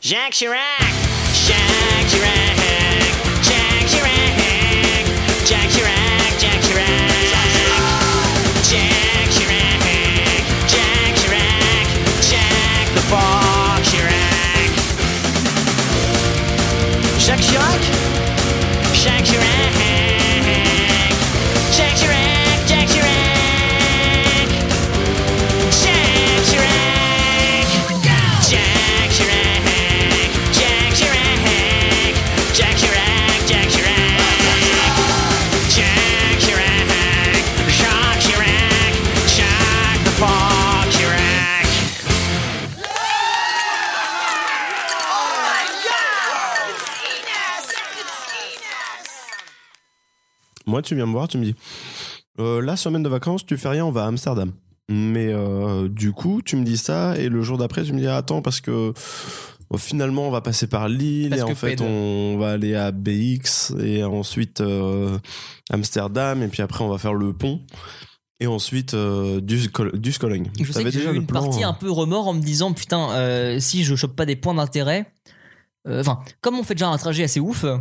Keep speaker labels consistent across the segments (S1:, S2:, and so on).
S1: Jacques Chirac, Jacques Chirac, Jacques Chirac, Jacques Chirac, Jacques Chirac, Jacques Chirac, Jacques Chirac, Jack the Ball Chirac. Jacques Chirac, Jacques Chirac, Jacques Chirac, Jacques Chirac, Jacques Chirac. Jack Chirac, Jack Chirac, Jack Chirac, Jack Chirac, Jack Chirac, Jacques Chirac, Jacques the Paul Chirac.
S2: Moi, tu viens me voir, tu me dis euh, La semaine de vacances, tu fais rien, on va à Amsterdam. Mais euh, du coup, tu me dis ça, et le jour d'après, tu me dis ah, Attends, parce que euh, finalement, on va passer par Lille,
S3: Parce
S2: et en
S3: que
S2: fait,
S3: pédo.
S2: on va aller à BX, et ensuite euh, Amsterdam, et puis après, on va faire le pont, et ensuite euh, du, Scol- du Scholling.
S3: Je sais
S2: T'avais
S3: que j'ai eu une partie
S2: hein.
S3: un peu remords en me disant putain euh, si je chope pas des points d'intérêt euh, enfin comme on fait déjà un trajet assez ouf euh,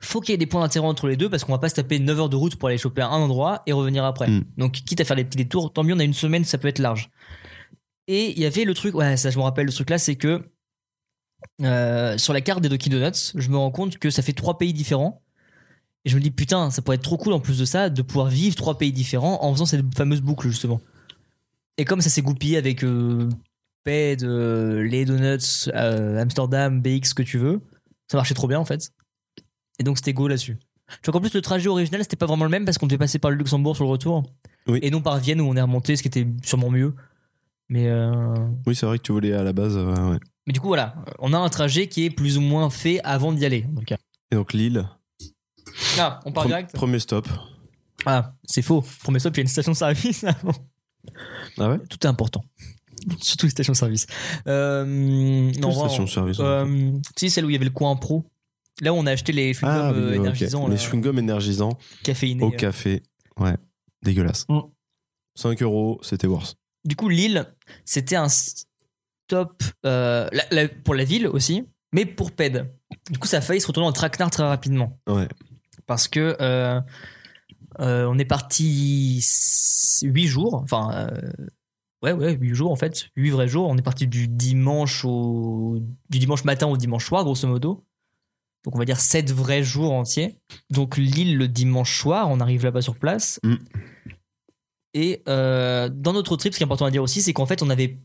S3: faut qu'il y ait des points d'intérêt entre les deux parce qu'on va pas se taper 9 heures de route pour aller choper à un endroit et revenir après
S2: Mm.
S3: donc quitte à faire des petits détours tant mieux on a une semaine ça peut être large et il y avait le truc ouais ça je me rappelle le truc là c'est que euh, sur la carte des Doki Donuts je me rends compte que ça fait trois pays différents et je me dis putain ça pourrait être trop cool en plus de ça de pouvoir vivre trois pays différents en faisant cette fameuse boucle justement et comme ça s'est goupillé avec euh, Ped, euh, les Donuts, euh, Amsterdam, BX, ce que tu veux, ça marchait trop bien en fait. Et donc c'était go là-dessus. Tu vois qu'en plus le trajet original c'était pas vraiment le même parce qu'on devait passer par le Luxembourg sur le retour.
S2: Oui.
S3: Et non par Vienne où on est remonté, ce qui était sûrement mieux. Mais, euh,
S2: Oui, c'est vrai que tu voulais à la base. euh, ouais.
S3: mais du coup voilà, on a un trajet qui est plus ou moins fait avant d'y aller. Donc,
S2: Et donc Lille,
S3: ah, on part
S2: pre-
S3: direct
S2: premier stop.
S3: Ah, c'est faux. Premier stop, il y a une station service avant.
S2: Ah ouais
S3: Tout est important. Surtout les stations-service. Euh, non, on va-
S2: station service.
S3: Euh, tu sais, celle où il y avait le coin pro. Là où on a acheté les chewing-gums
S2: ah,
S3: euh,
S2: oui, ok.
S3: énergisants,
S2: les
S3: là,
S2: chewing-gums énergisants.
S3: caféinés.
S2: au
S3: euh.
S2: café. Ouais, dégueulasse.
S3: Mm.
S2: 5 euros, c'était worse.
S3: Du coup, Lille, c'était un stop euh, la- la- pour la ville aussi, mais pour PED. Du coup, ça a failli se retourner en traquenard très rapidement.
S2: Ouais.
S3: Parce que euh, euh, on est parti 8 jours, enfin, euh, ouais, ouais, 8 jours en fait, 8 vrais jours. On est parti du dimanche, au, du dimanche matin au dimanche soir, grosso modo. Donc, on va dire 7 vrais jours entiers. Donc, Lille le dimanche soir, on arrive là-bas sur place.
S2: Mm.
S3: Et euh, dans notre trip, ce qui est important à dire aussi, c'est qu'en fait, on n'avait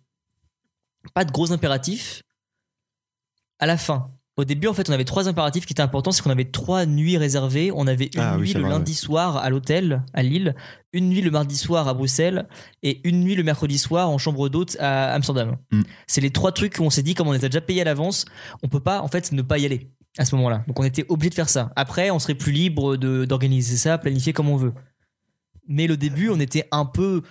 S3: pas de gros impératifs à la fin. Au début, en fait, on avait trois impératifs qui étaient importants. C'est qu'on avait trois nuits réservées. On avait une
S2: Ah oui,
S3: nuit
S2: c'est
S3: le
S2: vrai,
S3: lundi soir à l'hôtel à Lille, une nuit le mardi soir à Bruxelles et une nuit le mercredi soir en chambre d'hôte à Amsterdam.
S2: Mm.
S3: C'est les trois trucs où on s'est dit, comme on était déjà payé à l'avance, on peut pas en fait ne pas y aller à ce moment-là. Donc on était obligé de faire ça. Après, on serait plus libre de- d'organiser ça, planifier comme on veut. Mais le début, on était un peu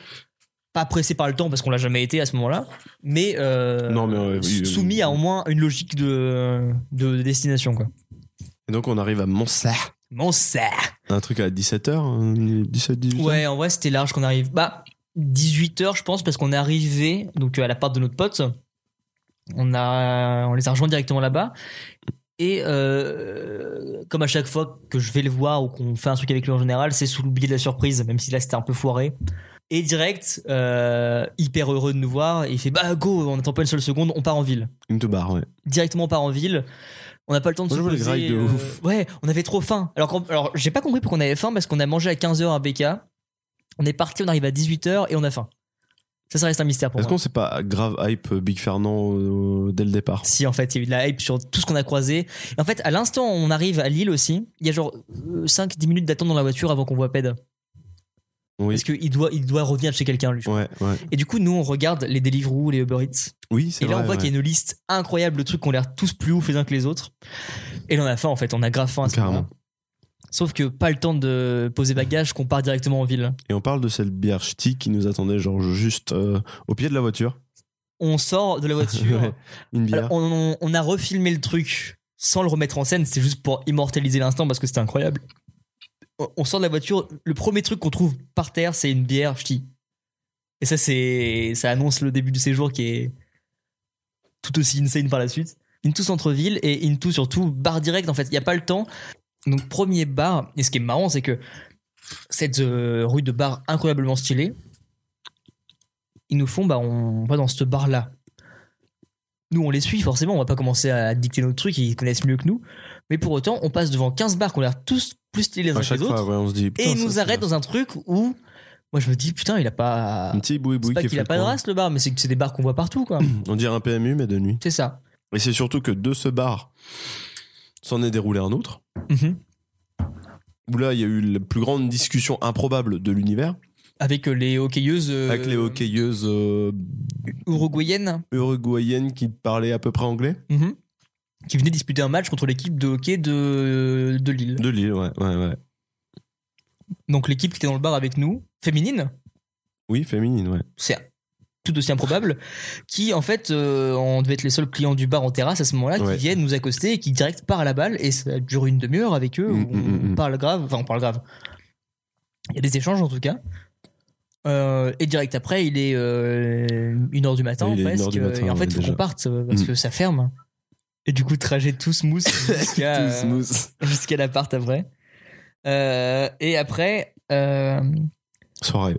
S3: pas pressé par le temps parce qu'on l'a jamais été à ce moment-là, mais, euh,
S2: Non, mais, ouais, oui, oui,
S3: soumis
S2: oui.
S3: à au moins une logique de, de destination. Quoi.
S2: Et donc on arrive à Monsa.
S3: Mon cerf
S2: Un truc à hein, 17h, 17 18
S3: Ouais, en vrai, c'était large qu'on arrive. Bah, 18h, je pense, parce qu'on est arrivé donc, euh, à la part de notre pote. On, a, on les a rejoints directement là-bas. Et euh, comme à chaque fois que je vais le voir ou qu'on fait un truc avec lui en général, c'est sous l'oublier de la surprise, même si là c'était un peu foiré. Et direct, euh, hyper heureux de nous voir, il fait Bah, go, on n'attend pas une seule seconde, on part en ville
S2: Une de barre, ouais.
S3: directement on part en ville. On n'a pas le temps de
S2: Moi,
S3: se
S2: je vois les
S3: poser. euh,
S2: grailles de ouf.
S3: Ouais, on avait trop faim. Alors, qu'en- alors j'ai pas compris pourquoi on avait faim parce qu'on a mangé à 15h à BK. On est parti, on arrive à 18h et on a faim. Ça, ça reste un mystère pour
S2: Est-ce
S3: moi.
S2: qu'on s'est pas grave hype euh, Big Fernand euh, dès le départ
S3: Si, en fait, il y a eu de la hype sur tout ce qu'on a croisé. Et en fait, à l'instant où on arrive à Lille aussi, il y a genre 5-10 minutes d'attente dans la voiture avant qu'on voit Ped.
S2: Oui.
S3: Parce qu'il doit, il doit revenir chez quelqu'un, lui.
S2: Ouais, ouais.
S3: Et du coup, nous, on regarde les Deliveroo, les Uber Eats.
S2: Oui, c'est
S3: Et là,
S2: vrai.
S3: on voit
S2: ouais.
S3: qu'il y a une liste incroyable de trucs qu'on a l'air tous plus ouf les uns que les autres. Et là, on a faim, en fait. On a grave faim à ce
S2: Carrément.
S3: moment-là. Sauf que pas le temps de poser bagages, qu'on part directement en ville.
S2: Et on parle de cette bière ch'ti qui nous attendait genre juste euh, au pied de la voiture.
S3: On sort de la voiture.
S2: Ouais, Une bière.
S3: Alors, on, on- on a refilmé le truc sans le remettre en scène. C'était juste pour immortaliser l'instant parce que c'était incroyable. On, on sort de la voiture. Le premier truc qu'on trouve par terre, c'est une bière ch'ti. Et ça, c'est, ça annonce le début du séjour qui est tout aussi insane par la suite. Into centre-ville et Into surtout bar direct en fait. Il n'y a pas le temps. Donc premier bar, et ce qui est marrant c'est que cette euh, rue de bar incroyablement stylée, ils nous font, bah on va dans ce bar là. Nous on les suit forcément, on va pas commencer à dicter notre truc, ils connaissent mieux que nous. Mais pour autant, on passe devant 15 bars qu'on a l'air tous plus stylés les uns
S2: À
S3: que
S2: chaque
S3: les autres.
S2: fois, ouais, on se dit.
S3: Et il nous arrête dans un truc où, moi je me dis, putain, il a pas.
S2: Un petit boui-boui
S3: C'est pas
S2: qui
S3: qu'il
S2: fait
S3: a
S2: le
S3: pas de
S2: coin.
S3: race le bar, mais c'est que c'est des bars qu'on voit partout quoi.
S2: On dirait un PMU, mais de nuit.
S3: c'est ça.
S2: Et c'est surtout que de ce bar, s'en est déroulé un autre.
S3: Mhm.
S2: Où là, il y a eu la plus grande discussion improbable de l'univers.
S3: Avec euh, les hockeyeuses. euh,
S2: Avec les hockeyeuses euh,
S3: Uruguayennes
S2: uruguayennes qui parlaient à peu près anglais.
S3: mhm, qui venaient disputer un match contre l'équipe de hockey de, de Lille.
S2: De Lille, ouais, ouais, ouais.
S3: Donc l'équipe qui était dans le bar avec nous, féminine,
S2: Oui, féminine, ouais.
S3: c'est tout aussi improbable, qui en fait, euh, on devait être les seuls clients du bar en terrasse à ce moment-là,
S2: Ouais.
S3: qui viennent nous accoster et qui direct part à la balle, et ça dure une demi-heure avec eux, où
S2: Mm, mm,
S3: on
S2: mm.
S3: parle grave, enfin on parle grave. Il y a des échanges en tout cas. Euh, et direct après, il est euh, une heure du matin
S2: Oui, il est une
S3: presque.
S2: heure du matin,
S3: et en fait,
S2: ouais,
S3: faut qu'on
S2: déjà.
S3: parte euh, parce
S2: Mm.
S3: que ça ferme. Et du coup, trajet tout smooth jusqu'à
S2: Tout smooth.
S3: jusqu'à l'appart après. Euh, et après, euh,
S2: Soirée.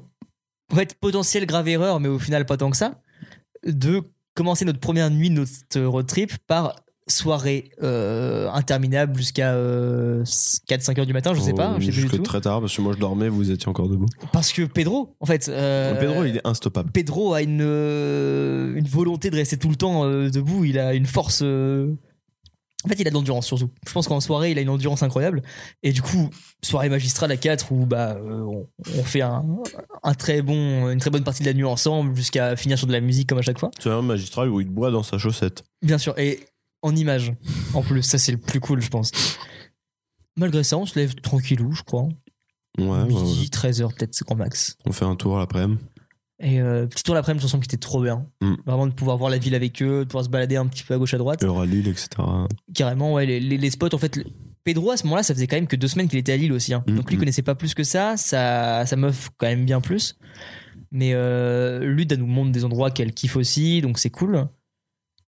S3: pour être potentiel grave erreur, mais au final pas tant que ça, de commencer notre première nuit de notre road trip par soirée euh, interminable jusqu'à 4-5 heures du matin, je sais pas,
S2: Oh,
S3: je sais plus du
S2: jusque
S3: tout.
S2: très tard, parce que moi je dormais, vous étiez encore debout.
S3: Parce que Pedro, en fait. euh,
S2: Pedro, il est instoppable.
S3: Pedro a une, euh, une volonté de rester tout le temps euh, debout, il a une force. euh, En fait, il a de l'endurance surtout. Je pense qu'en soirée, il a une endurance incroyable. Et du coup, soirée magistrale à 4 où bah, euh, on, on fait un, un très bon, une très bonne partie de la nuit ensemble jusqu'à finir sur de la musique comme à chaque fois.
S2: C'est un magistral où il boit dans sa chaussette.
S3: Bien sûr, et en image. En plus, ça c'est le plus cool, je pense. Malgré ça, on se lève tranquillou, je crois.
S2: Ouais, ouais,
S3: Midi,
S2: ouais.
S3: 13h peut-être, c'est grand max.
S2: On fait un tour l'après-midi.
S3: Et euh, petit tour l'après-midi, ensemble qui était trop bien.
S2: Mm.
S3: Vraiment de pouvoir voir la ville avec eux, de pouvoir se balader un petit peu à gauche à droite.
S2: Heure à Lille, etc.
S3: Carrément, ouais, les, les- les spots, en fait. le- Pedro, à ce moment-là, ça faisait quand même que deux semaines qu'il était à Lille aussi. hein.
S2: Mm,
S3: Donc lui,
S2: mm.
S3: connaissait pas plus que ça. Sa, sa meuf, quand même bien plus. Mais euh, Lud, elle nous montre des endroits qu'elle kiffe aussi, donc c'est cool.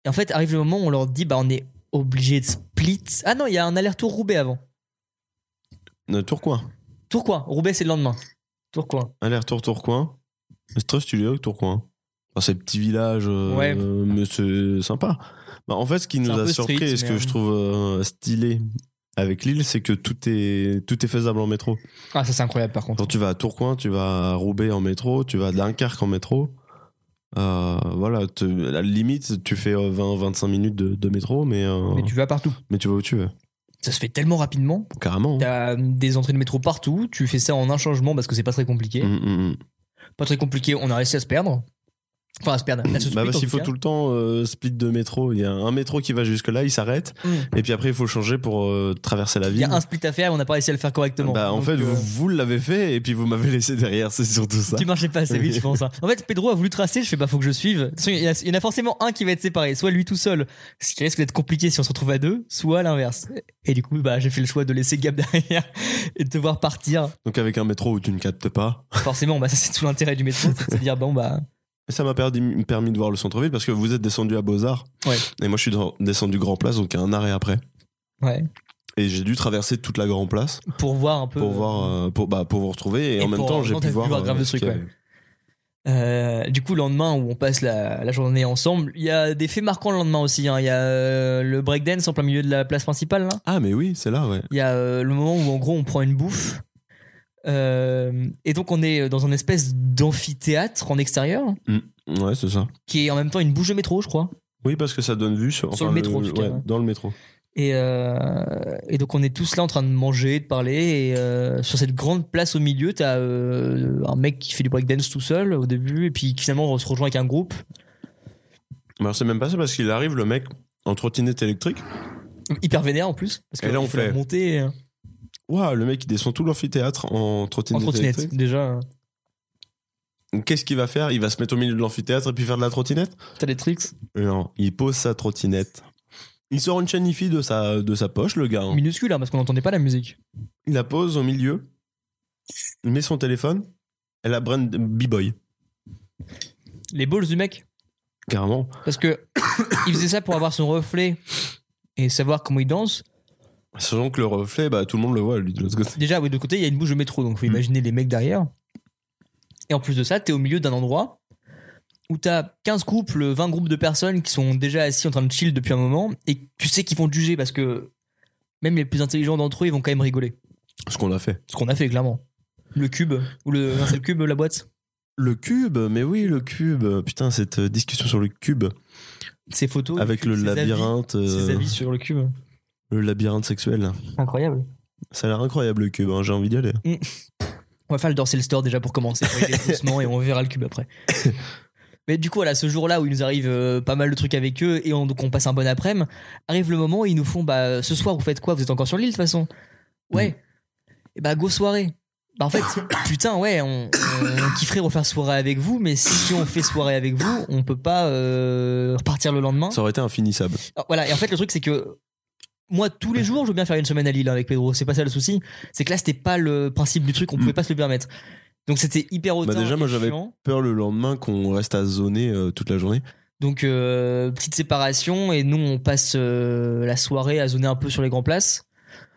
S3: Et en fait, arrive le moment où on leur dit, bah, on est obligé de split. Ah non, il y a un aller-retour Roubaix avant.
S2: Euh, Tourcoing.
S3: Tourcoing. Roubaix, c'est le lendemain. Tourcoing.
S2: Aller-retour Tourcoing. C'est très stylé, Tourcoing. Enfin, ces petits villages, euh,
S3: Ouais.
S2: mais c'est sympa. Bah, en fait, ce qui nous
S3: un
S2: a
S3: peu
S2: surpris
S3: street,
S2: et ce
S3: mais,
S2: que
S3: euh,
S2: je trouve euh, stylé avec Lille, c'est que tout est, tout est faisable en métro.
S3: Ah, ça, c'est incroyable par contre.
S2: Quand tu vas à Tourcoing, tu vas à Roubaix en métro, tu vas à Dunkerque en métro. Euh, voilà, te- à la limite, tu fais 20-25 minutes de, de métro, mais, euh,
S3: Mais tu vas partout.
S2: mais tu vas où tu veux.
S3: Ça se fait tellement rapidement.
S2: Carrément. hein.
S3: T'as euh, des entrées de métro partout, tu fais ça en un changement parce que c'est pas très compliqué.
S2: Mm, mm, mm.
S3: Pas très compliqué, on a réussi à se perdre. Enfin, à se perdre. à se
S2: Bah,
S3: split,
S2: parce
S3: en
S2: qu'il faut
S3: cas.
S2: tout le temps euh, split de métro. Il y a un métro qui va jusque-là, il s'arrête.
S3: Mm.
S2: Et puis après, il faut changer pour euh, traverser la
S3: Il
S2: ville.
S3: y a un split à faire, on n'a pas réussi à le faire correctement.
S2: Bah, en
S3: Donc,
S2: fait,
S3: euh,
S2: vous, vous l'avez fait et puis vous m'avez laissé derrière, c'est surtout ça.
S3: Tu marchais pas assez vite, je pense. hein. En fait, Pedro a voulu tracer, je fais pas, faut que je suive. De toute façon, Il y, en a- il y en a forcément un qui va être séparé, soit lui tout seul, ce qui risque d'être compliqué si on se retrouve à deux, soit l'inverse. Et du coup, bah, j'ai fait le choix de laisser Gab derrière et de devoir partir.
S2: Donc avec un métro où tu ne captes pas.
S3: Forcément, bah, ça c'est tout l'intérêt du métro, c'est de se dire, bon, bah,
S2: Et ça m'a perdu- permis de voir le centre-ville parce que vous êtes descendu à Beaux-Arts.
S3: Ouais.
S2: Et moi, je suis dans- descendu Grand Place, donc il y a un arrêt après.
S3: ouais,
S2: Et j'ai dû traverser toute la Grand Place
S3: pour voir un peu.
S2: pour voir, euh, pour, bah, pour vous retrouver. Et,
S3: Euh, Et
S2: en même
S3: pour-
S2: temps,
S3: en
S2: j'ai
S3: même temps,
S2: pu
S3: t'as pu
S2: voir.
S3: voir grave
S2: euh,
S3: le
S2: ce
S3: truc,
S2: qu'il y
S3: ouais.
S2: avait.
S3: Euh, du coup, le lendemain où on passe la, la journée ensemble, il y a des faits marquants le lendemain aussi. hein. Il y a euh, le breakdance en plein milieu de la place principale. là.
S2: Ah, mais oui, c'est là, ouais.
S3: Il y a euh, le moment où en gros on prend une bouffe. Euh, et donc on est dans une espèce d'amphithéâtre en extérieur
S2: Ouais, c'est ça.
S3: qui est en même temps une bouche de métro, je crois.
S2: Oui, parce que ça donne vue sur,
S3: Sur le métro, en tout cas,
S2: ouais,
S3: ouais.
S2: Dans le métro.
S3: Et, euh, et donc on est tous là en train de manger, de parler. Et euh, sur cette grande place au milieu, t'as euh, un mec qui fait du breakdance tout seul au début et puis qui finalement se rejoint avec un groupe.
S2: Mais alors, c'est même pas ça parce qu'il arrive, le mec, en trottinette électrique.
S3: Hyper vénère en plus. Parce que
S2: Et là, on
S3: il faut la
S2: fait-
S3: monter euh,
S2: Waouh, le mec, il descend tout l'amphithéâtre en
S3: en
S2: trottinette électrique.
S3: trottinette
S2: hein.
S3: déjà.
S2: Qu'est-ce qu'il va faire Il va se mettre au milieu de l'amphithéâtre et puis faire de la trottinette
S3: T'as des tricks
S2: Non, il pose sa trottinette. Il sort une chaîne hi-fi de sa, de sa poche, le gars. hein.
S3: minuscule hein, parce qu'on n'entendait pas la musique.
S2: Il la pose au milieu. Il met son téléphone. Elle a Brand B-Boy.
S3: Les balls du mec.
S2: carrément.
S3: Parce que il faisait ça pour avoir son reflet et savoir comment il danse.
S2: Sachant que le reflet, bah, tout le monde le voit, lui, de l'autre côté.
S3: Déjà, oui, de côté, il y a une bouche de métro, donc faut
S2: Mm.
S3: imaginer les mecs derrière. Et en plus de ça, t'es au milieu d'un endroit où t'as 15 couples, 20 groupes de personnes qui sont déjà assis en train de chill depuis un moment, et tu sais qu'ils vont te juger parce que même les plus intelligents d'entre eux, ils vont quand même rigoler.
S2: Ce qu'on a fait.
S3: Ce qu'on a fait, clairement. Le cube, ou le, non, c'est le cube, la boîte.
S2: Le cube, mais oui, le cube. Putain, cette euh, discussion sur le cube,
S3: Ces photos.
S2: avec
S3: cube,
S2: le
S3: ses avis,
S2: labyrinthe,
S3: ses
S2: euh,
S3: avis sur le cube.
S2: le labyrinthe sexuel.
S3: Incroyable.
S2: Ça a l'air incroyable, le cube, hein, j'ai envie d'y aller.
S3: On va faire le Dorsal Store déjà pour commencer, pour aider doucement, et on verra le cube après. Mais du coup, voilà, ce jour-là où il nous arrive euh, pas mal de trucs avec eux et on, donc on passe un bon après-midi, arrive le moment où ils nous font bah, ce soir, vous faites quoi Vous êtes encore sur l'île de toute façon Ouais. Et bah, go soirée. Bah, en fait, putain, ouais, on, on kifferait refaire soirée avec vous, mais si on fait soirée avec vous, on peut pas euh, repartir le lendemain.
S2: Ça aurait été infinissable.
S3: Alors, Ah, Voilà, et en fait, le truc, c'est que moi, tous les jours, je veux bien faire une semaine à Lille hein, avec Pedro. C'est pas ça le souci. C'est que là, c'était pas le principe du truc, on pouvait pas se le permettre. Donc, c'était hyper hautain.
S2: Mm. Bah, déjà, moi,
S3: et
S2: j'avais-
S3: chiant.
S2: Peur le lendemain qu'on reste à zoner euh, toute la journée.
S3: Donc, euh, petite séparation, et nous, on passe euh, la soirée à zoner un peu sur les grands places.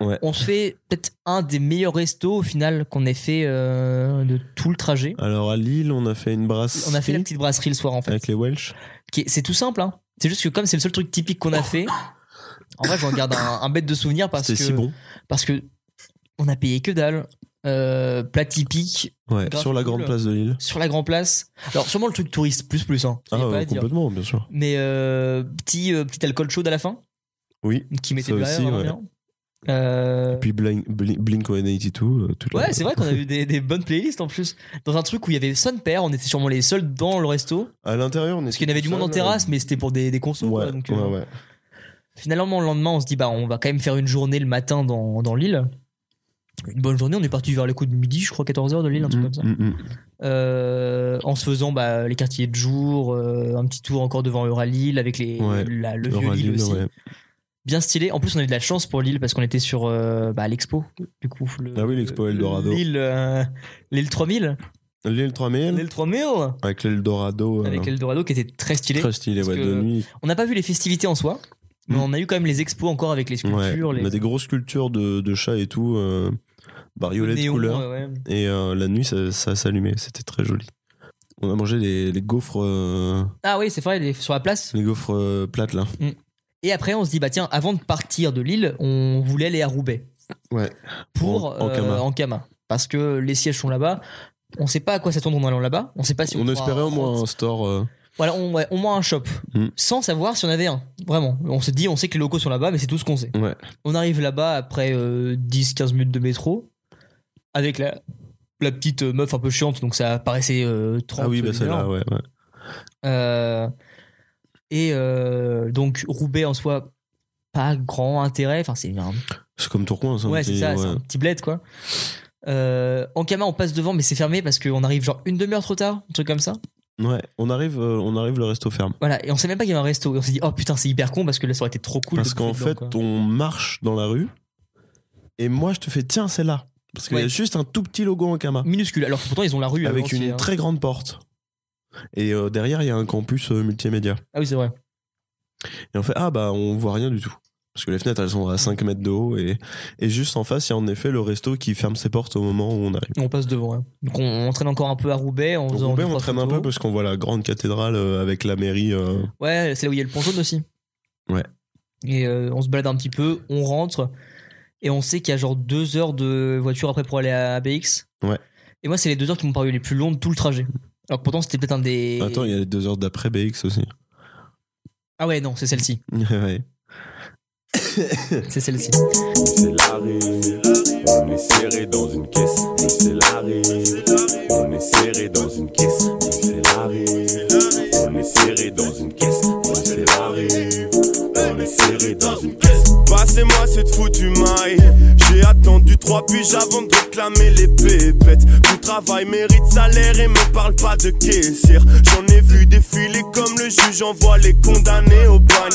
S2: Ouais.
S3: On se fait peut-être un des meilleurs restos au final qu'on ait fait euh, de tout le trajet.
S2: Alors, à Lille, on a fait une brasse
S3: On a fait la petite brasserie le soir en fait.
S2: avec les Welsh.
S3: qui est- C'est tout simple, hein. C'est juste que comme c'est le seul truc typique qu'on a fait, en vrai, j'en garde un, un bête de souvenir parce que.
S2: Oh. C'était si bon.
S3: parce que on a payé que dalle. Euh, plat typique
S2: Ouais,
S3: grave
S2: sur la
S3: cool.
S2: grande place de Lille.
S3: sur la Grand Place. Alors sûrement le truc touriste plus plus hein. Ça y
S2: Ah,
S3: a pas
S2: euh,
S3: à dire.
S2: complètement, bien sûr.
S3: Mais euh, petit euh, petit alcool chaud à la fin
S2: Oui.
S3: qui mettait
S2: Ça
S3: de la
S2: aussi,
S3: vraiment
S2: ouais.
S3: bien. Euh,
S2: Puis Blink, Blink, Blink 182. euh, toute la-
S3: ouais, c'est vrai qu'on a eu des, des bonnes playlists en plus. Dans un truc où il y avait Son Père, on était sûrement les seuls dans le resto.
S2: À l'intérieur, on
S3: Parce qu'il y en avait du monde en terrasse, mais c'était pour des, des consos. quoi,
S2: euh, Ouais,
S3: donc,
S2: ouais,
S3: euh,
S2: ouais.
S3: Finalement, le lendemain, on se dit, bah, on va quand même faire une journée le matin dans, dans l'île. Une bonne journée, on est parti vers les coups de midi, je crois, 14h de l'île, un truc comme ça.
S2: Mm, mm, mm.
S3: Euh, en se faisant bah, les quartiers de jour, euh, un petit tour encore devant Euralille avec les,
S2: Ouais.
S3: la- le vieux
S2: Euralille,
S3: Lille aussi.
S2: ouais.
S3: Bien stylé. En plus, on a eu de la chance pour Lille parce qu'on était sur euh, bah, l'expo, du coup. le-
S2: Ah oui, l'expo
S3: le-
S2: Eldorado.
S3: Lille, euh, Lille 3000.
S2: L'île 3000
S3: Lille 3000
S2: avec l'Eldorado. euh,
S3: avec l'Eldorado qui était très stylé.
S2: Très stylé,
S3: Parce
S2: ouais,
S3: que-
S2: de nuit.
S3: On n'a pas vu les festivités en soi, mais
S2: Mm.
S3: on a eu quand même les expos encore avec les
S2: Ouais.
S3: sculptures, les
S2: On a des grosses sculptures de, de chats et tout, euh, bariolées de
S3: néons,
S2: couleurs.
S3: ouais, ouais.
S2: Et euh, la nuit, ça, ça s'allumait. C'était très joli. On a mangé les, les gaufres, euh,
S3: Ah oui, c'est vrai, les- sur la place.
S2: les gaufres euh, plates là.
S3: Et après, on se dit, bah tiens, avant de partir de Lille, on voulait aller à Roubaix.
S2: Ouais.
S3: Pour
S2: En- en
S3: euh,
S2: Kama.
S3: en Kama. Parce que les sièges sont là-bas. On sait pas à quoi s'attendre en allant là-bas. On sait pas si on,
S2: on
S3: pourra-
S2: espérait au moins un store. euh,
S3: Voilà, on, ouais, au moins un shop.
S2: Mm.
S3: Sans savoir si on avait un. Vraiment. On se dit, on sait que les locaux sont là-bas, mais c'est tout ce qu'on sait.
S2: Ouais.
S3: On arrive là-bas après euh, 10-15 minutes de métro. Avec la, la petite euh, meuf un peu chiante, donc ça paraissait euh, 30
S2: Ah oui, bah
S3: une heure.
S2: celle-là, ouais. ouais.
S3: Euh, et euh, donc Roubaix en soi, pas grand intérêt. Enfin, c'est un,
S2: C'est comme Tourcoing, ça. un
S3: ouais, c'est
S2: petit-
S3: ça,
S2: ouais.
S3: c'est un petit bled quoi. Euh, en Kama, on passe devant, mais c'est fermé parce qu'on arrive genre une demi-heure trop tard, un truc comme ça.
S2: Ouais, on arrive, euh, on arrive le resto ferme.
S3: Voilà, et on sait même pas qu'il y avait un resto. Et on s'est dit, oh putain, c'est hyper con parce que là, ça aurait été trop cool.
S2: Parce
S3: de
S2: qu'en
S3: bouffer dedans,
S2: fait,
S3: quoi.
S2: on marche dans la rue et moi, je te fais tiens, c'est là. Parce qu'il y a
S3: Ouais.
S2: juste un tout petit logo en Kama
S3: minuscule. Alors que pourtant, ils ont la rue à
S2: avec
S3: volontiers,
S2: une
S3: hein.
S2: très grande porte. Et euh, derrière, il y a un campus euh, multimédia.
S3: Ah oui, c'est vrai.
S2: Et on fait ah bah on voit rien du tout. Parce que les fenêtres elles sont à 5 mètres de haut et, et juste en face il y a en effet le resto qui ferme ses portes au moment où on arrive.
S3: On passe devant. hein. Donc on, on traîne encore un peu à Roubaix. En
S2: Donc,
S3: faisant
S2: on,
S3: deux,
S2: on
S3: trois
S2: traîne un
S3: photos.
S2: peu parce qu'on voit la grande cathédrale euh, avec la mairie. euh,
S3: Ouais, c'est là où il y a le pont jaune aussi.
S2: Ouais.
S3: Et euh, on se balade un petit peu, on rentre, et on sait qu'il y a genre deux heures de voiture après pour aller à BX.
S2: Ouais.
S3: Et moi, c'est les deux heures qui m'ont paru les plus longues de tout le trajet. Alors que pourtant, c'était peut-être un des.
S2: Attends, il y a les deux heures d'après BX aussi.
S3: Ah ouais, non, c'est celle-ci.
S2: Ouais.
S3: C'est celle-ci.
S4: C'est la rive, on est serré dans une caisse. C'est la rive, on est serré dans une caisse. C'est la rive, on est serré dans une caisse. C'est la rive, on est serré dans une caisse.
S5: Passez-moi cette foutue maille. J'ai attendu trois piges avant de réclamer les pépettes. Tout travail mérite salaire et me parle pas de caissière. J'en ai vu défiler comme le juge envoie les condamnés au bagne.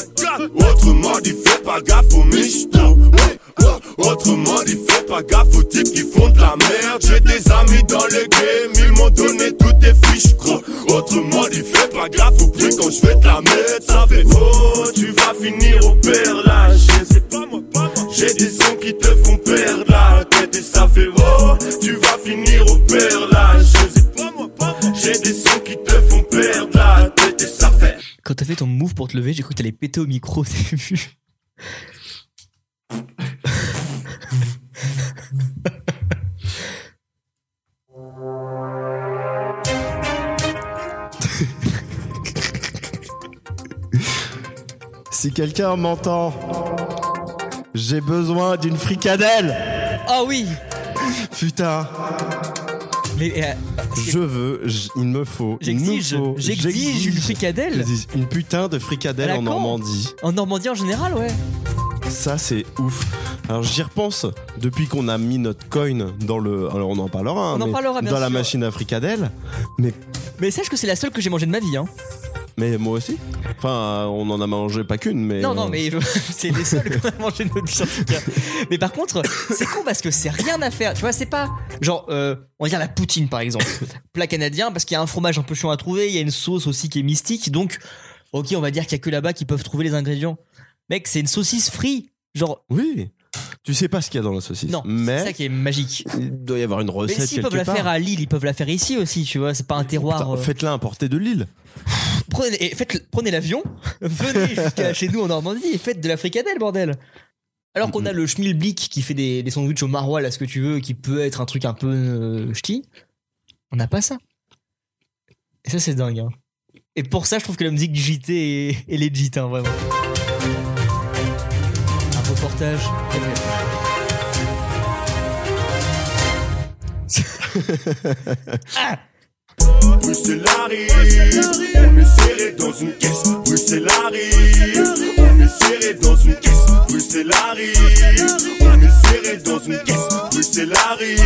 S5: Autrement dit, fais pas gaffe aux michetots. Ouais, ouais, Autrement dit, fais pas gaffe aux types qui font de la merde. J'ai des amis dans le game, ils m'ont donné toutes tes fiches, gros. Autrement dit, fais pas gaffe au prix quand je vais te la mettre. Ça fait oh, tu vas finir au perlage. C'est pas moi, pas moi. J'ai des sons qui te font perdre la tête et ça fait oh, tu vas finir au perlage. C'est pas moi, pas moi. J'ai des sons qui te font perdre la tête et ça fait.
S3: Quand t'as fait ton move pour te lever, j'ai cru que t'allais péter au micro au début.
S2: Si quelqu'un m'entend, j'ai besoin d'une fricadelle.
S3: Ah oui
S2: Putain,
S3: Mais euh,
S2: je veux, j- il me faut, il nous
S3: j'exige,
S2: faut,
S3: j'exige une fricadelle
S2: j'exige une putain de fricadelle
S3: À la
S2: en
S3: con.
S2: Normandie.
S3: en Normandie en général, ouais.
S2: Ça, c'est ouf. Alors, j'y repense. Depuis qu'on a mis notre coin dans le. Alors, on en parlera, hein,
S3: On en
S2: mais
S3: parlera, bien
S2: dans la
S3: sûr.
S2: machine à fricadelle.
S3: Mais sache que c'est la seule que j'ai mangée de ma vie. Hein.
S2: Mais moi aussi. Enfin, euh, on en a mangé pas qu'une, mais.
S3: Non,
S2: euh,
S3: non, mais je- c'est les seuls qu'on a mangé de notre vie en tout cas. Mais par contre, c'est con parce que c'est rien à faire. Tu vois, c'est pas genre, euh, on va dire la poutine par exemple. Plat canadien parce qu'il y a un fromage un peu chiant à trouver, il y a une sauce aussi qui est mystique. Donc, ok, on va dire qu'il y a que là-bas qu'ils peuvent trouver les ingrédients. Mec, c'est une saucisse frite. Genre,
S2: Oui. Tu sais pas ce qu'il y a dans la saucisse.
S3: non, c'est ça
S2: Mais
S3: qui est magique.
S2: il doit y avoir une
S3: Mais
S2: recette
S3: s'ils
S2: quelque
S3: peuvent la
S2: part.
S3: faire à Lille, ils peuvent la faire ici aussi, tu vois, c'est pas un terroir.
S2: Putain,
S3: euh,
S2: Faites-la importer de Lille.
S3: Prenez, et faites- prenez l'avion, venez jusqu'à chez nous en Normandie et faites de la fricadelle, bordel. Alors qu'on a le schmilblick qui fait des, des sandwichs au maroilles, là, ce que tu veux, qui peut être un truc un peu euh, ch'ti, on n'a pas ça. Et ça, c'est dingue. hein. Et pour ça, je trouve que la musique du JT est, est legit, hein, vraiment. Un reportage. ah
S5: Bruxelles arrive, on est serré dans une caisse. Bruxelles arrive, on est serré dans une caisse. Bruxelles arrive, on est serré dans une caisse. Bruxelles arrive,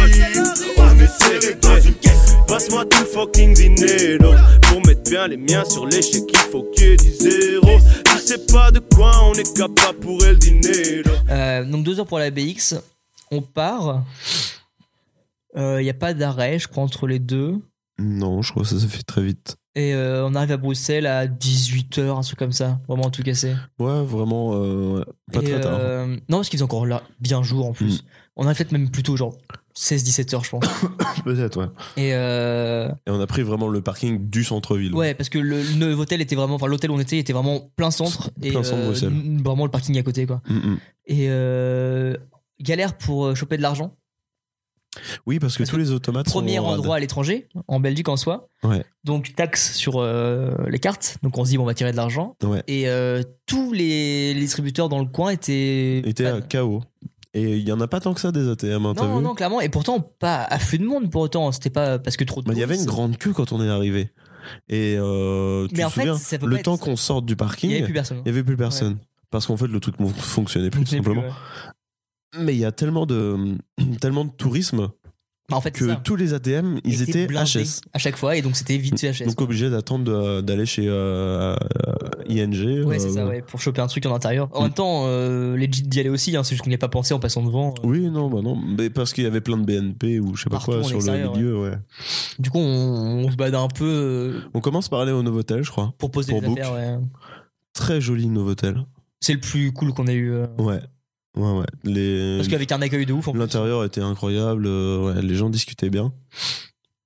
S5: on est serré dans une caisse. Passe-moi tout fucking dinero. Pour mettre bien les miens sur l'échec, il faut qu'il y ait du zéro. Tu sais pas de quoi on est capable pour el dinero.
S3: Euh, donc deux heures pour la BX. On part. Il n'y a pas d'arrêt, je crois, entre les deux.
S2: Non, je crois que ça se fait très vite.
S3: Et euh, on arrive à Bruxelles à 18h, un truc comme ça. Vraiment tout cassé.
S2: Ouais, vraiment. euh, ouais. pas
S3: Et,
S2: très tard. Mm.
S3: euh, non, parce qu'ils faisait encore là, bien jour en plus. On a fait même plutôt genre 16-17h, je pense.
S2: Peut-être, ouais.
S3: Et euh,
S2: Et on a pris vraiment le parking du centre-ville.
S3: ouais, parce que le, le hôtel était vraiment, enfin l'hôtel où on était était vraiment plein centre. Et
S2: Plein centre
S3: euh,
S2: Bruxelles.
S3: n- vraiment le parking à côté, quoi.
S2: Mm, mm.
S3: Et euh, galère pour euh, choper de l'argent.
S2: Oui, parce que
S3: Parce
S2: tous
S3: que
S2: les automates
S3: premier
S2: sont en rade.
S3: endroit à l'étranger, en Belgique en soi.
S2: Ouais.
S3: Donc taxe sur euh, les cartes. Donc on se dit bon, on va tirer de l'argent.
S2: Ouais.
S3: Et euh, tous les, les distributeurs dans le coin étaient.
S2: était
S3: pas-
S2: à KO. Et il y en a pas tant que ça des ATM, hein, t'as
S3: Bah, non,
S2: vu
S3: non, clairement. Et pourtant, pas afflux de monde pour autant. C'était pas parce que trop de
S2: Bah, Il y
S3: touristes.
S2: avait une grande queue quand on est arrivé. Et euh, tu
S3: Mais
S2: te
S3: en fait,
S2: souviens,
S3: ça peut
S2: le
S3: pas
S2: temps
S3: être-
S2: qu'on sorte du
S3: Il
S2: parking,
S3: n'y
S2: il
S3: avait plus personne.
S2: n'y avait plus personne. Parce qu'en fait, le truc ne fonctionnait plus, tout
S3: Fonctionnait plus,
S2: simplement.
S3: ouais.
S2: Mais il y a tellement de, tellement de tourisme
S3: Bah, en fait, c'est
S2: que
S3: ça.
S2: tous les ATM, ils
S3: Était
S2: étaient
S3: blindé
S2: HS.
S3: à chaque fois. Et donc c'était vite fait HS.
S2: Donc obligé d'attendre de- d'aller chez euh, ING.
S3: Ouais, c'est
S2: euh,
S3: ça, ouais, pour choper un truc en intérieur.
S2: Mm.
S3: En même temps, euh, legit d'y aller aussi, hein, c'est juste qu'on n'y a pas pensé en passant devant. euh.
S2: Oui, non, bah non. Mais parce qu'il y avait plein de BNP ou je sais pas
S3: Partout
S2: quoi
S3: en
S2: sur le
S3: extérieur,
S2: milieu. ouais.
S3: Du coup, on, on se balade un peu euh,
S2: On commence par aller au Novotel, je crois.
S3: pour poser
S2: Pour
S3: des
S2: book.
S3: affaires. ouais.
S2: Très joli Novotel.
S3: C'est le plus cool qu'on ait eu. euh.
S2: Ouais. Ouais, ouais. Les...
S3: Parce qu'avec un accueil de ouf, en plus.
S2: L'intérieur était incroyable, euh, ouais, les gens discutaient bien.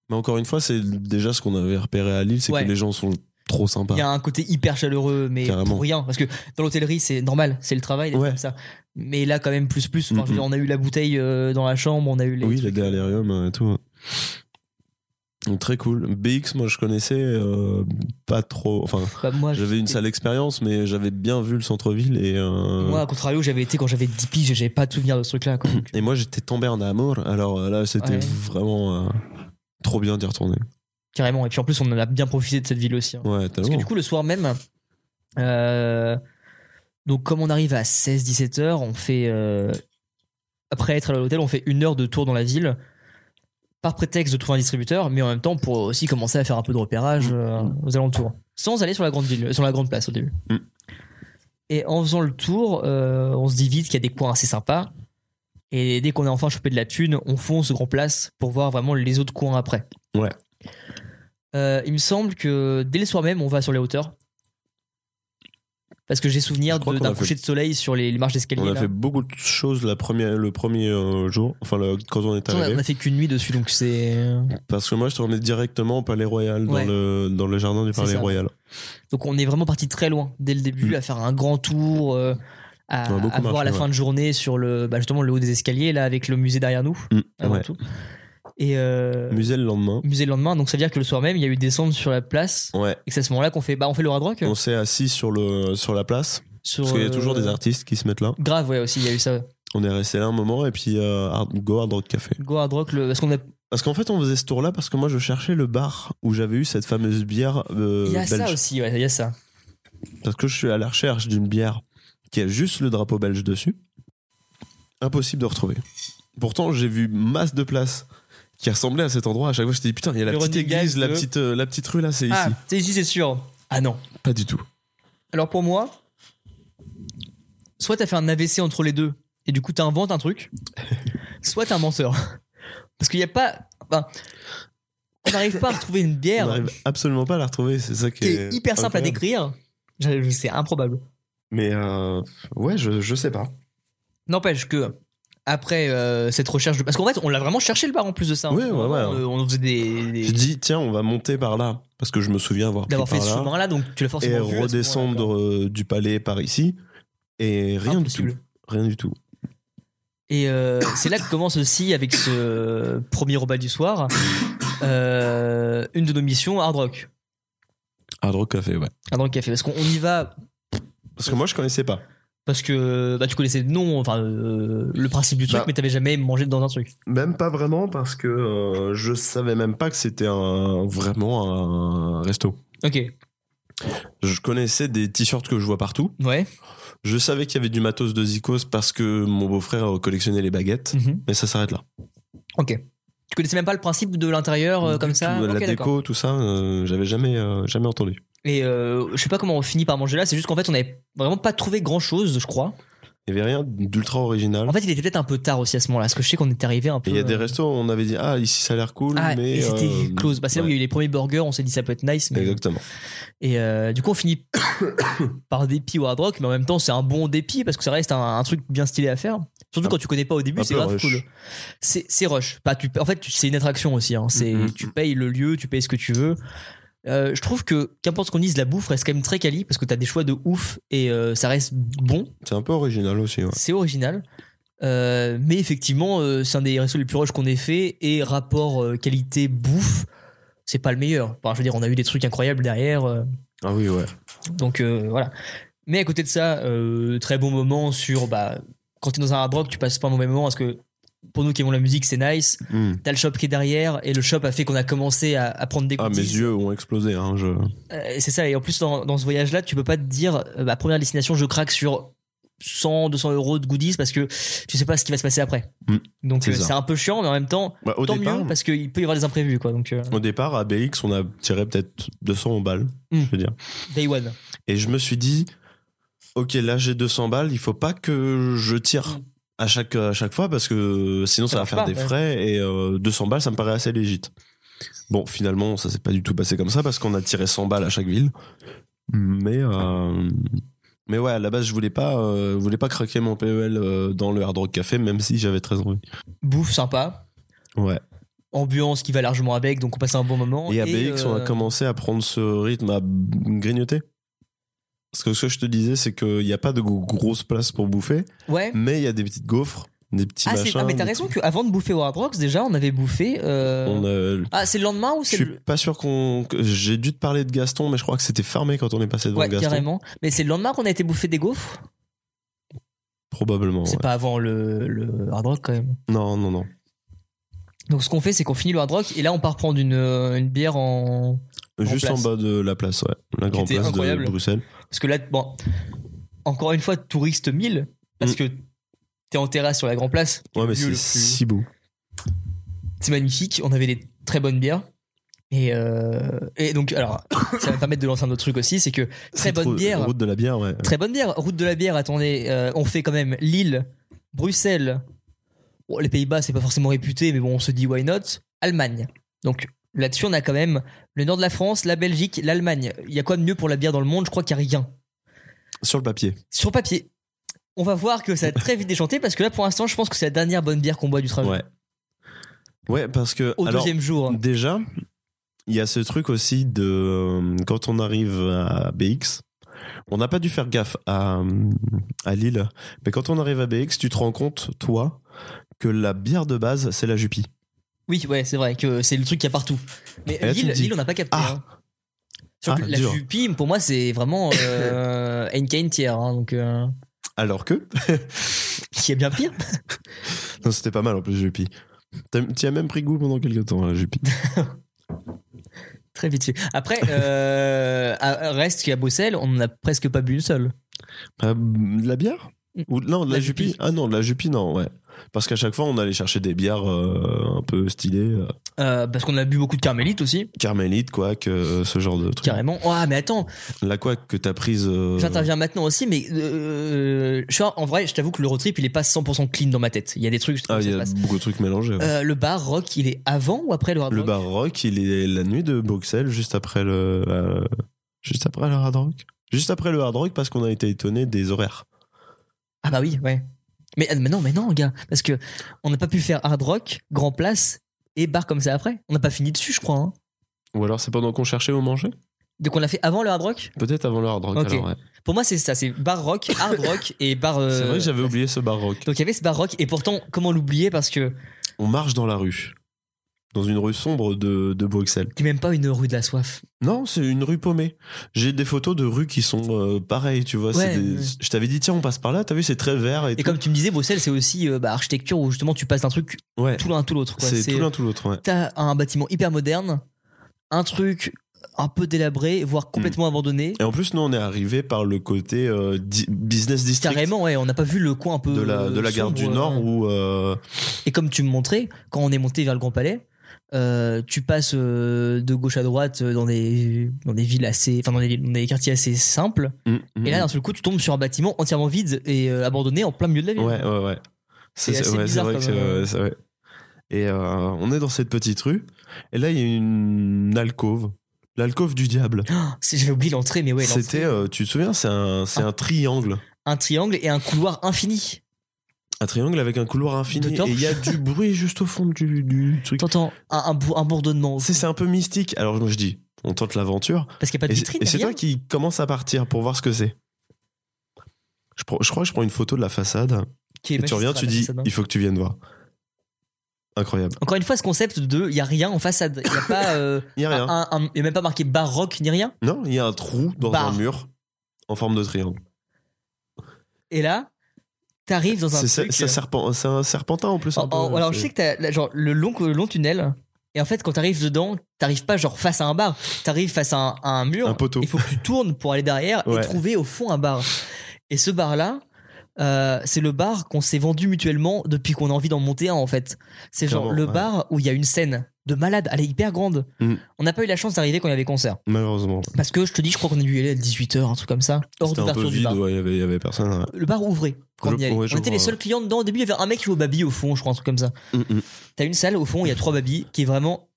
S2: Mais encore une fois, c'est déjà ce qu'on avait repéré à Lille, c'est
S3: Ouais.
S2: que les gens sont trop sympas.
S3: il y a un côté hyper chaleureux, mais
S2: Carrément.
S3: pour rien. Parce que dans l'hôtellerie, c'est normal, c'est le travail, des trucs
S2: Ouais.
S3: comme ça. Mais là, quand même, plus plus. Enfin, je veux
S2: Mhm.
S3: dire, on a eu la bouteille euh, dans la chambre, on a eu les.
S2: oui,
S3: trucs.
S2: les galériums euh, et tout. Donc, Très cool. BX, moi je connaissais euh, pas trop. Enfin,
S3: Bah, moi,
S2: j'avais une
S3: j'étais-
S2: sale expérience, mais j'avais bien vu le centre-ville et, euh,
S3: Moi, à contrario, j'avais été quand j'avais 10 piges, j'avais pas de souvenir de ce truc-là. quoi.
S2: et moi j'étais tombé en amour. Alors euh, là, c'était
S3: Ouais.
S2: vraiment euh, trop bien d'y retourner.
S3: Carrément. Et puis en plus, on en a bien profité de cette ville aussi. hein.
S2: Ouais, t'as
S3: Parce que
S2: vu.
S3: du coup, le soir même, euh, donc comme on arrive à 16-17 heures, on fait, euh, après être à l'hôtel, on fait une heure de tour dans la ville, par prétexte de trouver un distributeur, mais en même temps pour aussi commencer à faire un peu de repérage euh, aux alentours, sans aller sur la grande ville, euh, sur la grande place au début.
S2: Mm.
S3: Et en faisant le tour, euh, on se dit vite qu'il y a des coins assez sympas. Et dès qu'on a enfin chopé de la thune, on fonce grand place pour voir vraiment les autres coins après.
S2: Ouais.
S3: Euh, il me semble que dès le soir même, on va sur les hauteurs. Parce que j'ai souvenir
S2: Je crois
S3: de-
S2: qu'on a
S3: d'un
S2: fait-
S3: coucher de soleil sur les, les marches d'escalier.
S2: On a
S3: là.
S2: fait beaucoup de choses la première, le premier euh, jour, enfin le- quand on est
S3: On a-
S2: arrivé.
S3: on a fait qu'une nuit dessus, donc c'est.
S2: Parce que moi, je te remets directement au Palais Royal,
S3: Ouais.
S2: dans, le, dans le jardin du
S3: C'est
S2: Palais
S3: ça.
S2: Royal.
S3: Donc on est vraiment parti très loin dès le début
S2: Mm.
S3: à faire un grand tour, euh, à,
S2: On a beaucoup
S3: à voir
S2: marché,
S3: la
S2: ouais.
S3: fin de journée sur le bah, justement le haut des escaliers là avec le musée derrière nous
S2: Mm,
S3: avant
S2: ouais.
S3: tout. Et euh,
S2: Musée le lendemain.
S3: musée le lendemain, donc ça veut dire que le soir même il y a eu descendre sur la place
S2: Ouais.
S3: et que c'est à ce moment-là qu'on fait bah on fait le hard rock.
S2: On s'est assis sur, le, sur la place.
S3: Sur,
S2: Parce qu'il y a toujours
S3: euh,
S2: des artistes qui se mettent là.
S3: Grave ouais aussi il y a eu ça.
S2: On est resté là un moment et puis euh, hard- go hard rock café.
S3: Go hard rock le- parce qu'on a
S2: Parce qu'en fait, on faisait ce tour-là parce que moi, je cherchais le bar où j'avais eu cette fameuse bière euh,
S3: il y a ça
S2: belge.
S3: aussi ouais il y a ça.
S2: Parce que je suis à la recherche d'une bière qui a juste le drapeau belge dessus. Impossible de retrouver. Pourtant, j'ai vu masse de places qui ressemblaient à cet endroit. À chaque fois, je me dit putain, il y a la
S3: Le
S2: petite
S3: Renegade
S2: église, la
S3: de-
S2: petite, euh, la petite rue là, c'est
S3: Ah
S2: ici.
S3: c'est ici c'est sûr. Ah non.
S2: Pas du tout.
S3: Alors pour moi, soit t'as fait un AVC entre les deux et du coup t'inventes un truc, soit t'es un menteur. Parce qu'il n'y a pas. enfin, on n'arrive pas à retrouver une
S2: On
S3: bière
S2: n'arrive absolument pas à la retrouver. C'est ça qui
S3: qui
S2: est
S3: est hyper simple à
S2: incroyable.
S3: décrire. Je- je- C'est improbable.
S2: Mais euh, ouais, je, je sais pas.
S3: N'empêche que. Après euh, cette recherche de... Parce qu'en fait, on l'a vraiment cherché le bar en plus de ça.
S2: Ouais, ouais, ouais.
S3: Euh, On, faisait des... des-
S2: J'ai dit tiens, on va monter par là parce que je me souviens avoir pris
S3: D'avoir fait
S2: par
S3: ce
S2: là
S3: chemin-là, donc tu l'as forcément
S2: et
S3: vu à ce moment-là,
S2: redescendre euh, du palais par ici et
S3: quoi.
S2: rien
S3: Impossible.
S2: du tout, rien du tout.
S3: Et euh, c'est là que commence aussi, avec ce premier repas du soir, euh, une de nos missions, Hard Rock.
S2: Hard Rock Café, ouais.
S3: Hard Rock Café. Parce qu'on on y va
S2: Parce que moi, je connaissais pas.
S3: parce que bah, tu connaissais le nom, enfin euh, le principe du truc,
S2: Bah.
S3: mais t'avais jamais mangé dans un truc.
S2: Même pas vraiment parce que euh, je savais même pas que c'était un, vraiment un resto.
S3: Ok.
S2: Je connaissais des t-shirts que je vois partout.
S3: Ouais.
S2: Je savais qu'il y avait du matos de Zikos parce que mon beau-frère collectionnait les baguettes.
S3: Mhm.
S2: Mais ça s'arrête là.
S3: Ok. Tu connaissais même pas le principe de l'intérieur euh, comme
S2: Du
S3: ça
S2: tout,
S3: Ok,
S2: la
S3: d'accord.
S2: déco, tout ça, euh, j'avais jamais, euh, jamais entendu.
S3: Et euh, je sais pas comment on finit par manger là, c'est juste qu'en fait on avait vraiment pas trouvé grand chose, je crois.
S2: Il y avait rien d'ultra original.
S3: En fait il était peut-être un peu tard aussi à ce moment-là, parce que je sais qu'on était arrivé un peu.
S2: Et il y a des
S3: Ah, euh,
S2: restos où on avait dit ah ici ça a l'air cool,
S3: Ah,
S2: mais
S3: et c'était
S2: euh,
S3: close. Bah, c'est là où il y a eu les premiers burgers, on s'est dit ça peut être nice. Mais...
S2: Exactement.
S3: Et euh, du coup, on finit par dépit au hard rock, mais en même temps, c'est un bon dépit parce que ça reste un, un truc bien stylé à faire. Surtout
S2: Un-
S3: quand tu connais pas au début,
S2: Ah. un
S3: c'est
S2: peu
S3: grave
S2: rush.
S3: cool. C'est c'est rush. Pas, tu, en fait, tu- c'est une attraction aussi. hein. C'est
S2: Mhm.
S3: tu payes le lieu, tu payes ce que tu veux. Euh, je trouve que qu'importe ce qu'on dise, la bouffe reste quand même très quali parce que t'as des choix de ouf et euh, ça reste bon.
S2: C'est un peu original aussi. ouais.
S3: C'est original. Euh, mais effectivement, euh, c'est un des restos les plus roches qu'on ait fait. Et rapport euh, qualité-bouffe, c'est pas le meilleur. Enfin, je veux dire, on a eu des trucs incroyables derrière. euh,
S2: Ah oui ouais.
S3: donc euh, voilà. Mais à côté de ça, euh, très bon moment sur. Bah, quand t'es dans un hard rock, tu passes pas un mauvais moment parce que pour nous qui aimons la musique, c'est nice.
S2: Hmm.
S3: T'as le shop qui est derrière et le shop a fait qu'on a commencé à, à prendre des
S2: Ah mes
S3: goodies.
S2: yeux ont explosé. Hein, je...
S3: Euh, c'est ça. Et en plus, dans, dans ce voyage-là, tu peux pas te dire, euh, bah, première destination, je craque sur 100, 200 euros de goodies parce que tu sais pas ce qui va se passer après.
S2: Mm.
S3: Donc
S2: C'est
S3: euh,
S2: ça.
S3: c'est un peu chiant, mais en même temps,
S2: Bah, au
S3: tant
S2: départ,
S3: mieux parce qu'il peut y avoir des imprévus, quoi. Donc, euh,
S2: Au départ, à BX, on a tiré peut-être 200 balles,
S3: Mm.
S2: je veux dire.
S3: day one.
S2: Et je me suis dit, ok, là j'ai 200 balles, il faut pas que je tire
S3: Mm.
S2: à chaque, à chaque fois parce que sinon ça,
S3: Ça
S2: va faire
S3: marche
S2: des
S3: pas, ouais.
S2: frais et euh, 200 balles, ça me paraît assez légit. Bon, finalement, ça s'est pas du tout passé comme ça parce qu'on a tiré 100 balles à chaque ville. Mais, euh, mais ouais, à la base, je voulais pas, euh, je voulais pas craquer mon PEL euh, dans le Hard Rock Café, même si j'avais très envie.
S3: Bouffe sympa,
S2: Ouais.
S3: ambiance qui va largement avec, donc on passe un bon moment.
S2: Et à BX, on a
S3: euh,
S2: commencé à prendre ce rythme à grignoter. Parce que ce que je te disais, c'est qu'il n'y a pas de gro- grosse place pour bouffer,
S3: Ouais.
S2: mais il y a des petites gaufres, des petits
S3: Ah, c'est-
S2: machins.
S3: ah, mais t'as
S2: des
S3: raison
S2: trucs.
S3: qu'avant de bouffer au Hard Rocks, déjà, on avait bouffé. euh,
S2: On a-
S3: Ah, c'est le lendemain ou
S2: Je
S3: c'est
S2: suis
S3: le.
S2: pas sûr qu'on. que- J'ai dû te parler de Gaston, mais je crois que c'était fermé quand on est passé devant
S3: Ouais,
S2: Gaston.
S3: carrément. Mais c'est le lendemain qu'on a été bouffé des gaufres
S2: Probablement.
S3: C'est
S2: ouais.
S3: pas avant le, le Hard Rock quand même.
S2: Non, non, non.
S3: Donc ce qu'on fait, c'est qu'on finit le hard rock et là on part prendre une, euh, une bière en Grand
S2: Juste
S3: place.
S2: en bas de la place, ouais. La grande
S3: était
S2: place
S3: incroyable.
S2: de Bruxelles.
S3: parce que là bon encore une fois touriste 1000 parce
S2: Mm.
S3: que t'es en terrasse sur la grande place.
S2: Ouais, mais
S3: Lieu
S2: c'est
S3: le plus-
S2: si beau.
S3: C'est magnifique. On avait des très bonnes bières et euh, et donc alors ça va me permettre de lancer un autre truc aussi, c'est que très
S2: C'est
S3: bonne
S2: trop-
S3: bière,
S2: Route de la bière, ouais.
S3: très bonne bière. Route de la bière. Attendez, euh, on fait quand même Lille, Bruxelles, Bon, les Pays-Bas, c'est pas forcément réputé, mais bon, on se dit why not Allemagne. Donc là-dessus, on a quand même le nord de la France, la Belgique, l'Allemagne. Il y a quoi de mieux pour la bière dans le monde Je crois qu'il n'y a rien.
S2: Sur le papier.
S3: Sur papier, on va voir que ça a très vite déchanté parce que là, pour l'instant, je pense que c'est la dernière bonne bière qu'on boit du trajet.
S2: Ouais. Ouais, parce que.
S3: Au
S2: alors,
S3: deuxième jour.
S2: Déjà, il y a ce truc aussi de euh, quand on arrive à BX, on n'a pas dû faire gaffe à, euh, à Lille, mais quand on arrive à BX, tu te rends compte, toi, que la bière de base, c'est la Jupie.
S3: Oui, ouais, c'est vrai que c'est le truc qu'il y a partout. Mais
S2: Et là, Eh, tu
S3: Lille,
S2: me dis-
S3: Lille, on n'a pas capté.
S2: Ah.
S3: hein. Surtout
S2: Ah,
S3: la
S2: dur.
S3: Jupie, pour moi, c'est vraiment euh, NK tiers, hein, donc euh,
S2: Alors que.
S3: qui est bien pire.
S2: Non, c'était pas mal en plus, Jupie. T'as- T'y as même pris goût pendant quelques temps, à la Jupie.
S3: Très vite fait. Après, euh, à- reste qu'à Bruxelles, on n'en a presque pas bu une seule.
S2: Euh, de la bière Ou, Non, de Mm. la,
S3: La
S2: Jupie.
S3: Jupie.
S2: Ah non, de la Jupie, non, ouais. Parce qu'à chaque fois, on allait chercher des bières euh, un peu stylées, euh,
S3: Euh, parce qu'on a bu beaucoup de carmélite aussi,
S2: carmélite, quoi, que euh, ce genre de truc.
S3: carrément. Ah, mais attends,
S2: La quoi que t'as prise. euh,
S3: j'interviens maintenant aussi, mais euh, je suis en en vrai, je t'avoue que le road trip, il est pas 100% clean dans ma tête. Il y a des trucs, je sais pas
S2: Ah,
S3: comment
S2: il y
S3: ça se
S2: a
S3: passe.
S2: beaucoup de trucs mélangés. ouais.
S3: Euh, le bar rock, il est avant ou après le hard
S2: le
S3: rock
S2: bar rock, il est la nuit de Bruxelles, juste après le. euh, juste après le hard rock Juste après le hard rock, parce qu'on a été étonné des horaires.
S3: Ah bah oui, ouais. Mais, mais non, mais non, gars, parce que on n'a pas pu faire hard rock, grand place et bar comme ça après. On n'a pas fini dessus, je crois. hein.
S2: Ou alors c'est pendant qu'on cherchait ou mangeait
S3: Donc on l'a fait avant le hard rock.
S2: Peut-être avant le hard rock,
S3: Ok.
S2: alors, ouais.
S3: Pour moi, c'est ça, c'est bar rock, hard rock et bar. euh,
S2: C'est vrai que j'avais oublié ce bar rock.
S3: Donc il y avait ce bar rock et pourtant, comment l'oublier parce que
S2: On marche dans la rue. Dans une rue sombre de, de Bruxelles.
S3: qui est même pas une rue de la soif.
S2: Non, c'est une rue paumée. J'ai des photos de rues qui sont euh, pareilles, tu vois. c'est
S3: Ouais,
S2: des-
S3: ouais.
S2: Je t'avais dit, tiens, on passe par là, t'as vu, c'est très vert. Et,
S3: Et comme tu me disais, Bruxelles, c'est aussi euh, bah, architecture où justement tu passes d'un truc
S2: tout. Ouais,
S3: tout l'un tout l'autre. quoi.
S2: c'est
S3: C'est-
S2: tout l'un, tout l'autre, ouais.
S3: T'as un bâtiment hyper moderne, un truc un peu délabré, voire complètement abandonné.
S2: Mm. Et en plus, nous, on est arrivé par le côté euh, di- business district.
S3: Carrément, ouais, on n'a pas vu le coin un peu
S2: de la, de la gare
S3: sombre,
S2: du Nord
S3: euh,
S2: où euh,
S3: Et comme tu me montrais, quand on est monté vers le Grand Palais, euh, tu passes euh, de gauche à droite euh, dans des, dans des villes assez. Enfin, dans des, dans des quartiers assez simples.
S2: Mm.
S3: Et là, d'un seul coup, tu tombes sur un bâtiment entièrement vide et euh, abandonné en plein milieu de la ville.
S2: ouais ouais ouais
S3: C'est assez
S2: ouais,
S3: bizarre
S2: vrai
S3: comme,
S2: que c'est-
S3: euh,
S2: ouais, c'est vrai. et euh, on est dans cette petite rue et là il y a une alcôve l'alcôve du diable
S3: C'est- J'avais oublié l'entrée, mais Ah ouais. l'entrée.
S2: c'était euh, tu te souviens c'est un c'est
S3: Ah.
S2: un triangle
S3: Un triangle et un couloir infini.
S2: un triangle avec un couloir infini
S3: Dedans.
S2: et il y a du bruit juste au fond du, du truc
S3: T'entends un, un, bou- un bourdonnement.
S2: c'est c'est un peu mystique alors moi je dis on tente l'aventure
S3: Parce qu'il n'y a pas de
S2: et
S3: vitrine.
S2: c'est- et c'est
S3: derrière.
S2: toi qui commence à partir pour voir ce que c'est je, prends- je crois que je prends une photo de la façade
S3: Qui est
S2: et tu reviens tu
S3: magistrale,
S2: dis
S3: façade, hein.
S2: il faut que tu viennes voir incroyable
S3: Encore une fois, ce concept de il y a rien en façade. Il n'y a pas. euh,
S2: il y a rien
S3: un- un- il y a même pas marqué baroque ni rien.
S2: Non, il y a un trou dans
S3: Barre.
S2: un mur en forme de triangle.
S3: Et là, t'arrives dans un.
S2: C'est ça-
S3: truc,
S2: ça
S3: euh,
S2: serpent- c'est un serpentin en plus. un
S3: Oh,
S2: peu,
S3: oh, alors je
S2: c'est-
S3: sais que t'as là, genre le long le long tunnel et en fait quand t'arrives dedans t'arrives pas genre face à un bar t'arrives face à un, à un mur
S2: Un poteau.
S3: il faut que tu tournes pour aller derrière et
S2: Ouais.
S3: trouver au fond un bar et ce bar là c'est le bar qu'on s'est vendu mutuellement depuis qu'on a envie d'en monter un en fait c'est genre
S2: Clairement,
S3: le
S2: ouais.
S3: bar où il y a une scène de malade elle est hyper grande
S2: Mm.
S3: on n'a pas eu la chance d'arriver quand il y avait concert
S2: Malheureusement.
S3: parce que je te dis je crois qu'on a dû y aller à 18h un truc comme ça hors
S2: C'était un peu
S3: d'ouverture du
S2: vide,
S3: bar
S2: ouais, il y avait- il y avait personne. ouais.
S3: le bar ouvrait quand
S2: Je-
S3: on y allait.
S2: ouais, je
S3: on était les
S2: vois,
S3: seuls clients dedans au début il y avait un mec qui jouait au baby au fond je crois un truc comme ça
S2: Mm, mm.
S3: T'as une salle au fond, il y a trois babys qui est vraiment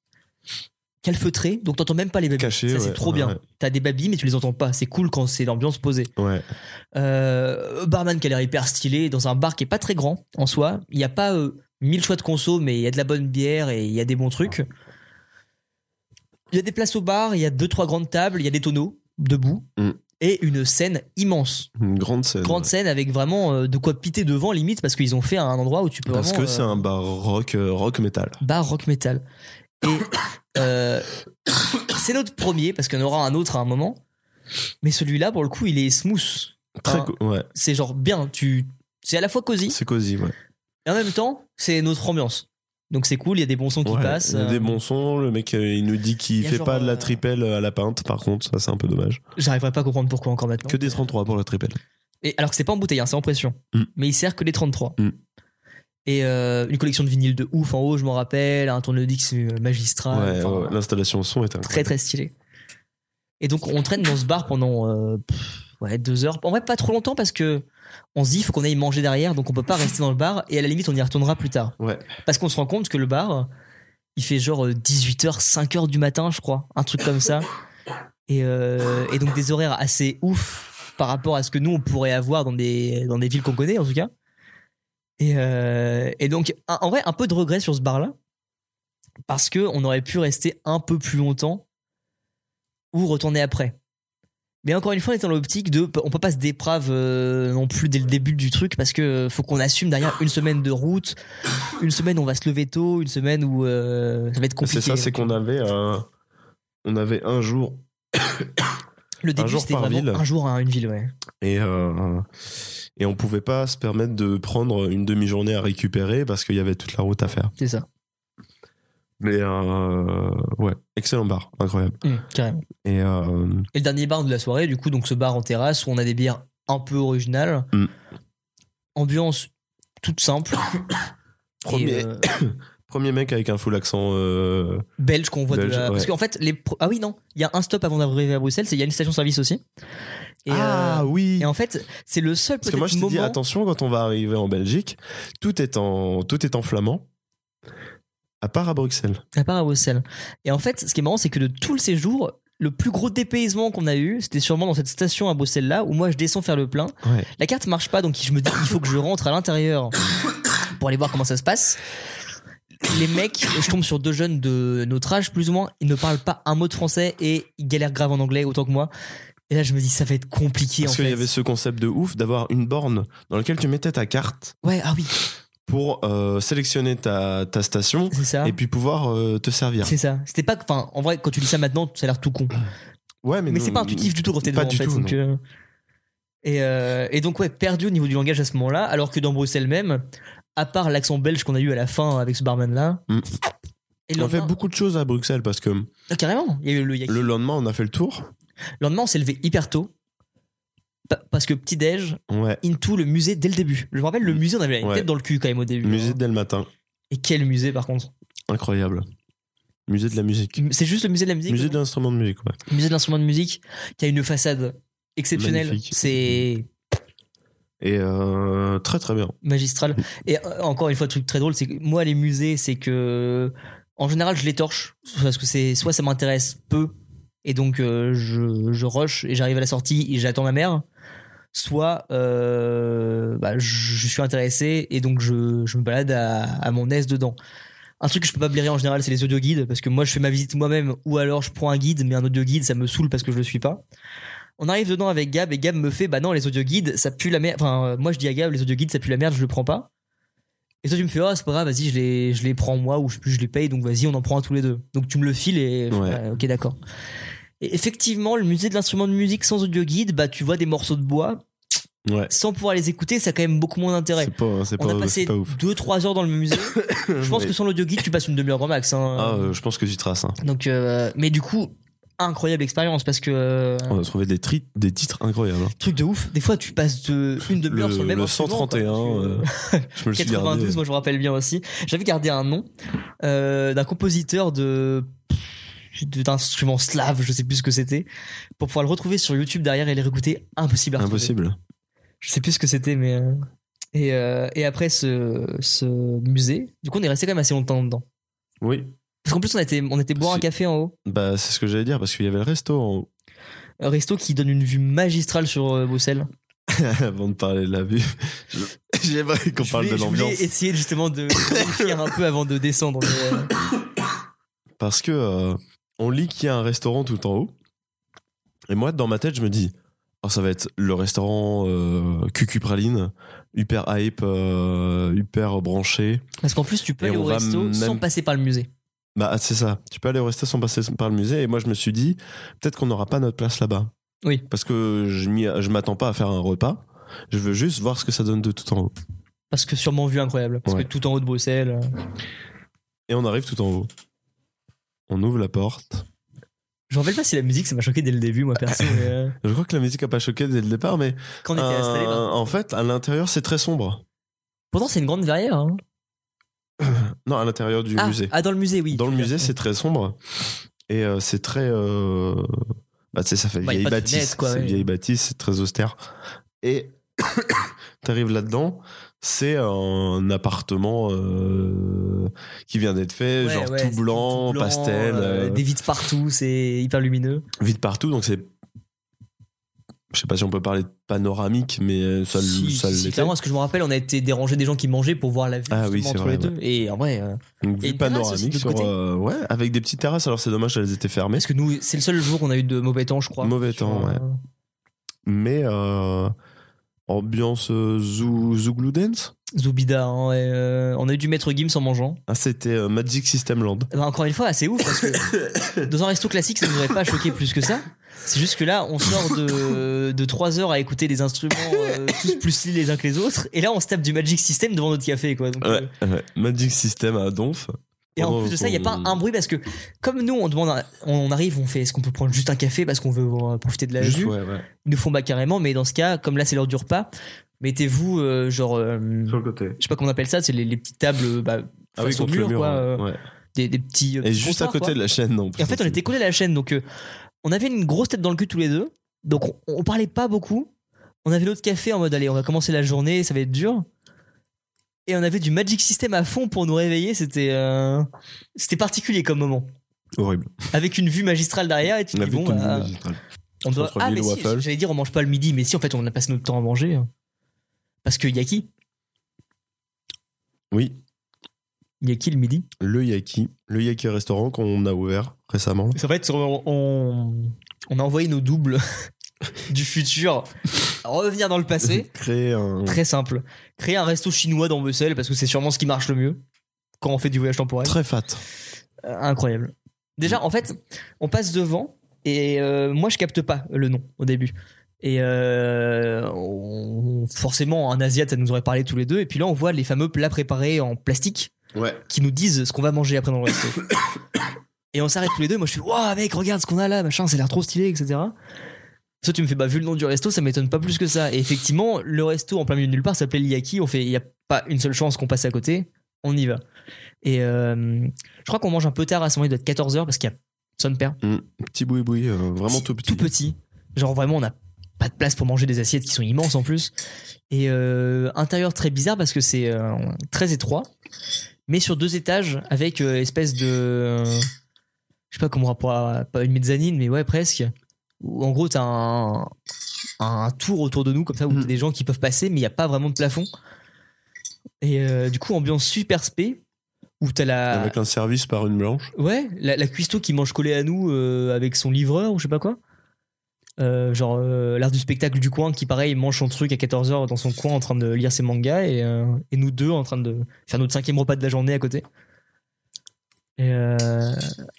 S3: calfeutrée, donc t'entends même pas les babys.
S2: Caché,
S3: ça c'est
S2: ouais,
S3: trop
S2: ouais,
S3: bien.
S2: ouais.
S3: T'as des babys mais tu les entends pas. C'est cool quand c'est l'ambiance posée.
S2: Ouais.
S3: Euh, barman qui a l'air hyper stylé dans un bar qui est pas très grand en soi. Il y a pas euh, mille choix de conso, mais il y a de la bonne bière et il y a des bons trucs. Il y a des places au bar, il y a deux trois grandes tables, il y a des tonneaux debout
S2: Mm.
S3: et une scène immense,
S2: Une grande scène.
S3: grande
S2: ouais.
S3: scène avec vraiment euh, de quoi piter devant limite parce qu'ils ont fait un endroit où tu peux
S2: Parce
S3: vraiment,
S2: que
S3: euh,
S2: c'est un bar rock, euh, rock metal.
S3: bar rock metal. Et euh, c'est notre premier, parce qu'il y en aura un autre à un moment. Mais celui-là, pour le coup, il est smooth.
S2: Très
S3: Ah.
S2: co- ouais,
S3: C'est genre bien, tu... c'est à la fois cosy,
S2: c'est cosy, ouais.
S3: et en même temps, c'est notre ambiance. Donc c'est cool, il y a des bons sons qui
S2: Ouais,
S3: passent.
S2: il y a
S3: euh,
S2: des bons sons, le mec euh, il nous dit qu'il
S3: il y a
S2: fait
S3: genre,
S2: pas de
S3: euh,
S2: la tripelle à la pinte, par contre, ça c'est un peu dommage.
S3: J'arriverai pas à comprendre pourquoi encore maintenant.
S2: Que des 33 pour la tripelle.
S3: Et, alors que c'est pas en bouteille, hein, c'est en pression.
S2: Mm.
S3: Mais il sert que les 33.
S2: Mm.
S3: Et euh, une collection de vinyles de ouf en haut, je m'en rappelle, un tourne-disque magistral.
S2: ouais,
S3: enfin,
S2: ouais, l'installation son est
S3: très
S2: incroyable.
S3: très stylé. Et donc on traîne dans ce bar pendant euh, pff, ouais, deux heures. En vrai, pas trop longtemps parce que on se dit, il faut qu'on aille manger derrière, donc on peut pas rester dans le bar, et à la limite, on y retournera plus tard.
S2: Ouais.
S3: Parce qu'on se rend compte que le bar, il fait genre euh, 18h, 5h du matin, je crois, un truc comme ça. Et, euh, et donc des horaires assez ouf par rapport à ce que nous, on pourrait avoir dans des, dans des villes qu'on connaît, en tout cas. Et, euh, et donc, un- en vrai, un peu de regret sur ce bar-là, parce que on aurait pu rester un peu plus longtemps ou retourner après. Mais encore une fois, on est dans l'optique de, on peut pas se déprave euh, non plus dès le début du truc, parce que faut qu'on assume derrière une semaine de route, une semaine où on va se lever tôt, une semaine où euh, ça va être compliqué.
S2: C'est ça, c'est qu'on avait un, on avait un jour
S3: le début
S2: jour
S3: c'était
S2: par
S3: vraiment
S2: ville.
S3: un jour à une ville, ouais.
S2: et euh, et on pouvait pas se permettre de prendre une demi-journée à récupérer parce qu'il y avait toute la route à faire.
S3: C'est ça.
S2: Mais euh, ouais, excellent bar, incroyable.
S3: Hum, carrément.
S2: Et euh,
S3: Et le dernier bar de la soirée, du coup, donc ce bar en terrasse où on a des bières un peu originales.
S2: Mm.
S3: Ambiance toute simple.
S2: Premier.
S3: Et, euh,
S2: premier mec avec un full accent. euh,
S3: belge qu'on voit
S2: Belge,
S3: de la... Parce
S2: ouais.
S3: qu'en fait, les. pro- Ah oui, non, il y a un stop avant d'arriver à Bruxelles, c'est il y a une station service aussi. Et,
S2: ah
S3: euh,
S2: oui.
S3: et en fait, c'est le seul
S2: Parce que moi, je
S3: peut-être
S2: t'ai dit,
S3: moment-
S2: attention, quand on va arriver en Belgique, tout est en, tout est en flamand, à part à Bruxelles.
S3: À part à Bruxelles. Et en fait, ce qui est marrant, c'est que de tout le séjour, le plus gros dépaysement qu'on a eu, c'était sûrement dans cette station à Bruxelles là, où moi je descends faire le plein.
S2: Ouais.
S3: La carte marche pas, donc je me dis, il faut que je rentre à l'intérieur pour aller voir comment ça se passe. Les mecs, je tombe sur deux jeunes de notre âge, plus ou moins, ils ne parlent pas un mot de français et ils galèrent grave en anglais autant que moi. Et là, je me dis, ça va être compliqué
S2: Parce
S3: en
S2: qu'il
S3: fait.
S2: y avait ce concept de ouf d'avoir une borne dans laquelle tu mettais ta carte
S3: Ouais, ah oui,
S2: pour euh, sélectionner ta, ta station
S3: c'est ça.
S2: et puis pouvoir euh, te servir.
S3: C'est ça. C'était pas. Enfin, en vrai, quand tu dis ça maintenant, ça a l'air tout con.
S2: Ouais, mais
S3: mais
S2: non,
S3: c'est pas intuitif du tout quand t'es
S2: pas
S3: devant en
S2: du
S3: fait,
S2: tout,
S3: donc,
S2: non.
S3: euh, et, euh, et donc ouais perdu au niveau du langage à ce moment-là alors que dans Bruxelles même à part l'accent belge qu'on a eu à la fin avec ce barman là
S2: Mm.
S3: et le
S2: On a fait
S3: lendemain-
S2: beaucoup de choses à Bruxelles parce que
S3: Ah, carrément il y a eu le, yaki.
S2: le lendemain, on a fait le tour.
S3: Le lendemain on s'est levé hyper tôt Pa- parce que petit déj
S2: Ouais.
S3: into le musée dès le début je me rappelle le
S2: Mm.
S3: musée on avait la
S2: Ouais.
S3: tête dans le cul quand même au début
S2: Musée dès le matin.
S3: et quel musée par contre
S2: Incroyable. Musée de la musique.
S3: c'est juste le musée de la musique
S2: Musée de l'instrument de musique, ouais.
S3: le musée de l'instrument de musique qui a une façade exceptionnelle
S2: Magnifique.
S3: c'est
S2: Et euh, très très bien.
S3: magistral. Et euh, encore une fois, truc très drôle, c'est que moi, les musées, c'est que en général, je les torche parce que c'est soit ça m'intéresse peu et donc euh, je, je rush et j'arrive à la sortie et j'attends ma mère, soit euh, bah, je, je suis intéressé et donc je, je me balade à, à mon aise dedans. Un truc que je peux pas blairer en général, c'est les audio guides parce que moi, je fais ma visite moi-même ou alors je prends un guide, mais un audio guide, ça me saoule parce que je le suis pas. On arrive dedans avec Gab et Gab me fait bah non les audio guides ça pue la merde. Enfin euh, moi je dis à Gab les audio guides ça pue la merde je le prends pas. Et toi tu me fais oh c'est pas grave vas-y je les je les prends moi ou je, je les paye donc vas-y on en prend un tous les deux. Donc tu me le files et
S2: Ouais.
S3: Ouais, ok d'accord. Et effectivement le musée de l'instrument de musique sans audio guide bah tu vois des morceaux de bois
S2: Ouais.
S3: sans pouvoir les écouter ça a quand même beaucoup moins d'intérêt.
S2: C'est pas, c'est
S3: On a
S2: pas, c'est
S3: passé
S2: pas ouf.
S3: 2-3 heures dans le musée. Je pense
S2: Ouais.
S3: que sans l'audio guide tu passes une demi-heure grand max. hein.
S2: Ah, euh, je pense que tu traces. hein.
S3: Donc euh, mais du coup incroyable expérience parce que euh,
S2: On a trouvé des, tri- des titres incroyables. hein.
S3: truc de ouf. Des fois, tu passes de une demi-heure
S2: Le,
S3: sur le même
S2: le
S3: instrument,
S2: 131,
S3: quoi.
S2: euh, je me le suis gardé.
S3: 92, moi je me rappelle bien aussi. J'avais gardé un nom euh, d'un compositeur de de- d'instruments slaves, je sais plus ce que c'était, pour pouvoir le retrouver sur YouTube derrière et les réécouter. Impossible à retrouver.
S2: Impossible.
S3: Je sais plus ce que c'était, mais. euh, Et, euh, et après ce, ce musée, du coup on est resté quand même assez longtemps dedans.
S2: Oui.
S3: Parce qu'en plus on était, on était boire un
S2: Si.
S3: café en haut.
S2: Bah, c'est ce que j'allais dire parce qu'il y avait le resto en haut.
S3: Un resto qui donne une vue magistrale sur euh, Bruxelles.
S2: Avant de parler de la vue, je- j'aimerais qu'on
S3: Je
S2: parle
S3: voulais-
S2: de
S3: je voulais
S2: l'ambiance.
S3: essayer justement de de faire un peu avant de descendre. mais, euh,
S2: Parce que euh, on lit qu'il y a un restaurant tout en haut. Et moi, dans ma tête, je me dis oh, ça va être le restaurant euh, Cucu Praline, hyper hype, euh, hyper branché.
S3: Parce qu'en plus, tu peux
S2: Et
S3: aller
S2: on
S3: au
S2: va
S3: resto
S2: même-
S3: sans passer par le musée.
S2: Bah, c'est ça. Tu peux aller au resto sans passer par le musée. Et moi, je me suis dit, peut-être qu'on n'aura pas notre place là-bas.
S3: Oui.
S2: Parce que je m'y- je m'attends pas à faire un repas. Je veux juste voir ce que ça donne de tout en haut.
S3: Parce que sûrement vue incroyable. Parce
S2: Ouais.
S3: que tout en haut de Bruxelles. euh,
S2: Et on arrive tout en haut. On ouvre la porte.
S3: Je me rappelle pas si la musique, ça m'a choqué dès le début, moi perso. mais, euh,
S2: Je crois que la musique a pas choqué dès le départ, mais
S3: Quand on était
S2: euh,
S3: installé. ben-
S2: en fait, à l'intérieur, c'est très sombre.
S3: Pourtant, c'est une grande verrière. hein.
S2: Non, à l'intérieur du
S3: Ah,
S2: musée.
S3: ah, dans le musée, oui.
S2: Dans le musée, c'est très sombre. Et euh, c'est très. euh, Bah, tu sais, ça fait
S3: Bah, y a
S2: vieille
S3: pas de
S2: bâtisse.
S3: fenêtre, quoi,
S2: c'est
S3: ouais.
S2: vieille bâtisse, c'est très austère. Et T'arrives là-dedans, c'est un appartement euh, qui vient d'être fait,
S3: Ouais,
S2: genre
S3: ouais,
S2: tout,
S3: c'est
S2: blanc,
S3: tout blanc,
S2: pastel,
S3: euh,
S2: euh,
S3: des vitres partout, c'est hyper lumineux.
S2: vide partout. Donc c'est, je sais pas si on peut parler de panoramique, mais euh, ça, l-
S3: Si,
S2: ça
S3: si, si,
S2: l'était.
S3: clairement, parce que je me rappelle, on a été dérangé des gens qui mangeaient pour voir la vue
S2: Ah oui,
S3: justement,
S2: c'est
S3: entre
S2: vrai,
S3: les deux. Et en vrai, euh,
S2: Donc
S3: Et
S2: vue
S3: une terrasse
S2: panoramique
S3: aussi, de l'autre
S2: sur,
S3: côté.
S2: euh, ouais, avec des petites terrasses. Alors c'est dommage, elles étaient fermées.
S3: parce que nous, c'est le seul jour où on a eu de mauvais temps, je crois.
S2: Mauvais
S3: Sur,
S2: temps, ouais.
S3: euh,
S2: Mais euh, ambiance euh, zou, Zouglou Dance.
S3: Zoubida, hein, ouais, euh, on a eu du maître Gims en mangeant.
S2: Ah, c'était euh, Magic System Land.
S3: Eh ben, encore une fois, c'est ouf parce que dans un resto classique, ça ne devrait pas choquer plus que ça. C'est juste que là, on sort de, de 3 heures à écouter des instruments euh, tous plus stylés les uns que les autres, et là, on se tape du Magic System devant notre café, quoi. Donc, euh,
S2: Ouais, ouais. Magic System à Donf.
S3: Et en
S2: Oh,
S3: plus de ça, il n'y a pas
S2: oh.
S3: un bruit parce que, comme nous, on demande, à- on arrive, on fait est-ce qu'on peut prendre juste un café parce qu'on veut euh, profiter de la
S2: Juste,
S3: vue
S2: ouais, ouais.
S3: Ils nous font bah carrément, mais dans ce cas, comme là c'est l'heure du repas, mettez-vous euh, genre, euh, je
S2: le côté.
S3: sais pas comment on appelle ça, c'est les, les petites tables, euh, bah,
S2: Ah oui,
S3: face au
S2: contre le
S3: mur,
S2: mur.
S3: quoi,
S2: ouais,
S3: euh,
S2: ouais.
S3: des, des petits. euh,
S2: Et juste à
S3: comptoirs,
S2: côté
S3: quoi.
S2: de la chaîne, non.
S3: Et en fait, on était collés à la chaîne, donc euh, on avait une grosse tête dans le cul tous les deux, donc on, on parlait pas beaucoup. On avait l'autre café en mode allez, on va commencer la journée, ça va être dur. Et on avait du Magic System à fond pour nous réveiller, c'était euh, c'était particulier comme moment.
S2: Horrible.
S3: Avec une vue magistrale derrière et tu
S2: On
S3: te
S2: a
S3: dis
S2: vu
S3: bon,
S2: comme
S3: bah,
S2: du magistral.
S3: on doit.
S2: Entre
S3: Ah,
S2: mille
S3: mais si,
S2: waffles.
S3: j'allais dire on mange pas le midi, mais si en fait on a passé notre temps à manger. Parce que y a qui
S2: Oui,
S3: Y a qui le midi
S2: le Yaki. Le Yaki restaurant qu'on a ouvert récemment.
S3: En fait, on, on, on a envoyé nos doubles du futur à revenir dans le passé.
S2: Créer un.
S3: Très simple. Créer un resto chinois dans Bruxelles parce que c'est sûrement ce qui marche le mieux quand on fait du voyage temporel.
S2: Très fat.
S3: Euh, incroyable. Déjà, en fait, on passe devant et euh, moi, je capte pas le nom au début. Et euh, on- forcément, un Asiate, ça nous aurait parlé tous les deux. Et puis là, on voit les fameux plats préparés en plastique
S2: Ouais.
S3: qui nous disent ce qu'on va manger après dans le resto. et on s'arrête tous les deux. Moi, je suis, waouh, mec, regarde ce qu'on a là, machin, ça a l'air trop stylé, etc. Ça, tu me fais, bah, vu le nom du resto, ça m'étonne pas plus que ça. Et effectivement, le resto en plein milieu de nulle part s'appelait Liaki. On fait, il n'y a pas une seule chance qu'on passe à côté. On y va. Et euh, je crois qu'on mange un peu tard à ce moment, il doit être 14h parce qu'il y a son père.
S2: Petit boui-boui, euh, vraiment tout petit.
S3: Tout petit. Genre vraiment, on n'a pas de place pour manger des assiettes qui sont immenses en plus. Et euh, intérieur très bizarre parce que c'est euh, très étroit, mais sur deux étages avec euh, espèce de. euh, je sais pas comment on pourra. Pas une mezzanine, mais ouais, presque. Où en gros, t'as un, un tour autour de nous, comme ça, où
S2: Mhm.
S3: t'as des gens qui peuvent passer, mais il n'y a pas vraiment de plafond. Et euh, du coup, ambiance super spé, où t'as la.
S2: Avec un service par une blanche.
S3: Ouais, la, la cuistot qui mange collé à nous euh, avec son livreur ou je sais pas quoi. Euh, genre euh, l'art du spectacle du coin qui pareil mange son truc à 14h dans son coin en train de lire ses mangas et, euh, et nous deux en train de faire notre cinquième repas de la journée à côté. Et, euh,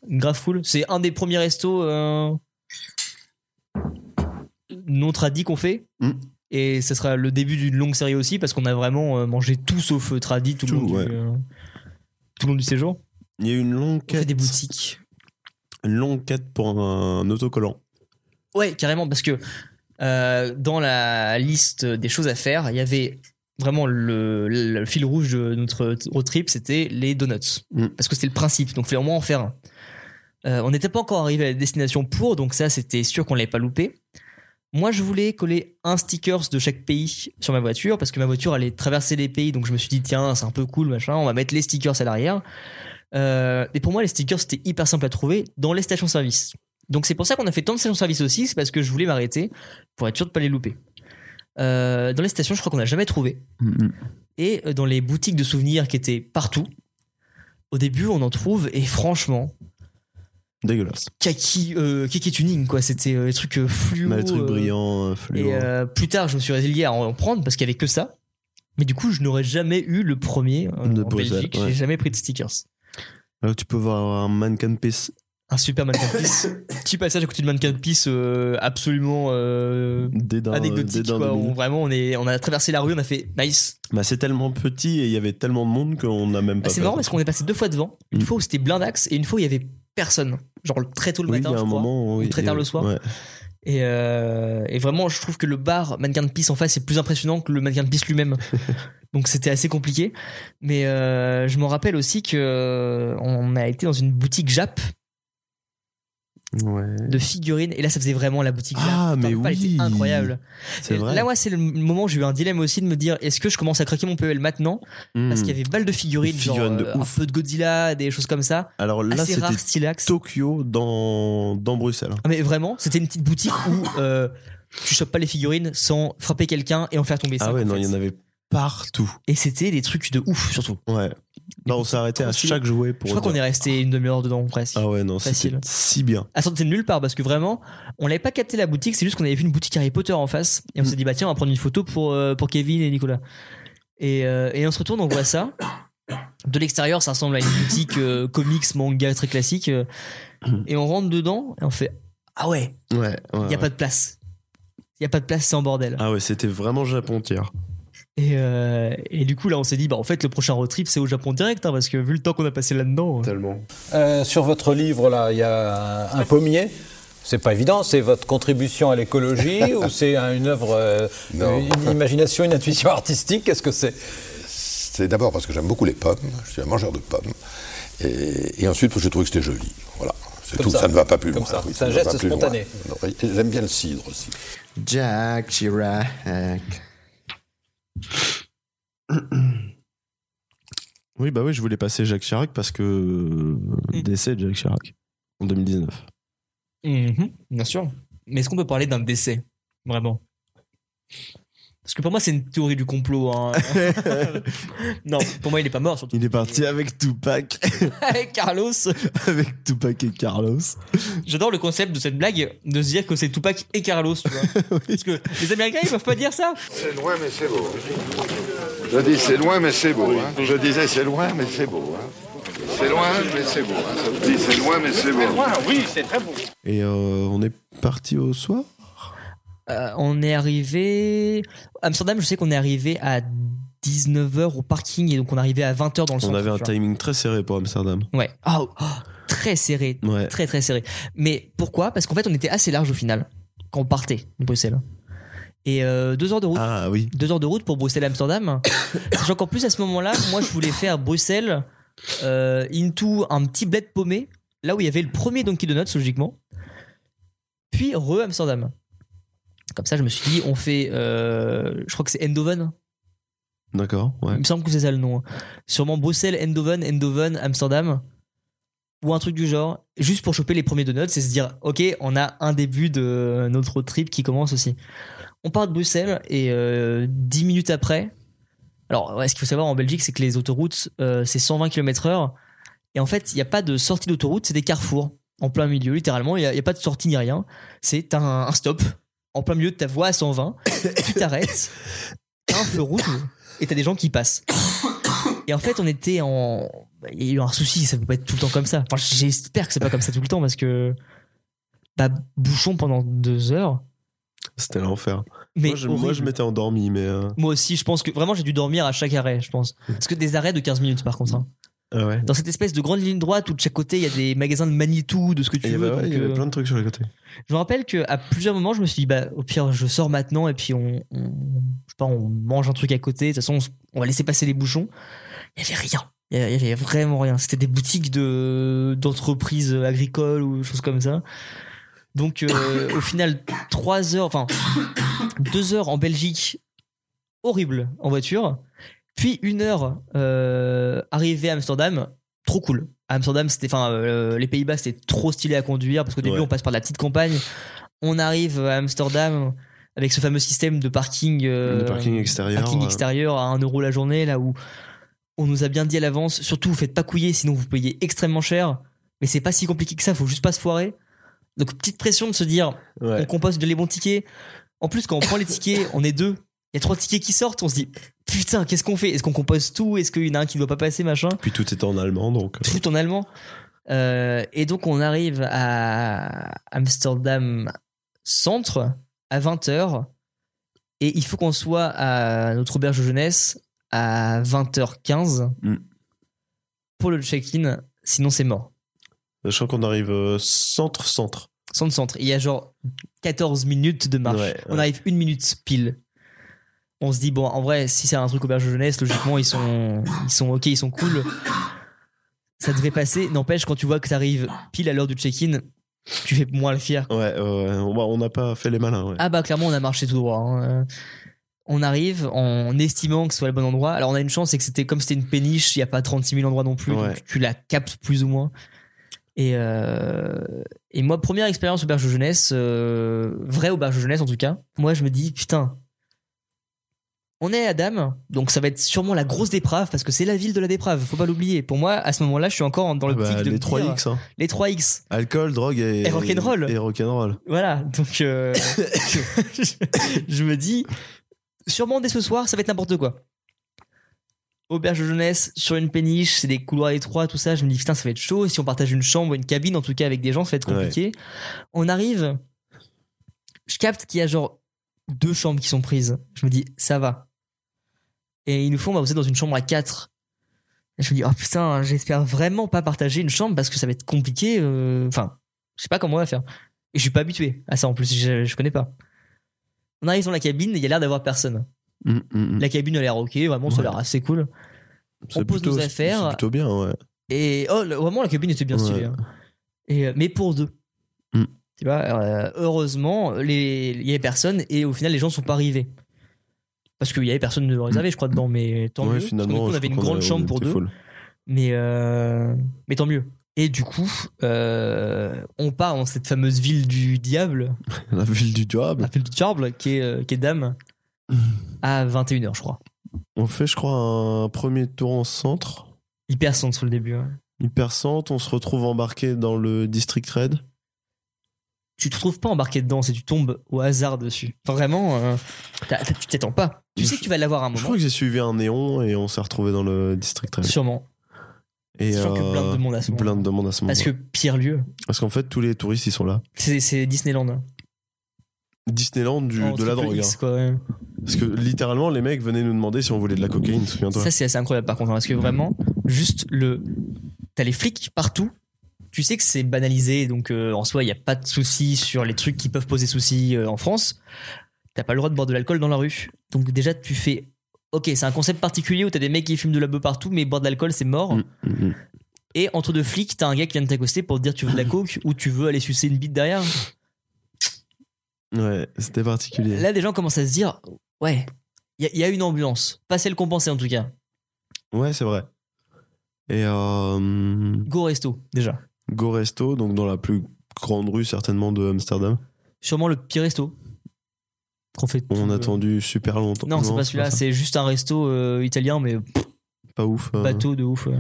S3: grave cool. C'est un des premiers restos euh, non tradis qu'on fait.
S2: Mm.
S3: Et ce sera le début d'une longue série aussi parce qu'on a vraiment euh, mangé tout sauf euh, tradi tout, le
S2: Tout,
S3: long
S2: ouais.
S3: du, euh, tout le long du séjour.
S2: Il y a eu une longue
S3: On fait
S2: quête.
S3: des boutiques.
S2: Une longue quête pour un, autocollant.
S3: Ouais, carrément, parce que euh, dans la liste des choses à faire, il y avait vraiment le, le fil rouge de notre road trip, c'était les donuts.
S2: Mm.
S3: Parce que c'était le principe, donc il fallait au moins en faire un. Euh, on n'était pas encore arrivé à la destination pour, donc ça, c'était sûr qu'on l'avait pas loupé. Moi, je voulais coller un sticker de chaque pays sur ma voiture, parce que ma voiture allait traverser les pays, donc je me suis dit, tiens, c'est un peu cool, machin, on va mettre les stickers à l'arrière. Euh, et pour moi, les stickers, c'était hyper simple à trouver dans les stations-service. Donc c'est pour ça qu'on a fait tant de stations-service aussi, c'est parce que je voulais m'arrêter pour être sûr de pas les louper. Euh, dans les stations, je crois qu'on n'a jamais trouvé.
S2: Mm,
S3: Et euh, dans les boutiques de souvenirs qui étaient partout, au début, on en trouve et franchement,
S2: Dégueulasse.
S3: kaki, euh, kiki tuning quoi, c'était euh, les trucs euh, fluo.
S2: Mais les trucs
S3: euh,
S2: brillants, euh, fluo.
S3: et euh, plus tard, je me suis résilié à en prendre parce qu'il n'y avait que ça. Mais du coup, je n'aurais jamais eu le premier euh,
S2: De
S3: en
S2: Bruxelles,
S3: Belgique.
S2: ouais.
S3: J'ai jamais pris de stickers.
S2: Là, Euh, tu peux voir un mannequin piece.
S3: Un super mannequin Peace. Petit passage à côté de mannequin Peace euh, absolument euh,
S2: Dédain,
S3: anecdotique
S2: dédain
S3: quoi.
S2: de
S3: On-
S2: mille.
S3: vraiment on est on a traversé la rue on a fait nice
S2: Bah, c'est tellement petit et il y avait tellement de monde qu'on n'a même
S3: Bah,
S2: pas.
S3: c'est
S2: fait
S3: marrant parce qu'on est passé deux fois devant une
S2: Mm.
S3: fois où c'était blindax et une fois où il y avait personne genre le- très tôt le
S2: Oui, il
S3: matin
S2: y a
S3: je
S2: un
S3: crois.
S2: moment. oui,
S3: très tard
S2: et-
S3: le soir.
S2: ouais.
S3: et, euh, et vraiment je trouve que le bar mannequin de pisse en face est plus impressionnant que le mannequin de pisse lui-même donc c'était assez compliqué mais euh, je me rappelle aussi que euh, on a été dans une boutique Jap
S2: Ouais.
S3: de figurines. Et là, ça faisait vraiment la boutique.
S2: Ah,
S3: Putain,
S2: mais
S3: le pal était
S2: oui.
S3: incroyable.
S2: C'est
S3: Et
S2: vrai.
S3: Là, ouais, c'est le moment où j'ai eu un dilemme aussi de me dire est-ce que je commence à craquer mon PEL maintenant
S2: Hmm.
S3: Parce qu'il y avait balle de figurines,
S2: Des figurines
S3: genre
S2: de
S3: euh, un
S2: ouf.
S3: peu de Godzilla, des choses comme ça.
S2: Alors là,
S3: assez
S2: c'était
S3: rare, stylax.
S2: Tokyo dans, dans Bruxelles.
S3: Ah, mais vraiment, c'était une petite boutique où euh, tu chopes pas les figurines sans frapper quelqu'un et en faire tomber.
S2: Ah
S3: cinq,
S2: ouais,
S3: en
S2: non,
S3: fait.
S2: il y en avait partout.
S3: Et c'était des trucs de ouf surtout.
S2: Ouais. Là, on s'est arrêté à
S3: Tranquille.
S2: chaque jouet pour.
S3: Je crois qu'on
S2: dire-
S3: est resté une demi-heure dedans presque.
S2: Ah ouais, non,
S3: Facile.
S2: c'était si bien.
S3: À sortir de nulle part parce que vraiment, on l'avait pas capté la boutique, c'est juste qu'on avait vu une boutique Harry Potter en face et on s'est dit bah tiens on va prendre une photo pour, euh, pour Kevin et Nicolas. Et, euh, et on se retourne, on voit ça. De l'extérieur, ça ressemble à une boutique euh, comics, manga très classique. euh, et on rentre dedans et on fait ah ouais,
S2: Ouais. ouais,
S3: il y
S2: ouais.
S3: a pas de place. Il y a pas de place, c'est en bordel.
S2: Ah ouais, c'était vraiment Japon tiers.
S3: Et, euh, et du coup là on s'est dit bah en fait le prochain road trip c'est au Japon direct hein, parce que vu le temps qu'on a passé là-dedans. euh,
S2: Tellement.
S6: Euh, sur votre livre, là, il y a un, un pommier. C'est pas évident, c'est votre contribution à l'écologie ou c'est un- une œuvre, euh, une imagination, une intuition artistique Qu'est-ce que c'est
S7: C'est d'abord parce que j'aime beaucoup les pommes, je suis un mangeur de pommes. Et, et ensuite, parce que j'ai trouvé que c'était joli. Voilà. C'est
S6: Comme
S7: tout,
S6: ça.
S7: ça. ne va pas plus
S6: Comme
S7: loin.
S6: ça.
S7: Bah Oui,
S6: C'est
S7: ça
S6: un
S7: ne va
S6: geste
S7: pas plus loin.
S6: spontané.
S7: Non, et J'aime bien le cidre aussi.
S2: Jack Chirac. Oui, bah oui, je voulais passer Jacques Chirac parce que
S3: Mm.
S2: euh, décès de Jacques Chirac en 2019.
S3: Mhm, bien sûr. Mais est-ce qu'on peut parler d'un décès Vraiment Parce que pour moi, c'est une théorie du complot. hein. non, pour moi, il est pas mort, surtout.
S2: Il est parti avec Tupac,
S3: Avec Carlos,
S2: avec Tupac et Carlos.
S3: j'adore le concept de cette blague de se dire que c'est Tupac et Carlos, tu vois. Parce que les Américains, ils peuvent pas dire ça.
S8: C'est loin, mais c'est beau. Je dis c'est loin, mais c'est beau. hein. Je disais c'est loin, mais c'est beau. hein. C'est loin, mais c'est beau. hein. Ça vous dit c'est loin, mais c'est beau.
S2: Et euh, on est parti au soir.
S3: Euh, on est arrivé. Amsterdam, je sais qu'on est arrivé à 19h au parking et donc on est arrivé à 20h dans le
S2: On
S3: centre.
S2: avait un
S3: tu vois.
S2: timing très serré pour Amsterdam.
S3: Ouais. Ah, oh, oh, très serré,
S2: Ouais.
S3: très très serré. Mais pourquoi Parce qu'en fait, on était assez large au final quand on partait de Bruxelles. Et euh, deux heures de route.
S2: Ah oui.
S3: Deux heures de route pour Bruxelles-Amsterdam. Sachant qu'en plus, à ce moment-là, moi, je voulais faire Bruxelles euh, into un petit bled paumé, là où il y avait le premier Donkey Donuts, logiquement. Puis re-Amsterdam. Comme ça, je me suis dit, on fait. euh, je crois que c'est Eindhoven.
S2: D'accord.
S3: Il
S2: Ouais.
S3: me semble que c'est ça le nom. hein. Sûrement Bruxelles, Eindhoven, Eindhoven, Amsterdam. Ou un truc du genre. Juste pour choper les premiers donuts et se dire, ok, on a un début de notre road trip qui commence aussi. On part de Bruxelles et euh, 10 minutes après. Alors, ouais, ce qu'il faut savoir en Belgique, c'est que les autoroutes, euh, c'est 120 km/h. Et en fait, il n'y a pas de sortie d'autoroute, c'est des carrefours. En plein milieu, littéralement, il n'y a, il y a pas de sortie ni rien. C'est un, un stop. En plein milieu de ta voie à 120. tu t'arrêtes. T'as un feu rouge et t'as des gens qui passent. Et en fait, on était en. Il y a eu un souci, ça peut pas être tout le temps comme ça. Enfin, j'espère que c'est pas comme ça tout le temps parce que. Bah, bouchon pendant deux heures.
S2: C'était l'enfer.
S3: Mais
S2: moi, je, moi,
S3: horrible.
S2: je m'étais endormi, mais. euh,
S3: Moi aussi, je pense que vraiment j'ai dû dormir à chaque arrêt, je pense. Parce que des arrêts de 15 minutes par contre. hein.
S2: ah ouais.
S3: Dans cette espèce de grande ligne droite où de chaque côté il y a des magasins de Manitou, de ce que tu
S2: Et Il y
S3: veux.
S2: avait, Eh ben ouais, il
S3: donc,
S2: y avait
S3: euh,
S2: plein de trucs sur les côtés.
S3: Je me rappelle qu'à plusieurs moments je me suis dit, bah, au pire, je sors maintenant et puis on. on- je sais pas, on mange un truc à côté. De toute façon, on, s- on va laisser passer les bouchons. Il y avait rien. Il y avait- il y avait vraiment rien. C'était des boutiques de d'entreprises agricoles ou choses comme ça. Donc euh, au final, 3 heures, enfin 2 heures en Belgique, horrible en voiture. Puis une heure euh, arrivé à Amsterdam, trop cool. À Amsterdam, c'était, enfin, euh, les Pays-Bas, c'était trop stylé à conduire parce qu'au début,
S2: Ouais.
S3: on passe par de la petite campagne. On arrive à Amsterdam avec ce fameux système de parking, euh,
S2: le parking extérieur.
S3: parking
S2: euh,
S3: extérieur à 1 euro la journée, là où on nous a bien dit à l'avance, surtout vous faites pas couiller, sinon vous payez extrêmement cher. Mais c'est pas si compliqué que ça, faut juste pas se foirer. Donc petite pression de se dire, on
S2: ouais.
S3: compose de les bons tickets. En plus, quand on prend les tickets, on est deux. Il y a trois tickets qui sortent, on se dit, putain, qu'est-ce qu'on fait Est-ce qu'on compose tout Est-ce qu'il y en a un qui ne doit pas passer, machin
S2: Puis tout était en allemand, donc. euh,
S3: tout en allemand. Euh, et donc on arrive à Amsterdam centre à 20h et il faut qu'on soit à notre auberge de jeunesse à 20h15
S2: Mm.
S3: pour le check-in, sinon c'est mort.
S2: Sachant qu'on arrive euh, centre-centre.
S3: Centre centre, il y a genre 14 minutes de marche.
S2: Ouais,
S3: On
S2: ouais.
S3: arrive une minute pile. On se dit bon en vrai si c'est un truc auberge de jeunesse logiquement ils sont ils sont ok ils sont cool. Ça devrait passer. N'empêche quand tu vois que t'arrives pile à l'heure du check-in Tu fais moins le fier.
S2: Ouais, ouais, on on n'a pas fait les malins. ouais.
S3: Ah bah clairement, on a marché tout droit. hein. Euh, On arrive en estimant que ce soit le bon endroit. Alors on a une chance, c'est que c'était comme c'était une péniche, il n'y a pas 36 000 endroits non plus.
S2: Ouais.
S3: donc tu la captes plus ou moins. Et, euh, et moi, première expérience auberge de jeunesse, euh, vraie auberge de jeunesse en tout cas, moi je me dis, putain, on est à Dame, donc ça va être sûrement la grosse déprave, parce que c'est la ville de la déprave, faut pas l'oublier. Pour moi, à ce moment-là, je suis encore dans le
S2: Ah bah,
S3: petit de
S2: les
S3: me dire,
S2: 3X, hein.
S3: Les 3X.
S2: alcool, drogue et,
S3: Et rock'n'roll.
S2: Et rock'n'roll.
S3: Voilà, donc euh, je, je me dis, sûrement dès ce soir, ça va être n'importe quoi. Auberge de jeunesse, sur une péniche, c'est des couloirs étroits, tout ça. Je me dis, putain, ça va être chaud. Si on partage une chambre, une cabine, en tout cas, avec des gens, ça va être compliqué. On arrive, je capte qu'il y a genre deux chambres qui sont prises. Je me dis, ça va. Et ils nous font, bah, vous êtes dans une chambre à quatre. Et je me dis, oh putain, j'espère vraiment pas partager une chambre parce que ça va être compliqué. euh, Enfin, je sais pas comment on va faire. Et je suis pas habitué à ça en plus, je, je connais pas. On arrive dans la cabine, il y a l'air d'avoir personne.
S2: Mm, mm, mm.
S3: La cabine a l'air ok, vraiment ça a l'air assez cool.
S2: C'est
S3: on pose
S2: plutôt-
S3: nos affaires.
S2: C'est plutôt bien, ouais.
S3: Et oh, le- vraiment la cabine était bien
S2: Ouais.
S3: stylée. hein. Et, euh, mais pour deux.
S2: Mm.
S3: Tu vois, euh, heureusement, les- il y avait personne et au final les gens sont pas arrivés. Parce qu'il y avait personne de réservé, je crois, dedans, mais tant
S2: Ouais,
S3: mieux. Parce que du coup, on
S2: je
S3: avait une
S2: crois qu'on
S3: grande
S2: a- on
S3: chambre
S2: était
S3: pour deux.
S2: full.
S3: Mais, euh, mais tant mieux. Et du coup, euh, on part dans cette fameuse ville du diable.
S2: La ville du diable.
S3: La fille du Charble, qui est, euh, qui est dame, à 21h, je crois.
S2: On fait, je crois, un premier tour en centre.
S3: Hyper sombre sur le début. hein.
S2: Hyper centre. On se retrouve embarqué dans le district raid.
S3: Tu te retrouves pas embarqué dedans, c'est tu tombes au hasard dessus. Enfin, vraiment, euh, t'as- t'as- tu t'attends pas. Tu sais que tu vas l'avoir à un
S2: Je
S3: moment.
S2: crois que j'ai suivi un néon et on s'est retrouvé dans le district raid.
S3: Sûrement.
S2: Et euh,
S3: sûr que plein de monde à ce moment.
S2: plein de monde à ce moment.
S3: Parce que pire lieu,
S2: Parce qu'en fait, tous les touristes, ils sont là.
S3: c'est c'est Disneyland. hein.
S2: Disneyland du,
S3: En
S2: de la
S3: triple
S2: drogue.
S3: X,
S2: hein.
S3: quoi, ouais.
S2: Parce que littéralement, les mecs venaient nous demander si on voulait de la cocaïne, souviens-toi.
S3: Ça, c'est assez incroyable par contre, hein, parce que vraiment, juste le. T'as les flics partout. Tu sais que c'est banalisé, donc euh, en soi, il n'y a pas de souci sur les trucs qui peuvent poser souci euh, en France. T'as pas le droit de boire de l'alcool dans la rue. Donc déjà, tu fais. Ok, c'est un concept particulier où t'as des mecs qui fument de la beuh partout, mais boire de l'alcool, c'est mort.
S2: Mm, mm, mm.
S3: Et entre deux flics, t'as un gars qui vient de t'accoster pour te dire tu veux de la coke ou tu veux aller sucer une bite derrière.
S2: Ouais, c'était particulier.
S3: Là, des gens commencent à se dire ouais, il y, a une ambulance. Pas celle qu'on pensait en tout cas.
S2: Ouais, c'est vrai. Et euh,
S3: Go resto, déjà.
S2: Go Resto, donc dans la plus grande rue certainement de Amsterdam.
S3: Sûrement le pire resto qu'on fait.
S2: On
S3: tout,
S2: a
S3: euh,
S2: attendu super longtemps.
S3: Non, c'est pas celui-là,
S2: ça.
S3: c'est juste un resto euh, italien, mais
S2: Pas ouf. euh,
S3: bateau de ouf. ouais.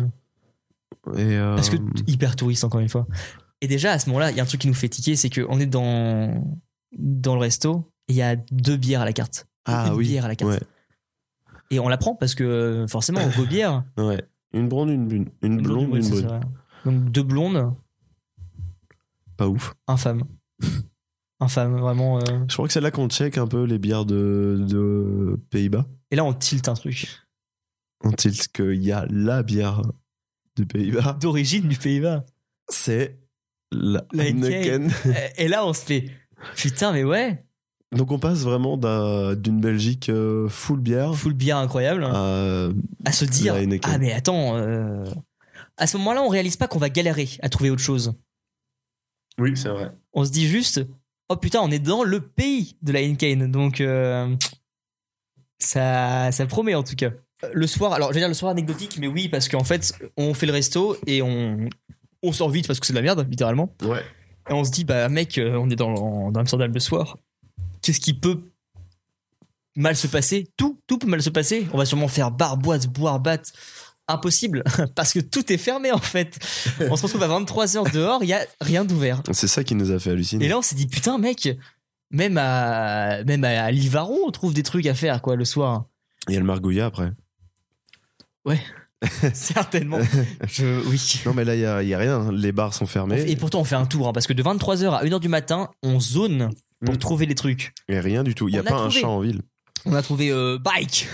S2: Et, euh,
S3: Parce que hyper touriste, encore une fois. Et déjà, à ce moment-là, il y a un truc qui nous fait tiquer, c'est qu'on est dans, dans le resto, et il y a deux bières à la carte.
S2: ah
S3: une
S2: oui,
S3: bière à la carte.
S2: ouais,
S3: Et on la prend parce que euh, forcément, on go bière.
S2: ouais. Une blonde, une brune, une blonde,
S3: ouais,
S2: une
S3: c'est
S2: brune.
S3: ça. Donc deux blondes,
S2: Pas ouf.
S3: infâme. infâme, vraiment. euh.
S2: Je crois que c'est là qu'on check un peu les bières de, de Pays-Bas.
S3: Et là, on tilte un truc.
S2: On tilt qu'il y a la bière du Pays-Bas.
S3: D'origine du Pays-Bas.
S2: C'est la
S3: La
S2: Heineken.
S3: et là, on se fait. Putain, mais ouais,
S2: Donc on passe vraiment d'un- d'une Belgique euh, full bière
S3: full bière incroyable.
S2: à
S3: à se dire
S2: La Heineken.
S3: ah mais attends euh, à ce moment-là on réalise pas qu'on va galérer à trouver autre chose
S2: oui c'est vrai
S3: on se dit juste oh putain on est dans le pays de la Heineken donc euh, ça ça promet en tout cas le soir alors je vais dire le soir anecdotique mais oui parce qu'en fait on fait le resto et on on sort vite parce que c'est de la merde littéralement
S2: ouais
S3: et on se dit bah mec euh, on est dans, en- dans Amsterdam le soir qu'est-ce qui peut mal se passer tout tout peut mal se passer on va sûrement faire bar boîte boire batte impossible parce que tout est fermé en fait on se retrouve à 23h dehors il y a rien d'ouvert
S2: c'est ça qui nous a fait halluciner
S3: et là on s'est dit putain mec même à même à Livaro on trouve des trucs à faire quoi le soir
S2: il y a le margouillat après
S3: certainement je oui
S2: non mais là il y a, il y a rien hein. les bars sont fermés
S3: et pourtant on fait un tour hein, parce que de 23h à 1h du matin on zone pour
S2: Mm.
S3: trouver les trucs
S2: et rien du tout il y a
S3: On a
S2: pas un
S3: trouvé.
S2: chat en ville Eh ben,
S3: on a trouvé euh, bike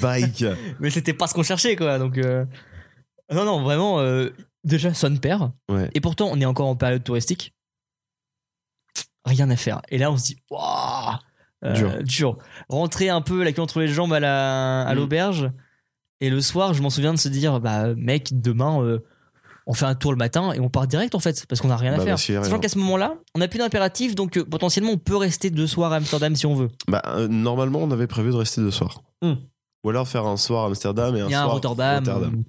S2: bike
S3: mais c'était pas ce qu'on cherchait quoi donc euh, non non vraiment euh, déjà sonne perd
S2: ouais
S3: et pourtant on est encore en période touristique rien à faire et là on se dit waouh euh,
S2: Dur.
S3: rentrer un peu la queue entre les jambes à la à
S2: Mm.
S3: l'auberge et le soir je m'en souviens de se dire bah mec demain euh, on fait un tour le matin et on part direct en fait, parce qu'on n'a rien à
S2: Bah,
S3: faire.
S2: bah, si, rien.
S3: Sachant qu'à ce moment-là, on n'a plus d'impératif, donc euh, potentiellement on peut rester deux soirs à Amsterdam si on veut.
S2: Bah, euh, normalement, on avait prévu de rester deux soirs.
S3: Hmm.
S2: Ou alors faire un soir à Amsterdam et un
S3: Il y a
S2: soir
S3: un Rotterdam.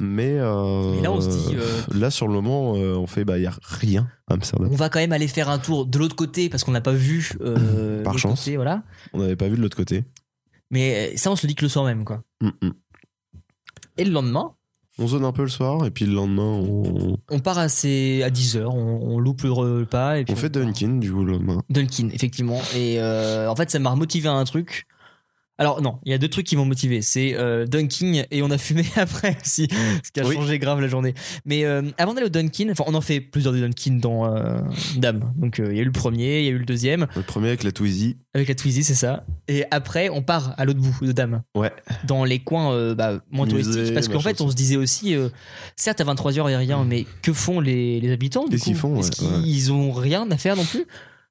S2: Mais euh,
S3: Mais là, on se dit, euh,
S2: là, sur le moment, euh, on fait, bah, il n'y a rien à Amsterdam.
S3: On va quand même aller faire un tour de l'autre côté parce qu'on n'a pas vu. euh,
S2: Par
S3: l'autre
S2: chance.
S3: côté, voilà.
S2: On n'avait pas vu de l'autre côté.
S3: Mais euh, ça, on se le dit que le soir même, quoi.
S2: Mm, mm.
S3: Et le lendemain,
S2: On zone un peu le soir et puis le lendemain, on,
S3: on part à, ses- à 10h, on, on loupe le repas. Et puis
S2: on fait Dunkin, du coup, le lendemain.
S3: Dunkin, effectivement. Et euh, en fait, ça m'a remotivé à un truc. Alors non, il y a deux trucs qui m'ont motivé. C'est euh, Dunkin et on a fumé après aussi, ce qui a
S2: Mmh. Oui.
S3: changé grave la journée. Mais euh, avant d'aller au Dunkin, enfin on en fait plusieurs des Dunkin dans euh, Dame. Donc euh, il y a eu le premier, il y a eu le deuxième
S2: Le premier avec la Twizy.
S3: avec la Twizy, c'est ça. Et après on part à l'autre bout de Dame,
S2: Ouais.
S3: dans les coins euh, bah, moins
S2: Musée,
S3: touristiques, parce qu'en
S2: machin, Mm.
S3: fait on se disait aussi, euh, certes à 23 h il y a rien, mais que font les, les habitants du
S2: Qu'est-ce
S3: coup
S2: qu'ils font,
S3: Est-ce
S2: ouais,
S3: qu'ils
S2: ouais.
S3: ils ont rien à faire non plus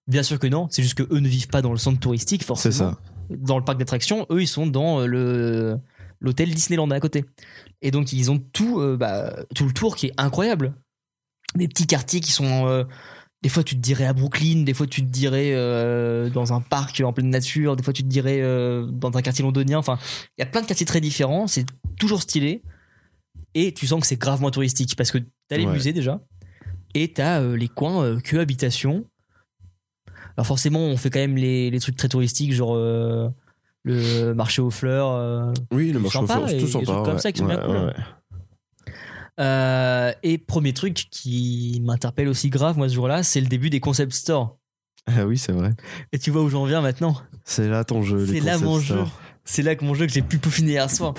S3: Bien sûr que non, c'est juste que eux ne vivent pas dans le centre touristique,
S2: C'est
S3: forcément
S2: ça.
S3: dans le parc d'attractions, eux ils sont dans euh, le l'hôtel Disneyland à côté. Et donc ils ont tout euh, bah, tout le tour qui est incroyable. Des petits quartiers qui sont euh, des fois tu te dirais à Brooklyn, des fois tu te dirais euh, dans un parc en pleine nature, des fois tu te dirais euh, dans un quartier londonien. Enfin, il y a plein de quartiers très différents, c'est toujours stylé. Et tu sens que c'est grave moins touristique parce que t'as les
S2: Ouais.
S3: musées déjà et t'as euh, les coins euh, que habitation. Alors forcément, on fait quand même les, les trucs très touristiques, genre euh, le marché aux fleurs. euh,
S2: Oui, le marché aux
S3: Sympa
S2: fleurs, c'est
S3: et-
S2: tout
S3: et
S2: sympa.
S3: trucs comme
S2: ouais.
S3: ça qui sont bien
S2: Ouais,
S3: cool.
S2: ouais, ouais.
S3: Euh, et premier truc qui m'interpelle aussi grave, moi, ce jour-là, c'est le début des concept stores.
S2: Ah oui, c'est vrai.
S3: Et tu vois où j'en viens maintenant
S2: C'est là ton jeu. Euh, les
S3: C'est là
S2: concept
S3: mon jeu.
S2: stores.
S3: C'est là que mon jeu que j'ai pu peaufiner hier soir.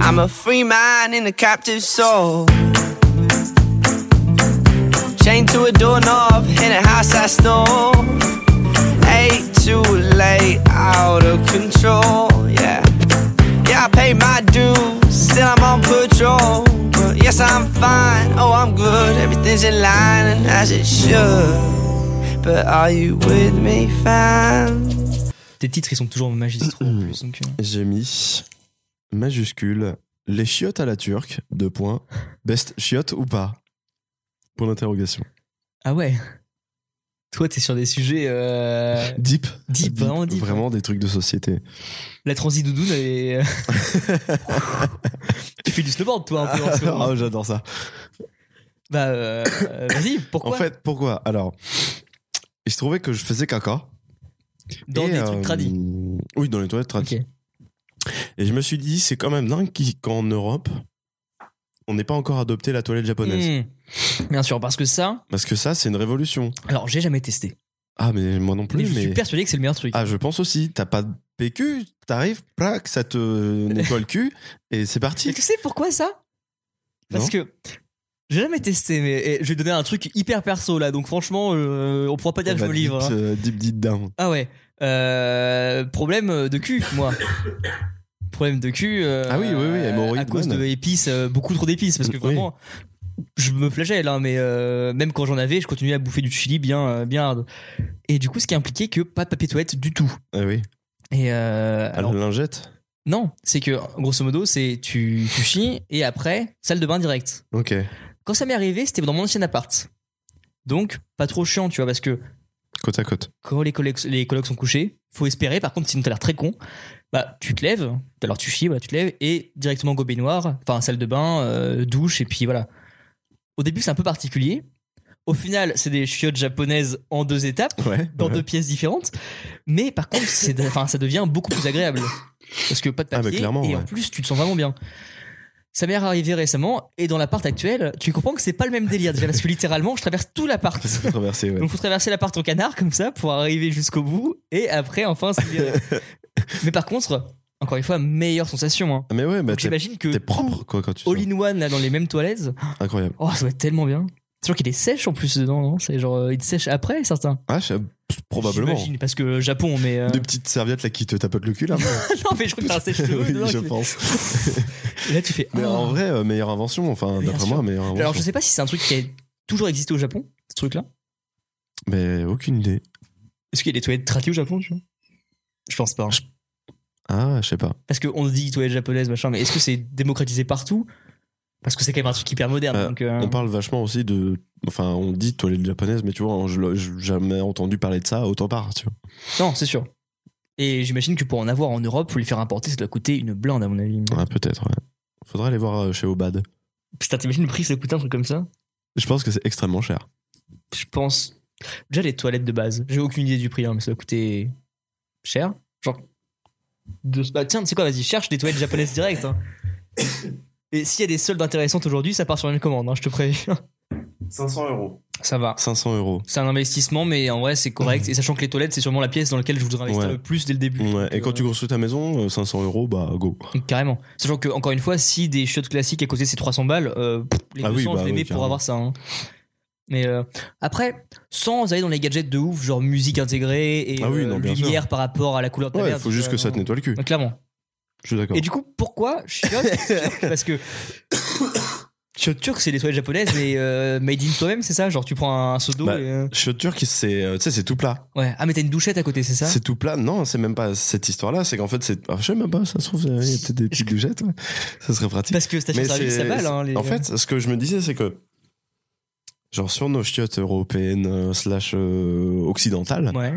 S9: I'm a free man in a captive soul. Chained to a doorknob in a house I stole. Ate too late, out of control. Yeah, yeah, I pay my dues, still I'm on patrol. But yes, I'm fine. Oh, I'm good. Everything's in line and as it should. But are you with me, fam?
S3: Tes titres, ils sont toujours magistraux en plus. donc, euh,
S2: J'ai mis majuscule les chiottes à la turque, deux points. Best chiotte ou pas Point d'interrogation.
S3: Ah ouais Toi, t'es sur des sujets. euh,
S2: Deep.
S3: Deep, vraiment deep,
S2: Vraiment des trucs de société.
S3: La transi doudoune et. tu fais du snowboard, toi, un peu en ce moment.
S2: Ah, j'adore ça.
S3: Bah, euh, euh, vas-y, pourquoi
S2: en fait, pourquoi Alors, il se trouvait que je faisais caca.
S3: Dans
S2: Et,
S3: des
S2: euh,
S3: trucs tradis.
S2: Oui, dans les toilettes tradis.
S3: Ok.
S2: Et je me suis dit, c'est quand même dingue qu'il- qu'en Europe, on n'ait pas encore adopté la toilette japonaise.
S3: Hmm. Bien sûr, parce que ça.
S2: Parce que ça, c'est une révolution.
S3: Alors, j'ai jamais testé.
S2: Ah, mais moi non plus.
S3: Mais je
S2: mais...
S3: suis persuadé que c'est le meilleur truc.
S2: Ah, je pense aussi. T'as pas de PQ, t'arrives, plaque, ça te nettoie le cul et c'est
S3: Et
S2: parti.
S3: tu sais pourquoi ça Parce
S2: Non.
S3: que j'ai jamais testé, mais et je vais donner un truc hyper perso là, donc franchement, euh, on pourra pas dire que je me
S2: Bah,
S3: livre.
S2: Deep,
S3: hein.
S2: euh, deep, deep down.
S3: Ah ouais. Euh, problème de cul, moi. problème de cul. euh,
S2: Ah oui, oui, oui, hémorroïde
S3: À cause
S2: bonne.
S3: de épices, euh, beaucoup trop d'épices, parce que
S2: Oui.
S3: vraiment, je me flagelle, hein, mais euh, même quand j'en avais, je continuais à bouffer du chili bien, euh, bien hard. Et du coup, ce qui impliquait que pas de papier toilette du tout.
S2: Ah oui.
S3: Et euh,
S2: À la
S3: alors,
S2: lingette.
S3: non, c'est que grosso modo, c'est tu, tu chies et après, salle de bain direct.
S2: Ok.
S3: Quand ça m'est arrivé, c'était dans mon ancien appart. Donc, pas trop chiant, tu vois, parce que
S2: Côte à côte.
S3: quand les collègues, les collègues sont couchés, faut espérer, par contre, sinon t'as l'air très con, bah tu te lèves, alors tu chies, voilà, tu te lèves et directement go baignoire, enfin salle de bain, euh, douche, et puis voilà. Au début, c'est un peu particulier. Au final, c'est des chiottes japonaises en deux étapes
S2: Ouais.
S3: dans
S2: ouais.
S3: deux pièces différentes. Mais par contre, c'est de- enfin, ça devient beaucoup plus agréable. Parce que pas de
S2: Ah, mais
S3: papier.
S2: clairement,
S3: et en
S2: ouais.
S3: plus, tu te sens vraiment bien. Ça m'est arrivé récemment, et dans l'appart actuel, tu comprends que c'est pas le même délire déjà, parce que littéralement, je traverse tout l'appart.
S2: C'est traversé, ouais.
S3: Donc, faut traverser l'appart en canard, comme ça, pour arriver jusqu'au bout, et après, enfin, c'est libéré. Mais par contre, encore une fois, meilleure sensation. hein.
S2: Ah, Mais ouais, bah,
S3: Donc,
S2: t'es
S3: j'imagine que
S2: t'es propre, quoi, quand tu sors.
S3: all-in-one, là, dans les mêmes toilettes,
S2: Incroyable.
S3: oh, ça doit être tellement bien. C'est sûr qu'il est sèche en plus dedans, non C'est genre, euh, il te sèche après, certains.
S2: Ah, je- probablement.
S3: J'imagine, parce que Japon, mais. euh,
S2: Deux petites serviettes là qui te tapotent le cul là.
S3: non, mais je crois que t'as un sèche-cheveux
S2: oui,
S3: dedans
S2: je
S3: qui-
S2: pense.
S3: Et là, tu fais.
S2: Mais
S3: ah.
S2: en vrai, euh, meilleure invention, enfin
S3: Bien
S2: d'après
S3: sûr.
S2: moi, meilleure invention.
S3: Alors, je sais pas si c'est un truc qui est toujours existé au Japon, ce truc-là
S2: Mais aucune idée.
S3: Est-ce qu'il y a des toilettes traitées au Japon, tu vois Je pense pas. hein.
S2: Ah, je sais pas.
S3: Parce qu'on se dit toilettes japonaises, machin, mais est-ce que c'est démocratisé partout Parce que c'est quand même un truc hyper moderne.
S2: Euh,
S3: donc, euh,
S2: On parle vachement aussi de. Enfin, on dit toilette japonaise, mais tu vois, je l'ai je- jamais entendu parler de ça autant part, tu vois.
S3: Non, c'est sûr. Et j'imagine que pour en avoir en Europe, pour les faire importer, ça doit coûter une blinde, à mon avis.
S2: Ouais, peut-être, ouais. Faudrait aller voir euh, chez Obad.
S3: Putain, t'imagines le prix que ça coûte un truc comme ça
S2: Je pense que c'est extrêmement cher.
S3: Je pense. Déjà, les toilettes de base. J'ai aucune idée du prix, hein, mais ça doit coûter cher. Genre. deux- Bah, tiens, tu sais quoi, vas-y, cherche des toilettes japonaises directes. hein. Et s'il y a des soldes intéressantes aujourd'hui, ça part sur une commande, hein, je te préviens.
S2: 500 euros.
S3: Ça va.
S2: 500 euros.
S3: C'est un investissement, mais en vrai, c'est correct. Et sachant que les toilettes, c'est sûrement la pièce dans laquelle je voudrais investir
S2: Ouais.
S3: le plus dès le début.
S2: Ouais, et quand tu construis ta maison, euh, 500 euros, bah go.
S3: Donc, Carrément. Sachant que, encore une fois, si des chiottes classiques à côté c'est 300 balles, euh, pff, les
S2: Ah
S3: 200,
S2: oui, bah
S3: je les
S2: oui,
S3: mets pour
S2: carrément.
S3: avoir ça. hein. Mais euh, après, sans aller dans les gadgets de ouf, genre musique intégrée et
S2: Ah oui, non,
S3: euh,
S2: bien
S3: lumière par rapport à la couleur de ta
S2: Ouais, il
S3: merde,
S2: faut juste
S3: euh,
S2: que ça te
S3: non.
S2: nettoie le cul.
S3: Donc, clairement.
S2: Je suis d'accord.
S3: Et du coup, pourquoi chiottes turques Parce que chiottes turques, c'est des toilettes japonaises, mais euh, made in toi-même, c'est ça Genre, tu prends un seau d'eau
S2: Bah,
S3: et, euh,
S2: Chez le Turc, c'est euh, tu sais, c'est tout plat.
S3: Ouais. Ah, mais t'as une douchette à côté, c'est ça
S2: C'est tout plat. Non, c'est même pas cette histoire-là. C'est qu'en fait, c'est. ah, je sais même pas, ça se trouve, il y a peut-être des petites douchettes. ouais. Ça serait pratique.
S3: Parce que station
S2: Mais
S3: service,
S2: c'est-
S3: ça va, là. hein, les-
S2: En fait, ce que je me disais, c'est que, genre, sur nos chiottes européennes euh, slash euh, occidentales,
S3: Ouais.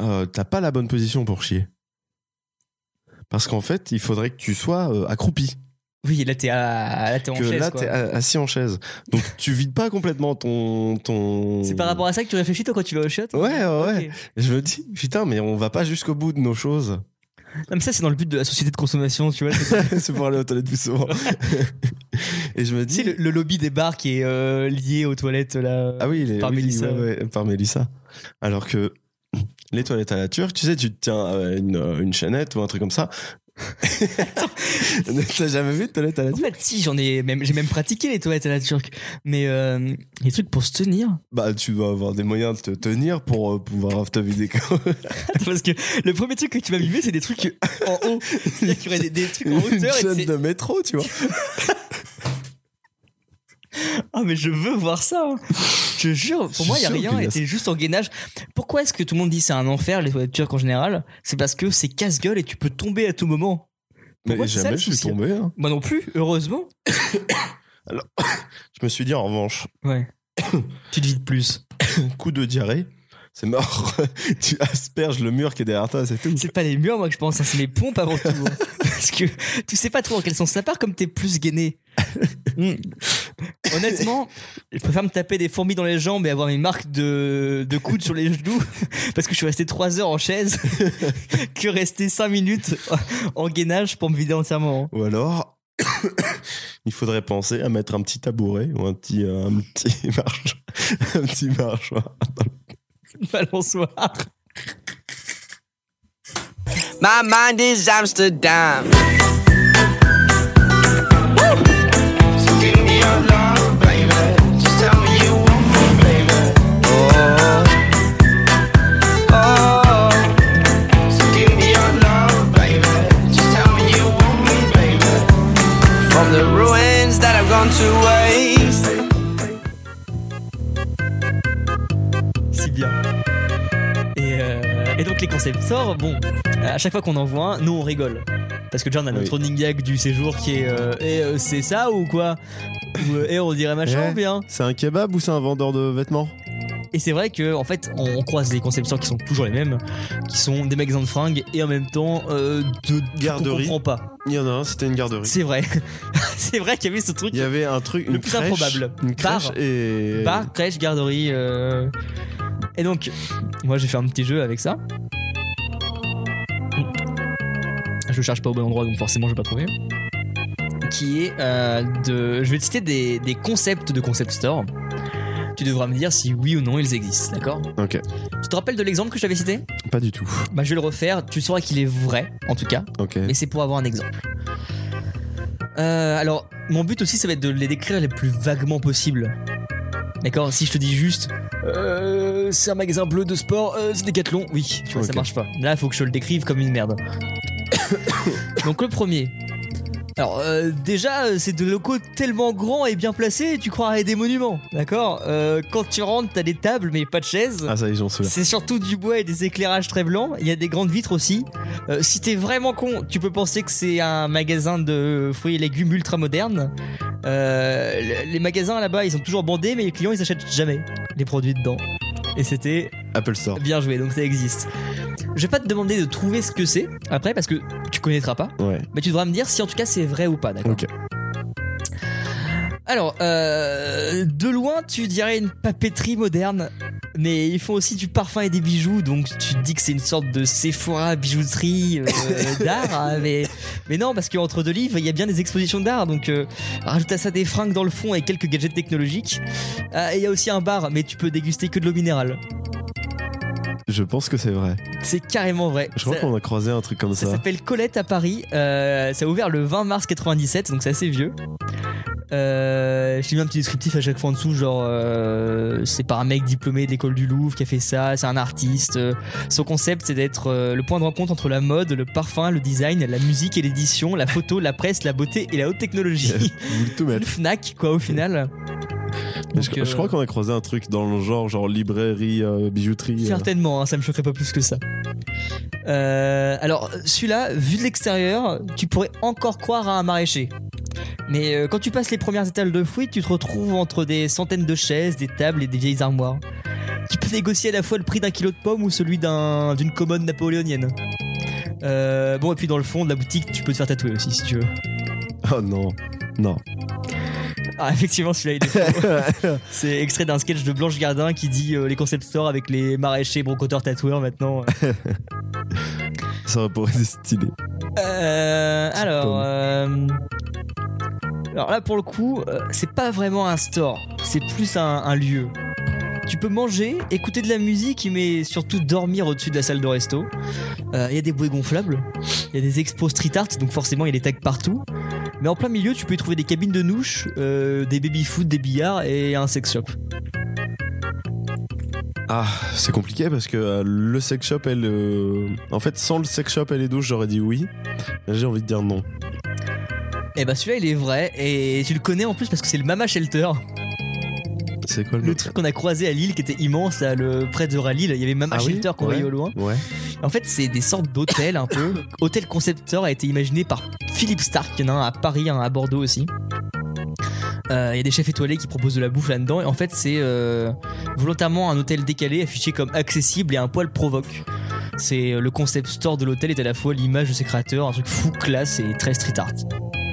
S2: euh, t'as pas la bonne position pour chier. Parce qu'en fait, il faudrait que tu sois euh, accroupi,
S3: Oui, là, t'es à... là, t'es en
S2: que
S3: chaise.
S2: là
S3: quoi.
S2: t'es a- assis en chaise. Donc tu vides pas complètement ton ton.
S3: C'est par rapport à ça que tu réfléchis, toi, quand tu vas aux chiottes
S2: Ouais, ouais, ouais.
S3: Ok.
S2: Je me dis putain, mais on va pas jusqu'au bout de nos choses.
S3: Non, mais ça, c'est dans le but de la société de consommation, tu vois. C'est-
S2: c'est pour aller aux toilettes plus souvent. Et je me
S3: tu
S2: dis
S3: sais, le, le lobby des bars qui est euh, lié aux toilettes, là.
S2: Ah oui, les-
S3: Par
S2: oui,
S3: Mélissa.
S2: ouais, ouais, par Mélissa. Alors que les toilettes à la turque, tu sais, tu te tiens euh, une, euh, une chaînette ou un truc comme ça. T'as jamais vu de toilettes à la
S3: En
S2: turque
S3: fait, si, j'en ai même, j'ai même pratiqué les toilettes à la turque. Mais euh, les trucs pour se tenir.
S2: Bah, tu dois avoir des moyens de te tenir pour euh, pouvoir te vider. quand-
S3: Parce que le premier truc que tu vas mimer, c'est des trucs en haut. C'est-à-dire qu'il y aurait des, des trucs en
S2: une
S3: hauteur. Et
S2: chaîne
S3: c'est-
S2: de métro, tu vois.
S3: Ah, mais je veux voir ça. hein. Je jure,
S2: Je
S3: pour
S2: suis
S3: moi, il n'y a
S2: sûr
S3: rien.
S2: qu'il y a
S3: Et
S2: ça.
S3: t'es juste en gainage. Pourquoi est-ce que tout le monde dit c'est un enfer, les toilettes turques en général C'est parce que c'est casse-gueule et tu peux tomber à tout moment.
S2: Mais
S3: Pourquoi c'est ça,
S2: jamais
S3: le
S2: je suis
S3: souci
S2: tombé. hein.
S3: Moi non plus, heureusement.
S2: Je me suis dit, en revanche,
S3: Ouais. tu te vides plus.
S2: coup de diarrhée, c'est mort. tu asperges le mur qui est derrière toi, c'est tout.
S3: C'est pas les murs, moi, que je pense, hein, c'est les pompes avant tout. hein. Parce que tu sais pas trop en quel sens ça part, comme t'es plus gainé. Mm. Honnêtement, je préfère me taper des fourmis dans les jambes et avoir mes marques de, de coudes sur les genoux, parce que je suis resté 3 heures en chaise, que rester 5 minutes en gainage pour me vider entièrement. hein.
S2: Ou alors, il faudrait penser à mettre un petit tabouret ou un petit, euh, un petit marche, un petit marchoir.
S3: Balançoire.
S9: My mind is Amsterdam. From the ruins that have gone to waste.
S3: Si bien. Et, euh, et donc les concepteurs, bon, à chaque fois qu'on en voit un, nous on rigole. Parce que déjà on a notre
S2: Oui.
S3: running gag du séjour qui est euh, Eh, euh, c'est ça ou quoi Ou euh, Eh, on dirait machin
S2: Eh.
S3: ou bien
S2: C'est un kebab ou c'est un vendeur de vêtements
S3: Et c'est vrai que en fait on, on croise des concepteurs qui sont toujours les mêmes, qui sont des magasins de fringues et en même temps euh, de
S2: Garderie.
S3: On comprend pas.
S2: Il y en a un, c'était une garderie.
S3: C'est vrai. c'est vrai qu'il y avait ce truc.
S2: Il y avait un truc,
S3: Le
S2: une
S3: plus
S2: crèche,
S3: improbable.
S2: une crèche
S3: Bar.
S2: et
S3: Bar, crèche, Bah, garderie. euh. Et donc, moi j'ai fait un petit jeu avec ça. Je cherche pas au bon endroit, donc forcément je vais pas trouver. Qui est euh, de. Je vais te citer des, des concepts de concept store. Tu devras me dire si oui ou non ils existent, d'accord
S2: Ok,
S3: Tu te rappelles de l'exemple que j'avais cité
S2: pas du tout.
S3: Bah je vais le refaire, tu sauras qu'il est vrai, en tout cas,
S2: Ok.
S3: mais c'est pour avoir un exemple. Euh, alors, mon but aussi, ça va être de les décrire les plus vaguement possible. D'accord Si je te dis juste, euh, c'est un magasin bleu de sport, euh, c'est Decathlon, oui, tu vois, ça
S2: Ok.
S3: marche pas. Là, il faut que je le décrive comme une merde. Donc, le premier, Alors euh, déjà, euh, c'est des locaux tellement grands et bien placés, tu croirais des monuments, d'accord Euh, Quand tu rentres, t'as des tables mais pas de chaises.
S2: Ah, ça, ils ont ceux
S3: C'est surtout du bois et des éclairages très blancs. Il y a des grandes vitres aussi. Euh, si t'es vraiment con, tu peux penser que c'est un magasin de fruits et légumes ultra moderne. Euh, le- les magasins là-bas, ils sont toujours bandés, mais les clients, ils achètent jamais les produits dedans. Et c'était
S2: Apple Store.
S3: bien joué, donc ça existe. Je vais pas te demander de trouver ce que c'est après, parce que tu connaîtras pas.
S2: Ouais.
S3: Mais tu devras me dire si en tout cas c'est vrai ou pas, d'accord
S2: Ok.
S3: Alors, euh, de loin, tu dirais une papeterie moderne, mais ils font aussi du parfum et des bijoux, donc tu te dis que c'est une sorte de Sephora bijouterie euh, d'art, hein, mais, mais non, parce qu'entre deux livres, il y a bien des expositions d'art, donc euh, rajoute à ça des fringues dans le fond et quelques gadgets technologiques. Ah, et il y a aussi un bar, mais tu peux déguster que de l'eau minérale.
S2: Je pense que c'est vrai.
S3: C'est carrément vrai.
S2: Je crois
S3: Ça-
S2: qu'on a croisé un truc comme
S3: ça
S2: ça.
S3: s'appelle Colette à Paris. Euh, ça a ouvert le 20 mars 97, donc c'est assez vieux. Euh, je t'ai mis un petit descriptif à chaque fois en dessous, genre euh, c'est par un mec diplômé de l'école du Louvre qui a fait ça, c'est un artiste. Euh, son concept c'est d'être euh, le point de rencontre entre la mode, le parfum, le design, la musique et l'édition, la photo, la presse, la beauté et la haute technologie.
S2: Vous voulez tout
S3: le
S2: mettre.
S3: Fnac quoi au final.
S2: Mais je,
S3: Donc,
S2: je
S3: euh,
S2: crois qu'on a croisé un truc dans le genre, genre librairie, euh, bijouterie. euh.
S3: Certainement, hein, ça me choquerait pas plus que ça. Euh, alors, celui-là, vu de l'extérieur, tu pourrais encore croire à un maraîcher. Mais euh, quand tu passes les premières étals de fruits, tu te retrouves entre des centaines de chaises, des tables et des vieilles armoires. Tu peux négocier à la fois le prix d'un kilo de pommes ou celui d'un- d'une commode napoléonienne. Euh, bon, et puis dans le fond de la boutique, tu peux te faire tatouer aussi si tu veux.
S2: Oh non. Non.
S3: Ah, effectivement, celui-là, il est faux. C'est extrait d'un sketch de Blanche Gardin qui dit euh, les concept stores avec les maraîchers, brocoteurs, tatoueurs maintenant.
S2: Ça aurait pourrait être stylé.
S3: Euh, alors,
S2: pomme.
S3: euh, alors là pour le coup, euh, c'est pas vraiment un store, c'est plus un, un lieu. Tu peux manger, écouter de la musique, mais surtout dormir au-dessus de la salle de resto. Euh, Il y a des bouées gonflables, il y a des expos street art, donc forcément il y a des tags partout. Mais en plein milieu, tu peux y trouver des cabines de nouches, euh, des baby food, des billards et un sex shop.
S2: Ah, c'est compliqué parce que euh, le sex shop, elle. euh, En fait, sans le sex shop et les douches, j'aurais dit oui. Là, J'ai envie de dire non.
S3: Et bah celui-là il est vrai et tu le connais en plus parce que c'est le Mama Shelter.
S2: C'est quoi le
S3: Le
S2: mot
S3: truc qu'on a croisé à Lille qui était immense, là, le près de Rallye, là, il y avait même un
S2: Ah oui
S3: shelter qu'on
S2: Ouais.
S3: voyait au loin.
S2: Ouais.
S3: En fait, c'est des sortes d'hôtels un peu. Hôtel concepteur a été imaginé par Philippe Stark, il y en a un à Paris, un à Bordeaux aussi. Euh, Il y a des chefs étoilés qui proposent de la bouffe là-dedans et en fait c'est euh, volontairement un hôtel décalé affiché comme accessible et un poil provoque. C'est euh, le concept store de l'hôtel est à la fois l'image de ses créateurs, un truc fou classe et très street art.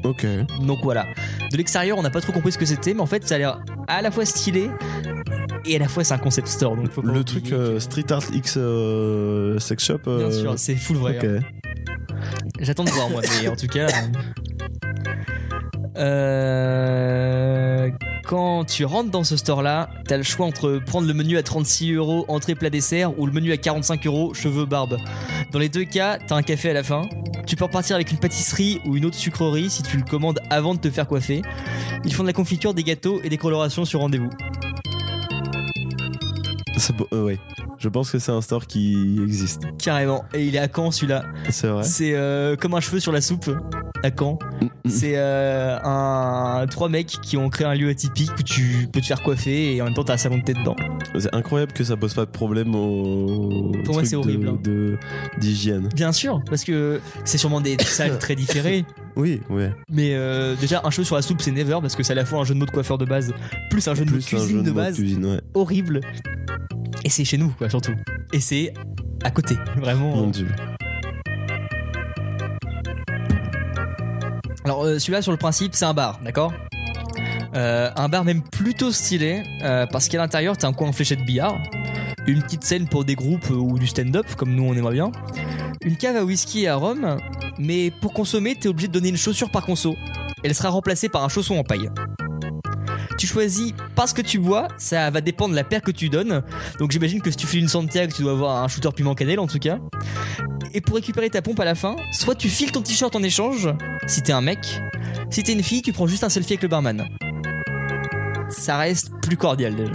S2: Ok.
S3: Donc voilà. De l'extérieur, on n'a pas trop compris ce que c'était, mais en fait, ça a l'air à la fois stylé et à la fois c'est un concept store. Donc faut pas
S2: Le
S3: oublier
S2: truc
S3: que-
S2: euh, street art X euh, sex shop.
S3: Bien
S2: euh,
S3: sûr, c'est full vrai.
S2: Ok.
S3: hein. J'attends de voir moi, mais en tout cas. euh, euh, Quand tu rentres dans ce store-là, t'as le choix entre prendre le menu à 36 euros, entrée plat dessert, ou le menu à 45 euros, cheveux barbe. Dans les deux cas, t'as un café à la fin. Tu peux repartir avec une pâtisserie ou une autre sucrerie si tu le commandes avant de te faire coiffer. Ils font de la confiture, des gâteaux et des colorations sur rendez-vous.
S2: C'est beau- euh, ouais. Je pense que c'est un store qui existe.
S3: Carrément. Et il est à Caen celui-là.
S2: C'est vrai.
S3: C'est euh, comme un cheveu sur la soupe à Caen. C'est euh, un trois mecs qui ont créé un lieu atypique où tu peux te faire coiffer et en même temps t'as un salon de thé dedans.
S2: C'est incroyable que ça pose pas de problème au.
S3: Pour moi,
S2: truc
S3: c'est horrible,
S2: de-
S3: hein.
S2: de- D'hygiène.
S3: Bien sûr, parce que c'est sûrement des salles très différées.
S2: Oui, ouais.
S3: Mais euh, déjà un cheveu sur la soupe c'est never parce que c'est à la fois un jeu de mots de coiffeur de base plus un jeu de mots de
S2: Plus un
S3: cuisine
S2: jeu
S3: de
S2: de mots
S3: base
S2: cuisine, ouais.
S3: horrible. Et c'est chez nous quoi surtout. Et c'est à côté vraiment.
S2: Mon dieu.
S3: Alors euh, celui-là sur le principe c'est un bar, d'accord Euh, Un bar même plutôt stylé euh, parce qu'à l'intérieur t'as un coin en fléchette billard, une petite scène pour des groupes euh, ou du stand-up comme nous on aimerait bien, une cave à whisky et à rhum, mais pour consommer t'es obligé de donner une chaussure par conso. Elle sera remplacée par un chausson en paille. Tu choisis pas ce que tu bois, ça va dépendre de la paire que tu donnes. Donc j'imagine que si tu files une Santiago, tu dois avoir un shooter piment cannelle en tout cas. Et pour récupérer ta pompe à la fin, soit tu files ton t-shirt en échange, si t'es un mec, si t'es une fille, tu prends juste un selfie avec le barman. Ça reste plus cordial déjà.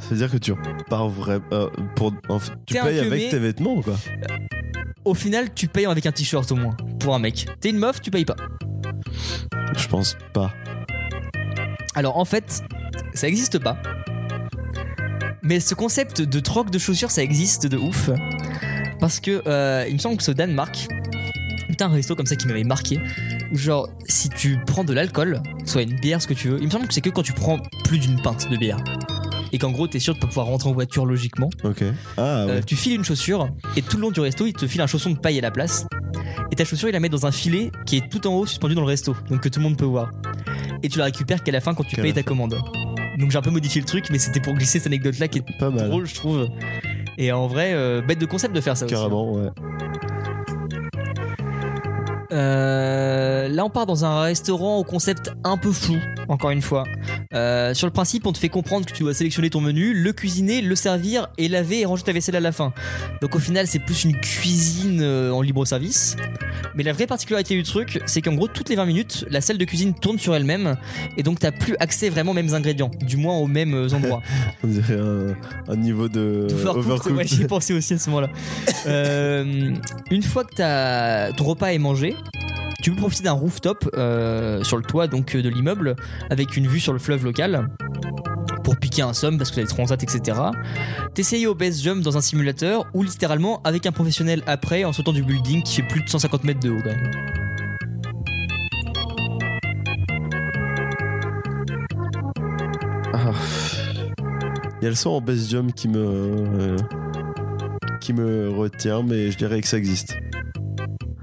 S2: C'est-à-dire que tu pars vrai. euh, pour, en fait, tu
S3: T'es un
S2: payes
S3: teubé.
S2: avec tes vêtements, quoi.
S3: au final, tu payes avec un t-shirt au moins pour un mec. T'es une meuf, tu payes pas.
S2: Je pense pas.
S3: Alors en fait, ça existe pas. Mais ce concept de troc de chaussures, ça existe de ouf. Parce que euh, il me semble que c'est au Danemark. Putain, un resto comme ça qui m'avait marqué. Où genre, si tu prends de l'alcool, soit une bière, ce que tu veux, il me semble que c'est que quand tu prends plus d'une pinte de bière. Et qu'en gros, t'es sûr de pas pouvoir rentrer en voiture logiquement.
S2: Ok. Ah
S3: Euh,
S2: ouais.
S3: tu files une chaussure et tout le long du resto, il te file un chausson de paille à la place. Et ta chaussure, il la met dans un filet qui est tout en haut suspendu dans le resto, donc que tout le monde peut voir. Et tu la récupères qu'à la fin quand tu
S2: Qu'à
S3: payes
S2: la
S3: ta commande. Donc j'ai un peu modifié le truc, mais c'était pour glisser cette anecdote-là qui est
S2: pas mal.
S3: drôle, je trouve. Et en vrai, euh, bête de concept de faire ça. aussi.
S2: Carrément, ouais.
S3: Euh, là, on part dans un restaurant au concept un peu flou, encore une fois. Euh, sur le principe, on te fait comprendre que tu dois sélectionner ton menu, le cuisiner, le servir et laver et ranger ta vaisselle à la fin. Donc au final, c'est plus une cuisine euh, en libre service. Mais la vraie particularité du truc, c'est qu'en gros, toutes les 20 minutes, la salle de cuisine tourne sur elle-même et donc t'as plus accès vraiment aux mêmes ingrédients, du moins aux mêmes euh, endroits.
S2: On dirait un, un niveau de
S3: Tout faire court,
S2: Euh, overcooked.
S3: ouais, j'y ai pensé aussi à ce moment-là. Euh, une fois que t'as- ton repas est mangé, tu peux profiter d'un rooftop euh, sur le toit donc euh, de l'immeuble avec une vue sur le fleuve local pour piquer un somme parce que t'as des transats, etc. T'essayer au base jump dans un simulateur ou littéralement avec un professionnel après en sautant du building qui fait plus de 150 mètres de haut quand même.
S2: Ah. Il y a le son en bass jump qui me euh, qui me retient, mais je dirais que ça existe.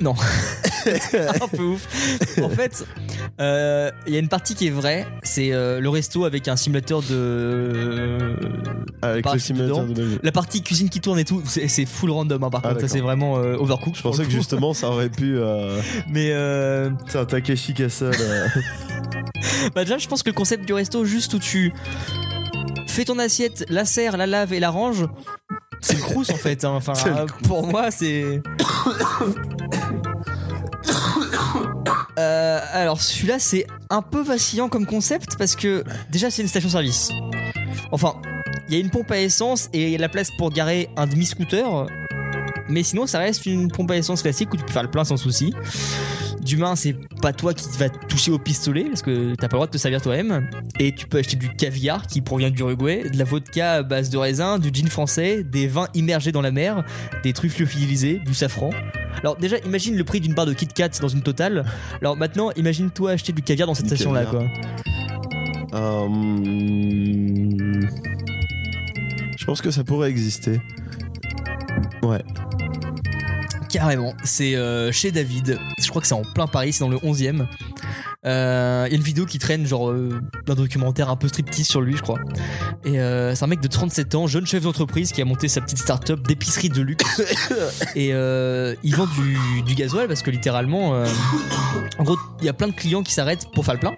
S3: un peu ouf. En fait, euh, il y a une partie qui est vraie, c'est euh, le resto avec un simulateur de
S2: Avec
S3: Pas
S2: le simulateur de bass jump.
S3: La partie cuisine qui tourne et tout, c'est c'est full random hein, par
S2: Ah,
S3: contre, ça
S2: d'accord.
S3: c'est vraiment euh, overcooked.
S2: Je pensais que justement ça aurait pu. Euh...
S3: Mais euh,
S2: C'est un Takeshi Castle. euh,
S3: bah déjà, je pense que le concept du resto, juste où tu fais ton assiette, la serres, la laves et la ranges, c'est le crous en fait. hein. Enfin,
S2: C'est le
S3: euh, pour moi, c'est. Euh, alors celui-là, c'est un peu vacillant comme concept parce que déjà, c'est une station-service. Enfin, il y a une pompe à essence et il y a de la place pour garer un demi-scooter. Mais sinon, ça reste une pompe à essence classique où tu peux faire le plein sans souci. D'humain, c'est pas toi qui vas te toucher au pistolet parce que t'as pas le droit de te servir toi-même. Et tu peux acheter du caviar qui provient d'Uruguay, de la vodka à base de raisin, du gin français, des vins immergés dans la mer, des truffes lyophilisées, du safran. Alors déjà, imagine le prix d'une barre de Kit Kat dans une totale. Alors maintenant, imagine-toi acheter du caviar dans cette
S2: Du
S3: station-là, quoi.
S2: caviar. euh, Je pense que ça pourrait exister. Ouais.
S3: Carrément, c'est euh, chez David. Je crois que c'est en plein Paris, c'est dans le 11e. Euh, Il y a une vidéo qui traîne, genre euh, un documentaire un peu striptease sur lui, je crois. Et euh, c'est un mec de 37 ans, jeune chef d'entreprise, qui a monté sa petite start-up d'épicerie de luxe. Et euh, il vend du, du gasoil parce que littéralement, euh, en gros, il y a plein de clients qui s'arrêtent pour faire le plein.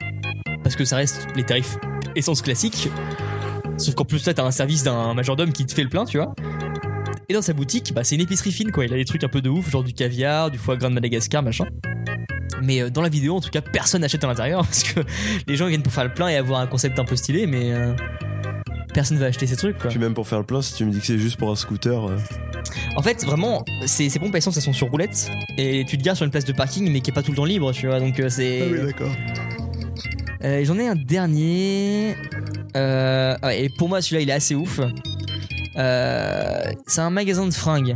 S3: Parce que ça reste les tarifs essence classique. Sauf qu'en plus, là, t'as un service d'un majordome qui te fait le plein, tu vois. Et dans sa boutique, bah, c'est une épicerie fine, quoi. Il a des trucs un peu de ouf, genre du caviar, du foie gras de Madagascar, machin. Mais euh, dans la vidéo, en tout cas, personne n'achète à l'intérieur parce que les gens viennent pour faire le plein et avoir un concept un peu stylé, mais euh, personne va acheter ces trucs, quoi.
S2: Puis même pour faire le plein, si tu me dis que c'est juste pour un scooter, euh,
S3: En fait, vraiment, ces, ces pompes à essence, elles sont sur roulette et tu te gares sur une place de parking, mais qui est pas tout le temps libre, tu vois. Donc euh, c'est.
S2: d'accord.
S3: Euh, J'en ai un dernier. Euh, ouais, et pour moi, celui-là, il est assez ouf. Euh, c'est un magasin de fringues.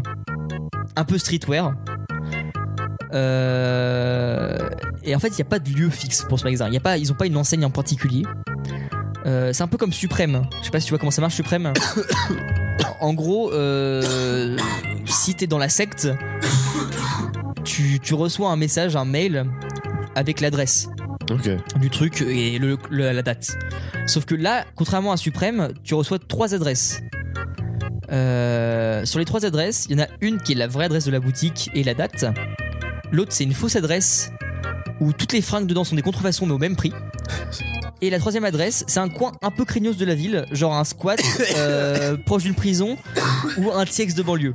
S3: Un peu streetwear. Euh, et en fait, il n'y a pas de lieu fixe pour ce magasin. Il Y a pas, ils n'ont pas une enseigne en particulier. Euh, c'est un peu comme Suprême. Je sais pas si tu vois comment ça marche, Suprême. en gros, euh, si t'es dans la secte, tu, tu reçois un message, un mail avec l'adresse
S2: Ok.
S3: du truc et le- le- la date. Sauf que là, contrairement à Suprême, tu reçois trois adresses. Euh, sur les trois adresses, il y en a une qui est la vraie adresse de la boutique et la date. L'autre, c'est une fausse adresse où toutes les fringues dedans sont des contrefaçons mais au même prix. Et la troisième adresse, c'est un coin un peu craignos de la ville, genre un squat euh, proche d'une prison ou un TX de banlieue.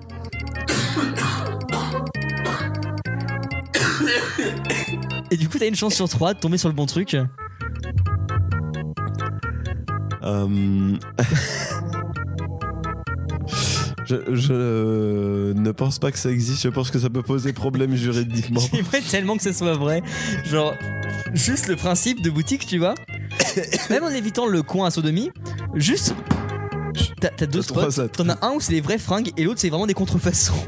S3: Et du coup, t'as une chance sur trois de tomber sur le bon truc.
S2: Euh, Je, je, euh, ne pense pas que ça existe. Je pense que ça peut poser problème juridiquement.
S3: J'aimerais tellement que ça soit vrai. Genre, juste le principe de boutique, tu vois. Même en évitant le coin à sodomie, juste. T'as t'as deux
S2: T'as trois
S3: spots.
S2: autres.
S3: T'en as un où c'est des vraies fringues et l'autre c'est vraiment des contrefaçons.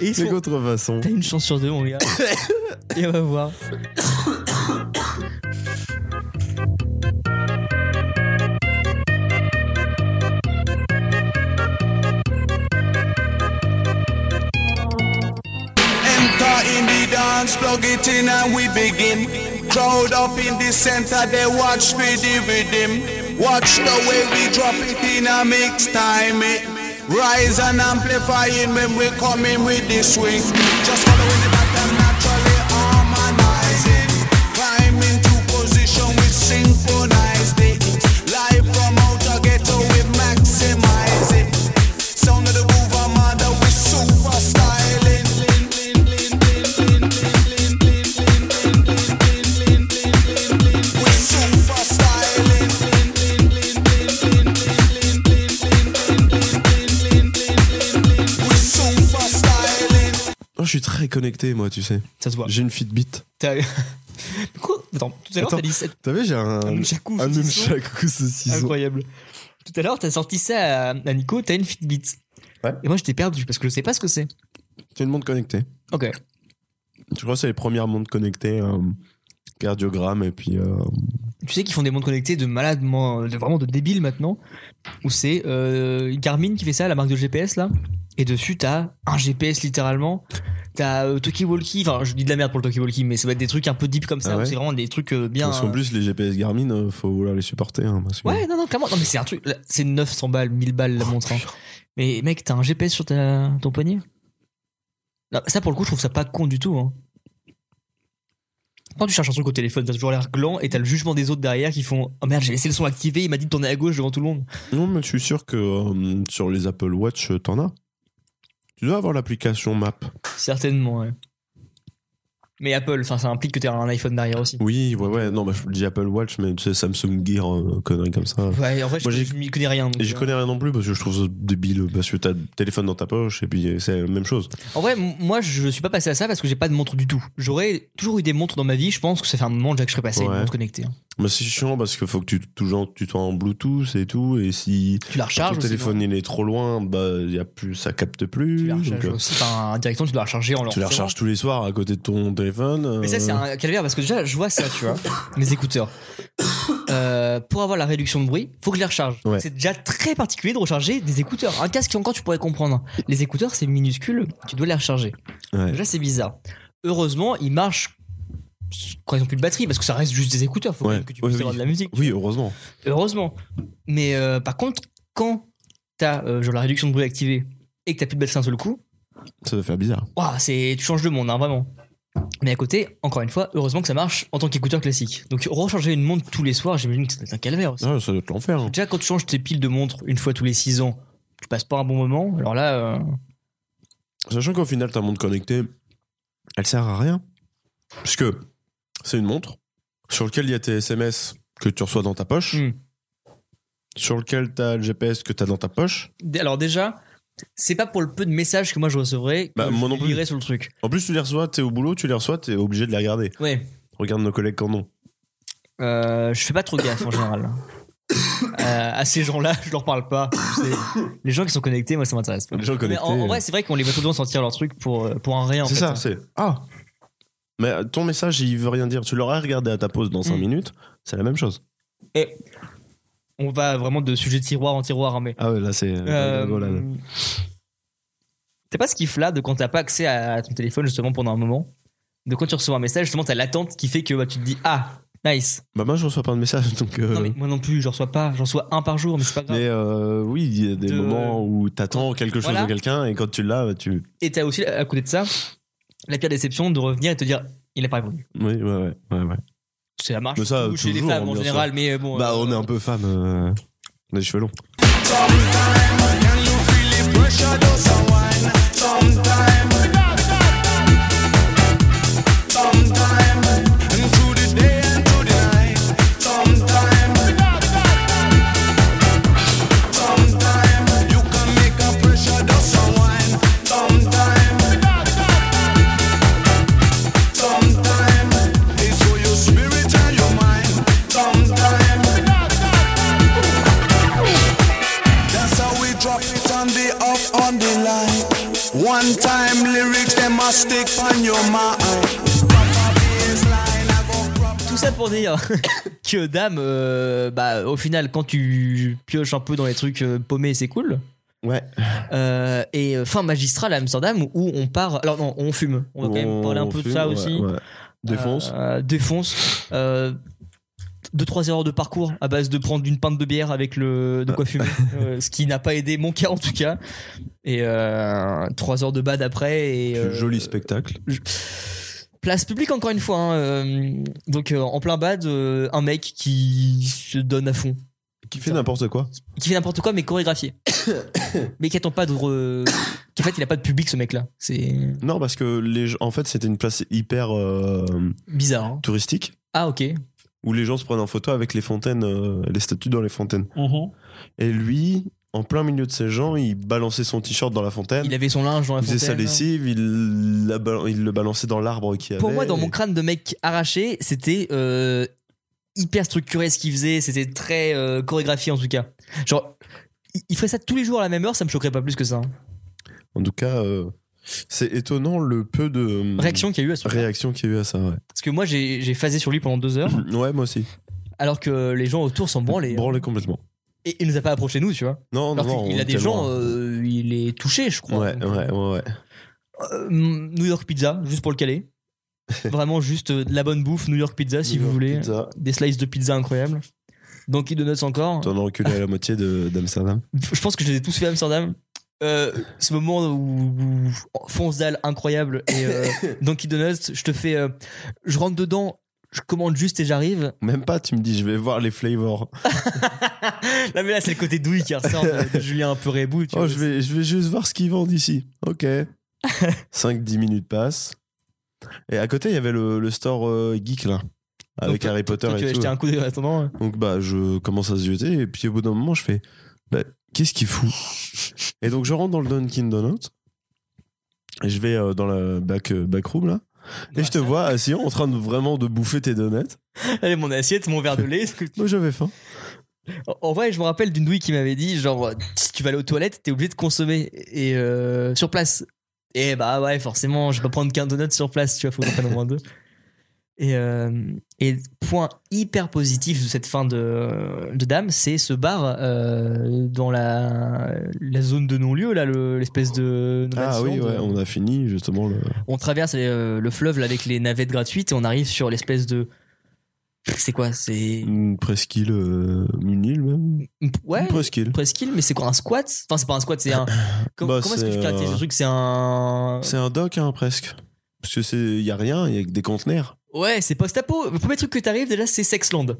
S3: Et ils
S2: C'est
S3: sont.
S2: contrefaçon.
S3: T'as une chance sur deux, mon gars. et on va voir.
S5: Enter in the dance, plug it in and we begin. Crowd up in the center, they watch me the rhythm. Watch the way we drop it in a mix time. It rise and amplifying when we come in with the swing. Just following the pattern naturally harmonizing. Climb into position, we synchronize it. Live from outer ghetto, we maximize it. Sound of the groove, I'm under, we super
S2: Oh, je suis très connecté, moi, tu sais.
S3: Ça se voit.
S2: J'ai une Fitbit.
S3: T'as. Quoi Attends, tout à l'heure
S2: Attends.
S3: t'as dit sept-
S2: T'as vu, j'ai un.
S3: Un nunchaku
S2: Un
S3: saucisson.
S2: nunchaku saucisson.
S3: Incroyable. Tout à l'heure, t'as sorti ça à, à Nico, t'as une Fitbit.
S2: Ouais.
S3: Et moi, j'étais perdu parce que je sais pas ce que c'est.
S2: C'est une montre connectée.
S3: Ok.
S2: Je crois que c'est les premières montres connectées. euh, cardiogramme et puis. euh,
S3: Tu sais qu'ils font des montres connectées de malades, moi, de, vraiment de débiles maintenant. Où c'est euh, Garmin qui fait ça, la marque de GPS là. Et dessus, t'as un GPS littéralement. T'as euh, Toki Walkie. Enfin, je dis de la merde pour le Toki Walkie, mais ça va être des trucs un peu deep comme ça.
S2: Ah ouais
S3: où C'est vraiment des trucs euh, bien.
S2: Parce qu'en plus, les GPS Garmin, euh, faut vouloir les supporter. hein, parce que-
S3: Ouais, non, non, clairement. Non, mais c'est un truc. là, C'est 900 balles, 1000 balles
S2: Oh,
S3: la montre. hein. Mais mec, t'as un GPS sur ta, ton poignet Non, Ça, pour le coup, je trouve ça pas con du tout. hein. Quand tu cherches un truc au téléphone, t'as toujours l'air gland et t'as le jugement des autres derrière qui font Oh merde, j'ai laissé le son activé, il m'a dit de tourner à gauche devant tout le monde.
S2: Non, mais je suis sûr que euh, sur les Apple Watch, euh, t'en as. Tu dois avoir l'application Map.
S3: Certainement, ouais. Mais Apple, enfin, ça implique que t'as un iPhone derrière aussi.
S2: Oui, ouais,
S3: euh,
S2: ouais. Non, bah, je dis Apple Watch, mais tu sais, Samsung Gear, euh, conneries comme ça.
S3: Ouais, en vrai,
S2: Moi,
S3: je,
S2: j'ai-
S3: je m'y connais rien. donc,
S2: Et j'y
S3: euh,
S2: connais rien non plus parce que je trouve ça débile parce que t'as le téléphone dans ta poche et puis euh, c'est la même chose.
S3: En vrai, m- moi, je suis pas passé à ça parce que j'ai pas de montre du tout. J'aurais toujours eu des montres dans ma vie. Je pense que ça fait un moment déjà que je serais passé à une
S2: Ouais.
S3: montre connectée. hein.
S2: Mais c'est chiant parce qu'il faut que tu toujours tu sois en Bluetooth et tout et si
S3: Tu la recharges.
S2: ton
S3: aussi,
S2: téléphone il est trop loin, bah y a plus ça capte plus.
S3: Tu la recharges
S2: donc, euh,
S3: aussi. Enfin, directement, tu dois la recharger en leur
S2: tu la
S3: faisant.
S2: recharges euh, tous les soirs à côté de ton téléphone.
S3: Mais ça, c'est un calvaire parce que déjà, je vois ça, tu vois, mes écouteurs. Euh, pour avoir la réduction de bruit, faut que je les recharge.
S2: Ouais.
S3: C'est déjà très particulier de recharger des écouteurs. Un casque, encore, tu pourrais comprendre. Les écouteurs, c'est minuscule, tu dois les recharger.
S2: Ouais.
S3: Déjà, c'est bizarre. Heureusement, ils marchent quand ils ont plus de batterie parce que ça reste juste des écouteurs. Faut quand
S2: Ouais.
S3: même que tu puisses
S2: Ouais, oui.
S3: avoir de la musique.
S2: Oui, heureusement.
S3: Heureusement. Mais euh, par contre, quand t'as euh, genre la réduction de bruit activée et que t'as plus de batterie d'un seul coup,
S2: Ça va faire bizarre.
S3: Ouah, c'est tu changes de monde, hein, vraiment. Mais à côté, encore une fois, heureusement que ça marche en tant qu'écouteur classique. Donc recharger une montre tous les soirs, j'imagine que ça doit être un calvaire aussi.
S2: Ah, ça doit être l'enfer. hein.
S3: Déjà, quand tu changes tes piles de montre une fois tous les 6 ans, tu passes pas un bon moment. Alors là, euh,
S2: Sachant qu'au final, ta montre connectée, elle sert à rien. Puisque c'est une montre sur laquelle il y a tes SMS que tu reçois dans ta poche,
S3: Hmm.
S2: sur lequel tu as le GPS que tu as dans ta poche.
S3: dé- alors déjà, c'est pas pour le peu de messages que moi je recevrais que
S2: Bah,
S3: je
S2: moi non plus.
S3: lirais sur le truc.
S2: En plus, tu les reçois, t'es au boulot, tu les reçois, t'es obligé de les regarder.
S3: Ouais,
S2: Regarde nos collègues qu'en ont.
S3: euh, je fais pas trop gaffe en général. Euh, à ces gens-là, je leur parle pas. C'est- Les gens qui sont connectés, moi ça m'intéresse pas.
S2: Les gens
S3: Mais
S2: connectés.
S3: en, en vrai, c'est vrai qu'on les voit tout le temps sortir leur truc pour, euh, pour un rien. en
S2: c'est
S3: fait,
S2: ça,
S3: hein.
S2: c'est. Ah Mais euh, ton message, il veut rien dire. Tu l'auras regardé à ta pause dans 5
S3: Hmm.
S2: minutes, c'est la même chose.
S3: Et on va vraiment de sujet de tiroir en tiroir, hein, mais.
S2: Ah ouais, là, c'est.
S3: Euh,
S2: voilà.
S3: T'as pas ce kiff-là de quand t'as pas accès à ton téléphone justement pendant un moment, de quand tu reçois un message, justement t'as l'attente qui fait que bah, tu te dis ah nice.
S2: Bah, moi, je reçois pas de message, donc. euh,
S3: Non mais moi non plus, je reçois pas, j'en reçois un par jour, mais c'est pas grave.
S2: Mais euh, oui, il y a des
S3: De-
S2: moments où t'attends quelque chose
S3: Voilà.
S2: de quelqu'un et quand tu l'as, bah, tu.
S3: Et t'as aussi à côté de ça la pire déception de revenir et te dire il a pas répondu.
S2: Oui, ouais, ouais. ouais, ouais.
S3: C'est la marche
S2: Mais ça,
S3: surtout chez les
S2: toujours, hein,
S3: femmes en
S2: bien sûr.
S3: général, mais euh, bon.
S2: bah,
S3: euh,
S2: on est un peu fan. euh, on a les cheveux longs.
S5: Sometimes you can make a pressure, that's
S10: my stick on your mind.
S3: Tout ça pour dire que Dame, euh, bah, au final, quand tu pioches un peu dans les trucs euh, paumés, c'est cool.
S2: Ouais.
S3: Euh, et euh, fin magistrale à Amsterdam où on part. Alors non, on fume. On va quand même parler un peu de ça aussi.
S2: Défonce.
S3: Euh, défonce. Euh, deux trois erreurs de parcours à base de prendre une pinte de bière avec le de quoi fumer, Euh, ce qui n'a pas aidé mon cas en tout cas. Et euh, trois heures de bad après et euh,
S2: Joli spectacle.
S3: Place publique encore une fois. hein, euh, donc euh, en plein bad, euh, un mec qui se donne à fond,
S2: Qui fait n'importe quoi.
S3: qui fait n'importe quoi mais chorégraphié, mais qui attend pas de, re- qui en fait il a pas de public ce mec là. C'est
S2: Non, parce que les gens- en fait, c'était une place hyper euh,
S3: bizarre. hein.
S2: touristique
S3: Ah ok.
S2: où les gens se prenaient en photo avec les fontaines, euh, les statues dans les fontaines.
S3: Mhm.
S2: Et lui, en plein milieu de ces gens, il balançait son t-shirt dans la fontaine.
S3: Il avait son linge dans la
S2: il faisait sa
S3: fontaine.
S2: lessive, il, la ba- il le balançait dans l'arbre qui avait.
S3: Pour moi, dans mon
S2: et-
S3: crâne de mec arraché, c'était euh, hyper structuré ce qu'il faisait. C'était très euh, chorégraphié en tout cas. Genre, il- il ferait ça tous les jours à la même heure, ça me choquerait pas plus que ça. hein.
S2: En tout cas, euh, c'est étonnant le peu de
S3: Réaction qu'il y a eu à ce truc.
S2: réaction qu'il y a eu à ça. Ouais,
S3: Parce que moi, j'ai j'ai phasé sur lui pendant deux heures,
S2: ouais moi aussi.
S3: alors que les gens autour s'en branlaient. hein.
S2: Branlé complètement.
S3: Et il nous a pas approché nous, tu vois.
S2: Non,
S3: Alors
S2: non, non.
S3: qu'il a
S2: on
S3: des
S2: était
S3: gens,
S2: loin.
S3: euh, il est touché, je crois.
S2: Ouais,
S3: Donc,
S2: ouais, ouais, ouais.
S3: euh, New York Pizza, juste pour le caler. Vraiment juste euh, de la bonne bouffe, New York Pizza, si vous voulez.
S2: Pizza.
S3: Des slices de pizza incroyables. Donc, il donuts encore.
S2: T'en as enculé à la moitié de- d'Amsterdam.
S3: je pense que je les ai tous fait à Amsterdam. Euh, ce moment où, où fonce dalle incroyable et euh, Donkey Donuts, je te fais, euh, je rentre dedans, je commande juste et j'arrive.
S2: Même pas, tu me dis, je vais voir les flavors.
S3: Là mais là c'est le côté douille qui ressort de, de Julien un peu rebou. tu
S2: Oh,
S3: vois.
S2: je vais, je vais juste voir ce qu'ils vendent ici. Ok. 5-10 minutes passent. Et à côté, il y avait le, le store euh, geek, là. Avec
S3: toi-
S2: Harry Potter
S3: Toi, tu as
S2: et tout.
S3: jeté un coup d'œil en attendant. hein.
S2: Donc, bah, je commence à zioter. Et puis, au bout d'un moment, je fais bah, Qu'est-ce qu'il fout Et donc, je rentre dans le Dunkin' Donuts. Et je vais euh, dans la back, euh, back room, là. Et je te vois assis en train de vraiment de bouffer tes donuts.
S3: Allez mon assiette, mon verre de lait.
S2: Moi, j'avais faim.
S3: En- En vrai, je me rappelle d'une douille qui m'avait dit genre si tu vas aller aux toilettes, t'es obligé de consommer et euh, sur place. Et bah ouais, forcément, je vais pas prendre qu'un donut sur place, tu vois, faut que j'en prenne au moins deux. Et, euh, et point hyper positif de cette fin de, de Dame, c'est ce bar euh, dans la, la zone de non-lieu, là, le- l'espèce de.
S2: Ah
S3: nomade
S2: oui,
S3: land.
S2: ouais, on a fini justement le.
S3: On traverse euh, le fleuve là, avec les navettes gratuites et on arrive sur l'espèce de. C'est quoi C'est.
S2: Une presqu'île, euh, une île même.
S3: Ouais,
S2: Une presqu'île.
S3: une presqu'île, mais c'est quoi un squat Enfin, c'est pas un squat, c'est un. Com-
S2: Bah,
S3: comment est-ce que
S2: c'est,
S3: tu caractérises
S2: euh,
S3: ce truc C'est un.
S2: C'est un dock, hein, presque. Parce que c'est, y a rien, y a que des conteneurs.
S3: Ouais, c'est post-apo. Le premier truc que t'arrives déjà, c'est Sexland.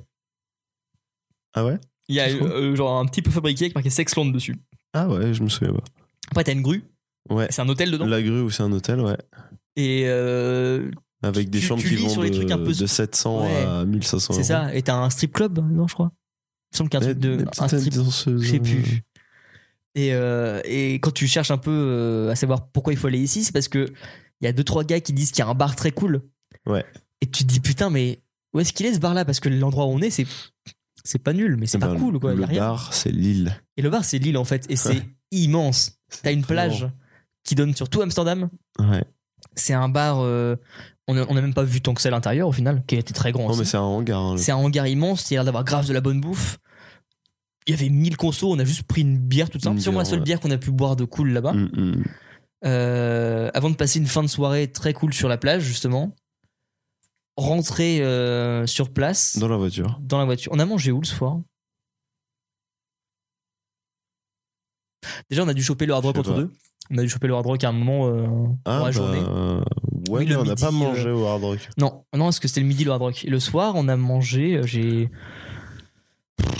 S2: Ah ouais
S3: Il y a
S2: C'est fou.
S3: euh, genre un petit peu fabriqué avec marqué Sexland dessus.
S2: Ah ouais, je me souviens pas.
S3: Après, t'as une grue,
S2: Ouais.
S3: c'est un hôtel dedans.
S2: La grue où c'est un hôtel, ouais.
S3: Et euh,
S2: Avec des
S3: Tu-
S2: chambres
S3: tu
S2: qui
S3: lis
S2: vont
S3: sur
S2: de,
S3: les trucs un peu-
S2: de 700
S3: Ouais.
S2: à 1500
S3: c'est
S2: euros.
S3: ça. Et t'as un strip club, non, je crois. Il me semble qu'il y a
S2: Des-
S3: un truc de.
S2: des
S3: Un
S2: petites
S3: strip
S2: danseuses,
S3: Je sais
S2: euh,
S3: plus. Et, euh, et quand tu cherches un peu euh, à savoir pourquoi il faut aller ici, c'est parce que il y a deux trois gars qui disent qu'il y a un bar très cool.
S2: Ouais.
S3: Et tu te dis putain mais où est-ce qu'il est ce bar là parce que l'endroit où on est c'est c'est pas nul mais c'est
S2: Eh
S3: pas
S2: ben,
S3: cool quoi. y
S2: Le
S3: a rien.
S2: bar, c'est l'île.
S3: Et le bar c'est l'île en fait et c'est immense. T'as une plage qui donne sur tout Amsterdam.
S2: Ouais.
S3: C'est un bar. euh, on a- on n'a même pas vu tant que ça à l'intérieur au final qui a été très grand.
S2: Non,
S3: aussi.
S2: mais c'est un hangar. hein, le-
S3: C'est un hangar immense, il y a l'air d'avoir grave de la bonne bouffe. Il y avait 1000 consos, on a juste pris une bière toute simple.
S2: Une
S3: C'est sûrement la
S2: bière,
S3: seule
S2: ouais.
S3: bière qu'on a pu boire de cool là-bas.
S2: Mm, mm.
S3: Euh, avant de passer une fin de soirée très cool sur la plage, justement. Rentrer euh, sur place
S2: Dans la voiture.
S3: dans la voiture. On a mangé où le soir Déjà, on a dû choper le hard rock
S2: Je sais
S3: entre
S2: pas.
S3: deux. On a dû choper le hard rock à un moment euh,
S2: Ah,
S3: pour la
S2: bah,
S3: journée.
S2: Ouais, mais
S3: Oui, le
S2: on n'a
S3: midi,
S2: pas
S3: euh,
S2: mangé au Hard Rock.
S3: Non, non, parce que c'était le midi le hard rock. Et le soir, on a mangé. euh, J'ai.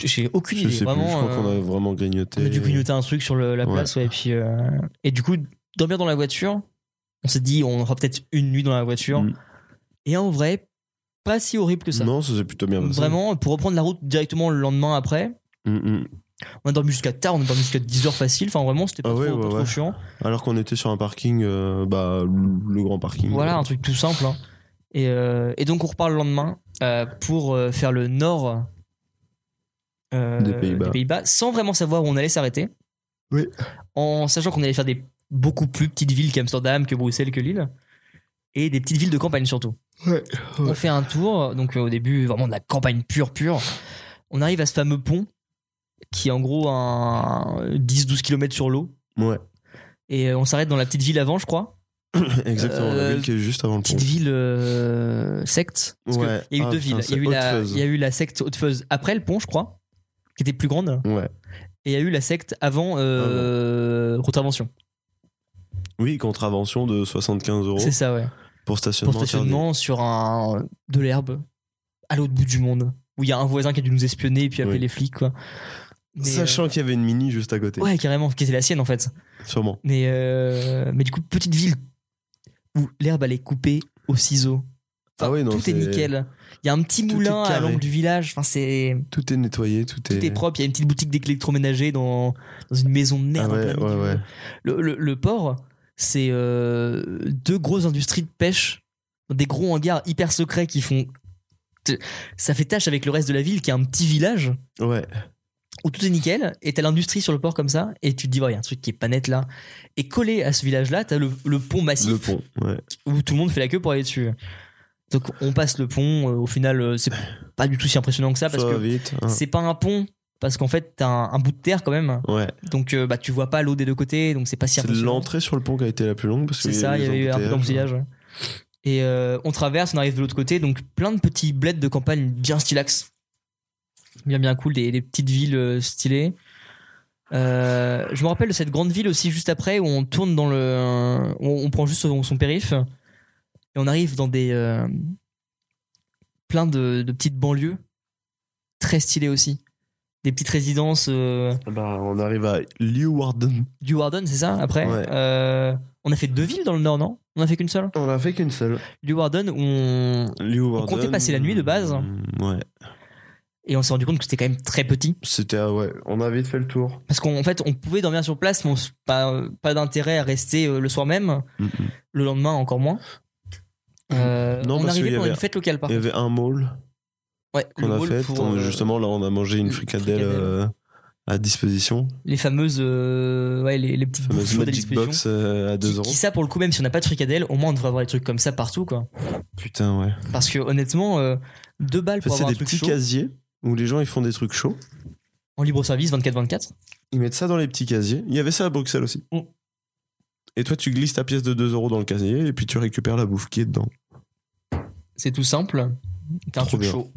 S3: J'ai aucune
S2: Je
S3: idée.
S2: sais
S3: vraiment,
S2: plus, je crois qu'on
S3: euh,
S2: a vraiment grignoté.
S3: On a dû grignoter un truc sur le- la
S2: Ouais.
S3: place, ouais, et puis. euh, Et du coup, dormir dans la voiture, on s'est dit, on aura peut-être une nuit dans la voiture.
S2: Mm.
S3: Et en vrai, pas si horrible que ça.
S2: Non, ça s'est plutôt bien passé.
S3: Vraiment, pour reprendre la route directement le lendemain après,
S2: Mm, mm.
S3: on a dormi jusqu'à tard, on a dormi jusqu'à 10 heures facile, enfin vraiment, c'était pas,
S2: Ah ouais,
S3: trop, pas
S2: ouais,
S3: trop
S2: ouais.
S3: chiant.
S2: Alors qu'on était sur un parking, euh, bah, le le grand parking.
S3: Voilà, un truc tout simple. hein. Et, euh, et donc, on repart le lendemain euh, pour euh, faire le nord euh,
S2: Des Pays-Bas.
S3: sans vraiment savoir où on allait s'arrêter.
S2: Oui.
S3: En sachant qu'on allait faire des beaucoup plus petites villes qu'Amsterdam, que Bruxelles, que Lille. et des petites villes de campagne surtout. On fait un tour, donc euh, au début vraiment de la campagne pure pure. On arrive à ce fameux pont qui est en gros un 10-12 km sur l'eau
S2: Ouais,
S3: et euh, on s'arrête dans la petite ville avant, je crois.
S2: exactement.
S3: Euh,
S2: la ville qui est juste avant le pont.
S3: Petite ville euh, secte. Parce que
S2: Ouais.
S3: Il y a eu
S2: Ah,
S3: deux
S2: putain,
S3: villes. Il y, a
S2: c'est
S3: eu la,
S2: Haute-Feuze.
S3: il y a eu la secte Haute-Feuze après le pont, je crois, qui était plus grande.
S2: Ouais.
S3: Et il y a eu la secte avant
S2: Ah
S3: euh, Route-Invention.
S2: Oui, contravention de 75 euros
S3: C'est ça, ouais.
S2: pour stationnement.
S3: Pour stationnement sur un, de l'herbe à l'autre bout du monde où il y a un voisin qui a dû nous espionner et puis appeler
S2: Oui.
S3: les flics, quoi. Mais,
S2: interdit. Sachant qu'il y avait une mini juste à côté,
S3: euh, ouais, carrément, qui était la sienne en fait.
S2: sûrement.
S3: Mais, euh, mais du coup, petite ville où l'herbe elle est coupée au ciseau.
S2: Ah oui, non,
S3: tout est...
S2: c'est-
S3: nickel. Il y a un petit
S2: Tout est
S3: moulin à
S2: carré.
S3: l'angle du village. Enfin, c'est
S2: Tout est nettoyé, tout,
S3: tout est propre. Il y a une petite boutique d'électroménager dans, dans une maison de
S2: Ah
S3: merde. en
S2: ouais,
S3: plein
S2: ouais,
S3: milieu.
S2: ouais.
S3: Le, le- le port, c'est euh, deux grosses industries de pêche, des gros hangars hyper secrets qui font. Ça fait tâche avec le reste de la ville qui est un petit village
S2: Ouais,
S3: où tout est nickel et t'as l'industrie sur le port comme ça et tu te dis, oh, il y a un truc qui est pas net là. Et collé à ce village-là, t'as le, le pont massif
S2: le pont. Ouais.
S3: où tout le monde fait la queue pour aller dessus. Donc on passe le pont, euh, au final, euh, c'est pas du tout si impressionnant que ça parce
S2: Ça va
S3: que
S2: vite. hein.
S3: c'est pas un pont. Parce qu'en fait, t'as un, un bout de terre quand même,
S2: Ouais,
S3: donc euh, bah tu vois pas l'eau des deux côtés, donc c'est pas si
S2: c'est
S3: impressionnant.
S2: l'entrée sur le pont qui a été la plus longue parce que
S3: C'est ça, il y avait eu un peu d'embouteillage. ouais. Et euh, on traverse, on arrive de l'autre côté, donc plein de petits bleds de campagne bien stylax. Bien, bien cool, des, des petites villes euh, stylées. Euh, je me rappelle de cette grande ville aussi, juste après, où on tourne dans le. On, on prend juste son, son périph. Et on arrive dans des. euh, plein de, de petites banlieues. Très stylées aussi. Des petites résidences. euh,
S2: Bah, on arrive à Leeuwarden.
S3: du Warden, c'est ça, après
S2: Ouais.
S3: Euh, On a fait deux villes dans le nord, non On a fait qu'une seule
S2: On a fait qu'une seule.
S3: du Warden où on...
S2: Leeuwarden.
S3: comptait passer la nuit de base.
S2: Mm, Ouais.
S3: et on s'est rendu compte que c'était quand même très petit
S2: C'était ah ouais, on a vite fait le tour.
S3: parce qu'en fait on pouvait dormir sur place mais on s- pas euh, pas d'intérêt à rester euh, le soir même le lendemain encore moins Euh,
S2: Non,
S3: on
S2: parce
S3: arrivait
S2: qu'il y
S3: pour
S2: avait-
S3: une fête locale par
S2: Il y avait un mall
S3: ouais, le
S2: qu'on a
S3: hall
S2: fait.
S3: pour,
S2: On-
S3: euh,
S2: justement, là, on a mangé une
S3: une
S2: fricadelle,
S3: fricadelle.
S2: euh, à disposition.
S3: les fameuses euh, ouais les, les petites
S2: Fameuse
S3: bouffes chaudes à
S2: Magic
S3: disposition
S2: Box euh, à 2
S3: qui,
S2: euros.
S3: qui ça pour le coup même si on n'a pas de fricadelle au moins on devrait avoir des trucs comme ça partout quoi
S2: Putain, ouais.
S3: parce que honnêtement euh, deux balles pour
S2: C'est
S3: avoir un
S2: des
S3: truc
S2: petits
S3: chaud
S2: casiers où les gens ils font des trucs chauds.
S3: en libre service 24-24
S2: Ils mettent ça dans les petits casiers. Il y avait ça à Bruxelles aussi.
S3: Mm.
S2: Et toi, tu glisses ta pièce de 2 euros dans le casier et puis tu récupères la bouffe qui est dedans.
S3: c'est tout simple t'as un
S2: Trop
S3: truc
S2: bien.
S3: chaud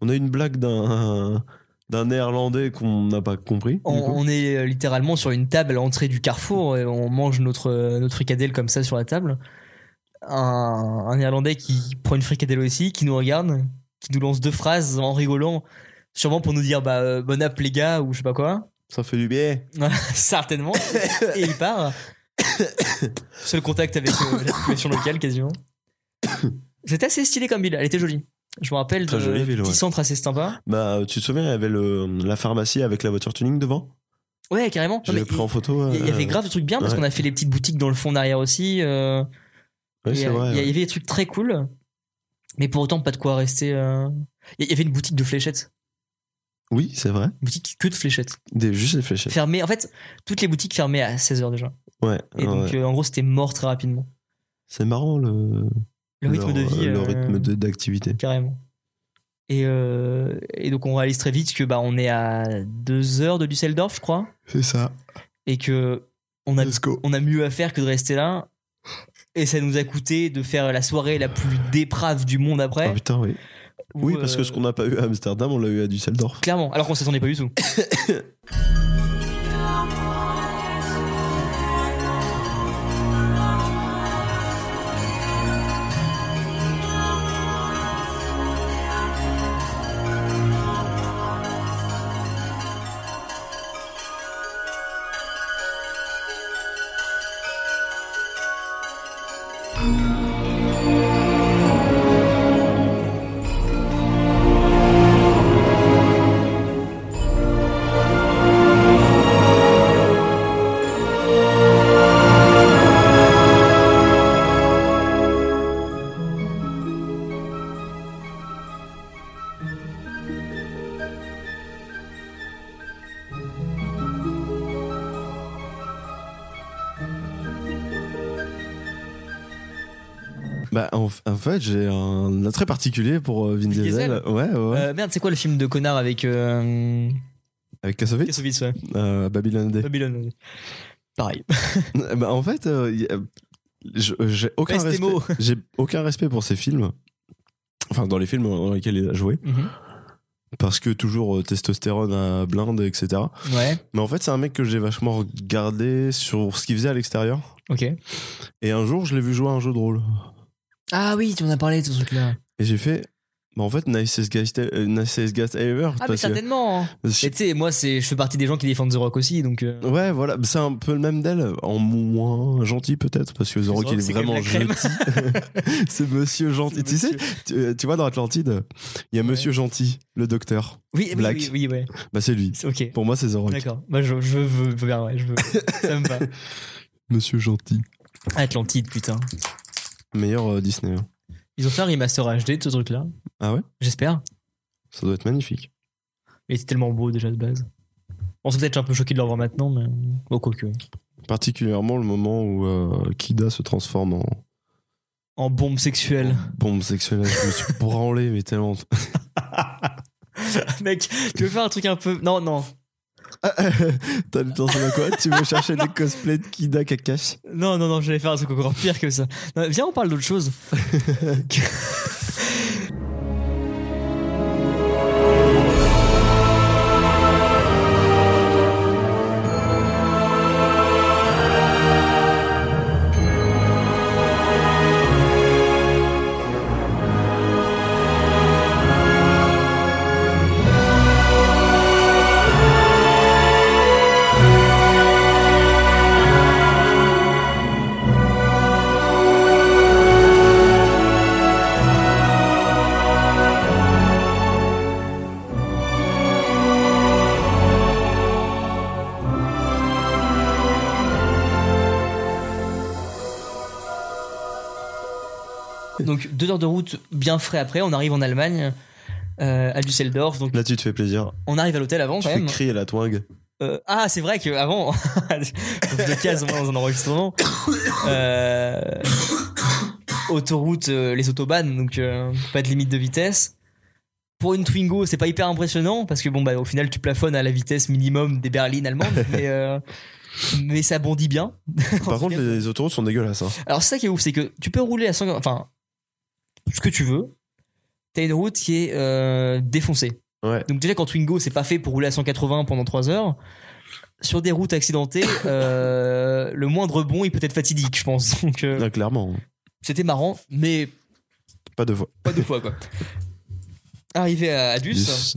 S2: On a une blague d'un d'un néerlandais qu'on n'a pas compris. du
S3: On,
S2: coup.
S3: on est euh, littéralement sur une table à l'entrée du carrefour et on mange notre, euh, notre fricadelle comme ça sur la table. Un, un Irlandais qui prend une fricadelle aussi, qui nous regarde, qui nous lance deux phrases en rigolant, sûrement pour nous dire bah, euh, bon app les gars ou je sais pas quoi.
S2: Ça fait du bien.
S3: Voilà, Certainement. et il part. Seul contact avec euh, la population locale quasiment. C'était assez stylé comme ville, elle était jolie. Je me rappelle
S2: Très
S3: de
S2: jolie ville,
S3: petit
S2: ouais.
S3: centre assez sympa.
S2: Bah, tu te souviens, il y avait le, la pharmacie avec la voiture tuning devant.
S3: Ouais, carrément. Non,
S2: Je
S3: Ah, mais
S2: l'ai pris en photo.
S3: Il y- il y
S2: euh,
S3: avait grave de trucs bien parce
S2: ouais.
S3: qu'on a fait les petites boutiques dans le fond derrière aussi. euh,
S2: ouais,
S3: et,
S2: c'est
S3: euh,
S2: vrai.
S3: il y
S2: ouais.
S3: avait des trucs très cool. Mais pour autant, pas de quoi rester. euh. Il y avait une boutique de fléchettes.
S2: Oui, c'est vrai.
S3: Une boutique que de fléchettes.
S2: Des, juste les fléchettes.
S3: Fermée. En fait, toutes les boutiques fermées à 16h déjà.
S2: Ouais.
S3: Et
S2: Ah ouais.
S3: donc, euh, en gros, c'était mort très rapidement.
S2: C'est marrant le,
S3: Le rythme
S2: leur-
S3: de vie.
S2: Le
S3: euh,
S2: rythme de- d'activité.
S3: Carrément. Et, euh, et donc, on réalise très vite que bah, on est à 2 heures de Düsseldorf, je crois.
S2: C'est ça.
S3: Et que on a
S2: Let's go.
S3: on a mieux à faire que de rester là. Et ça nous a coûté de faire la soirée la plus déprave du monde après.
S2: Ah putain, oui.
S3: Où,
S2: oui, parce
S3: euh,
S2: que ce qu'on n'a pas eu à Amsterdam, on l'a eu à Düsseldorf.
S3: Clairement, alors qu'on s'attendait pas du tout.
S2: Bah, en, en fait, j'ai un attrait particulier pour euh, Vin
S3: Vin
S2: Diesel.
S3: Diesel
S2: Ouais, ouais, ouais.
S3: Euh, merde, c'est quoi le film de connard avec euh,
S2: Avec Kassovitz,
S3: Kassovitz, ouais.
S2: euh, Babylon D.
S3: Babylone. Pareil.
S2: Bah, en fait, euh, y a- je- j'ai aucun,
S3: Reste tes
S2: respect-
S3: mots.
S2: j'ai aucun respect pour ces films. Enfin, dans les films dans lesquels il a joué.
S3: Mhm.
S2: Parce que toujours euh, testostérone à blinde, etc.
S3: Ouais,
S2: Mais en fait, c'est un mec que j'ai vachement regardé sur ce qu'il faisait à l'extérieur.
S3: ok.
S2: Et un jour, je l'ai vu jouer à un jeu de rôle.
S3: Ah oui, tu en as parlé de ce truc-là.
S2: Et j'ai fait. Bah, en fait, nicest guy, sta- euh, nicest guy ever.
S3: Ah, mais
S2: parce que-
S3: certainement. hein. Mais tu sais, moi, c'est- je fais partie des gens qui défendent The Rock aussi, donc. euh,
S2: Ouais, voilà, c'est un peu le même d'elle, en moins gentil peut-être, parce que The Rock,
S3: The Rock,
S2: il est
S3: c'est quand même
S2: vraiment
S3: la crème.
S2: gentil. c'est monsieur gentil. Tu sais, tu, tu vois, dans Atlantide, il y a monsieur gentil, le docteur.
S3: Oui, oui,
S2: Black.
S3: oui, oui, ouais.
S2: Bah, c'est lui.
S3: C'est- Ok.
S2: Pour moi, c'est The Rock.
S3: D'accord. Moi, je, je veux, je veux bien, ouais, je veux. Ça me va.
S2: Monsieur gentil.
S3: Atlantide, putain.
S2: Meilleur euh, Disney. hein.
S3: Ils ont fait un remaster HD de ce truc-là.
S2: Ah ouais
S3: J'espère.
S2: Ça doit être magnifique.
S3: Mais c'est tellement beau déjà de base. On s'est peut-être un peu choqué de le revoir maintenant, mais. Oh, quoique.
S2: Particulièrement le moment où euh, Kida se transforme en
S3: En bombe sexuelle.
S2: bombe sexuelle. Je me suis branlé, mais tellement.
S3: Mec, tu veux faire un truc un peu. Non, non.
S2: T'as le temps à quoi Tu veux chercher des cosplays de Kida Kakashi
S3: Non, non, non, j'allais faire un truc encore pire que ça. Non, viens, on parle d'autre chose. Donc, deux heures de route bien frais après, on arrive en Allemagne, euh, à Düsseldorf. Donc,
S2: Là, tu te fais plaisir.
S3: on arrive à l'hôtel avant
S2: Tu
S3: quand
S2: fais
S3: même.
S2: crier la twang.
S3: Euh, ah, c'est vrai qu'avant, deux cases au moins dans un enregistrement. Euh, autoroute, euh, les autobahnes, donc euh, pas de limite de vitesse. Pour une Twingo, c'est pas hyper impressionnant parce que bon, bah, au final, tu plafonnes à la vitesse minimum des berlines allemandes, mais, euh, mais ça bondit bien.
S2: Par contre, les, les autoroutes sont dégueulasses. hein.
S3: Alors, c'est ça qui est ouf, c'est que tu peux rouler à 100 enfin, ce que tu veux. T'as une route qui est euh, défoncée.
S2: Ouais.
S3: Donc, déjà, quand Twingo, c'est pas fait pour rouler à 180 pendant 3 heures, sur des routes accidentées, euh, le moindre bond, il peut être fatidique, je pense. Donc, euh,
S2: Ah, clairement.
S3: c'était marrant, mais
S2: Pas de voix.
S3: pas deux fois, quoi. Arrivé à, à Dus,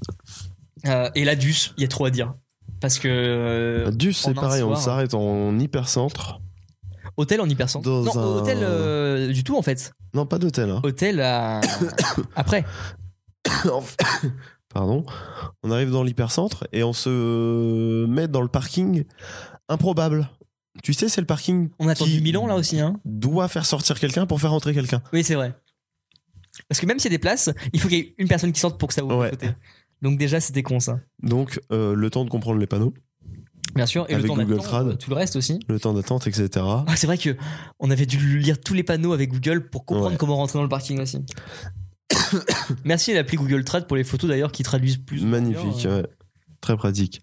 S3: euh, et là, Dus, il y a trop à dire. Parce que. euh,
S2: Dus, ah, c'est
S3: en un
S2: pareil, on
S3: soir.
S2: s'arrête en hypercentre.
S3: hôtel en hypercentre.
S2: Dans
S3: Non,
S2: un-
S3: hôtel euh, du tout, en fait.
S2: Non, pas d'hôtel. hein.
S3: Hôtel à. Après.
S2: Pardon. On arrive dans l'hypercentre et on se met dans le parking improbable. Tu sais, c'est le parking
S3: On a attendu
S2: qui
S3: Milan là aussi, hein
S2: doit faire sortir quelqu'un pour faire entrer quelqu'un.
S3: Oui, c'est vrai. Parce que même s'il y a des places, il faut qu'il y ait une personne qui sorte pour que ça ouvre
S2: Ouais.
S3: de côté. Donc déjà, c'était con ça.
S2: Donc, euh, le temps de comprendre les panneaux,
S3: Bien sûr. Et
S2: Avec
S3: le temps
S2: Google
S3: d'attente,
S2: Trad.
S3: euh, tout le reste aussi.
S2: le temps d'attente, etc.
S3: Ah, c'est vrai que on avait dû lire tous les panneaux avec Google pour comprendre
S2: Ouais.
S3: comment rentrer dans le parking aussi. Merci à l'appli Google Trad pour les photos d'ailleurs qui traduisent plus. ou moins bien,
S2: Magnifique,
S3: euh.
S2: ouais. très pratique.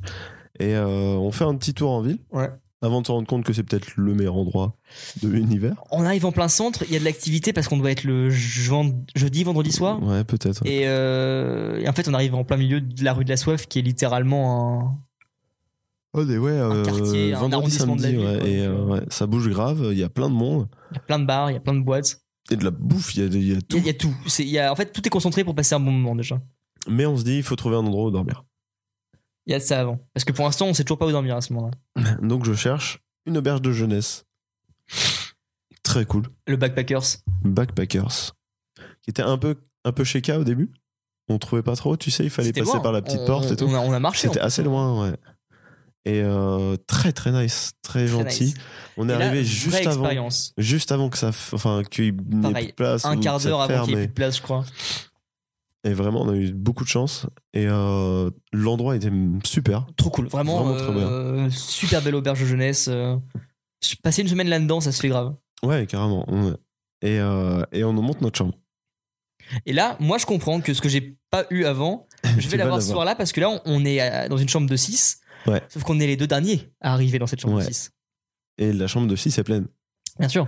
S2: Et euh, on fait un petit tour en ville
S3: euh, Ouais.
S2: avant de se rendre compte que c'est peut-être le meilleur endroit de l'univers.
S3: On arrive en plein centre, il y a de l'activité parce qu'on doit être le je- jeudi, vendredi soir.
S2: Ouais, peut-être.
S3: Et, euh, et en fait, on arrive en plein milieu de la rue de la soif qui est littéralement un,
S2: Oh, mais ouais, euh,
S3: quartier, un
S2: vendredi,
S3: arrondissement de
S2: samedi,
S3: la ville,
S2: ouais,
S3: quoi.
S2: et euh, ouais, ça bouge grave, il y a plein de monde,
S3: il y a plein de bars, il y a plein de boîtes.
S2: et de la bouffe, il y a, des- il y a
S3: Il y,
S2: tout.
S3: a- il y a tout. C'est- il y a, en fait, tout est concentré pour passer un bon moment déjà.
S2: Mais on se dit, il faut trouver un endroit où dormir.
S3: Il y a ça avant. Parce que pour l'instant, on sait toujours pas où dormir à ce moment-là.
S2: Donc je cherche une auberge de jeunesse. Très cool.
S3: Le Backpackers.
S2: Backpackers. Qui était un peu, un peu chez K au début. On trouvait pas trop, tu sais, il fallait
S3: C'était
S2: passer
S3: loin. hein.
S2: par la petite
S3: On-
S2: porte et tout.
S3: On a, on a marché. hein.
S2: C'était
S3: en fait.
S2: assez loin, ouais. Et euh, très très nice, très,
S3: Très
S2: gentil.
S3: nice.
S2: On est
S3: Et là,
S2: arrivé
S3: vraie
S2: juste avant,
S3: expérience.
S2: juste avant que ça, f- enfin qu'il n'y ait
S3: Pareil,
S2: plus de place,
S3: Un
S2: ou
S3: quart
S2: que ça
S3: d'heure avant
S2: ferme,
S3: qu'il n'y ait
S2: et-
S3: plus de place, je crois.
S2: Et vraiment, on a eu beaucoup de chance. Et euh, l'endroit était super.
S3: Trop cool. Vraiment,
S2: Vraiment trop
S3: euh, super belle auberge de jeunesse. euh, Passer une semaine là-dedans, ça se fait grave.
S2: Ouais, carrément. Ouais. et, euh, et on nous montre notre chambre.
S3: Et là, moi, je comprends que ce que j'ai pas eu avant, je
S2: vas
S3: vais l'avoir ce
S2: l'avoir.
S3: soir-là parce que là, on- on est euh, dans une chambre de 6.
S2: Ouais.
S3: Sauf qu'on est les deux derniers à arriver dans cette chambre
S2: Ouais.
S3: de 6.
S2: Et la chambre de 6 est pleine.
S3: Bien sûr.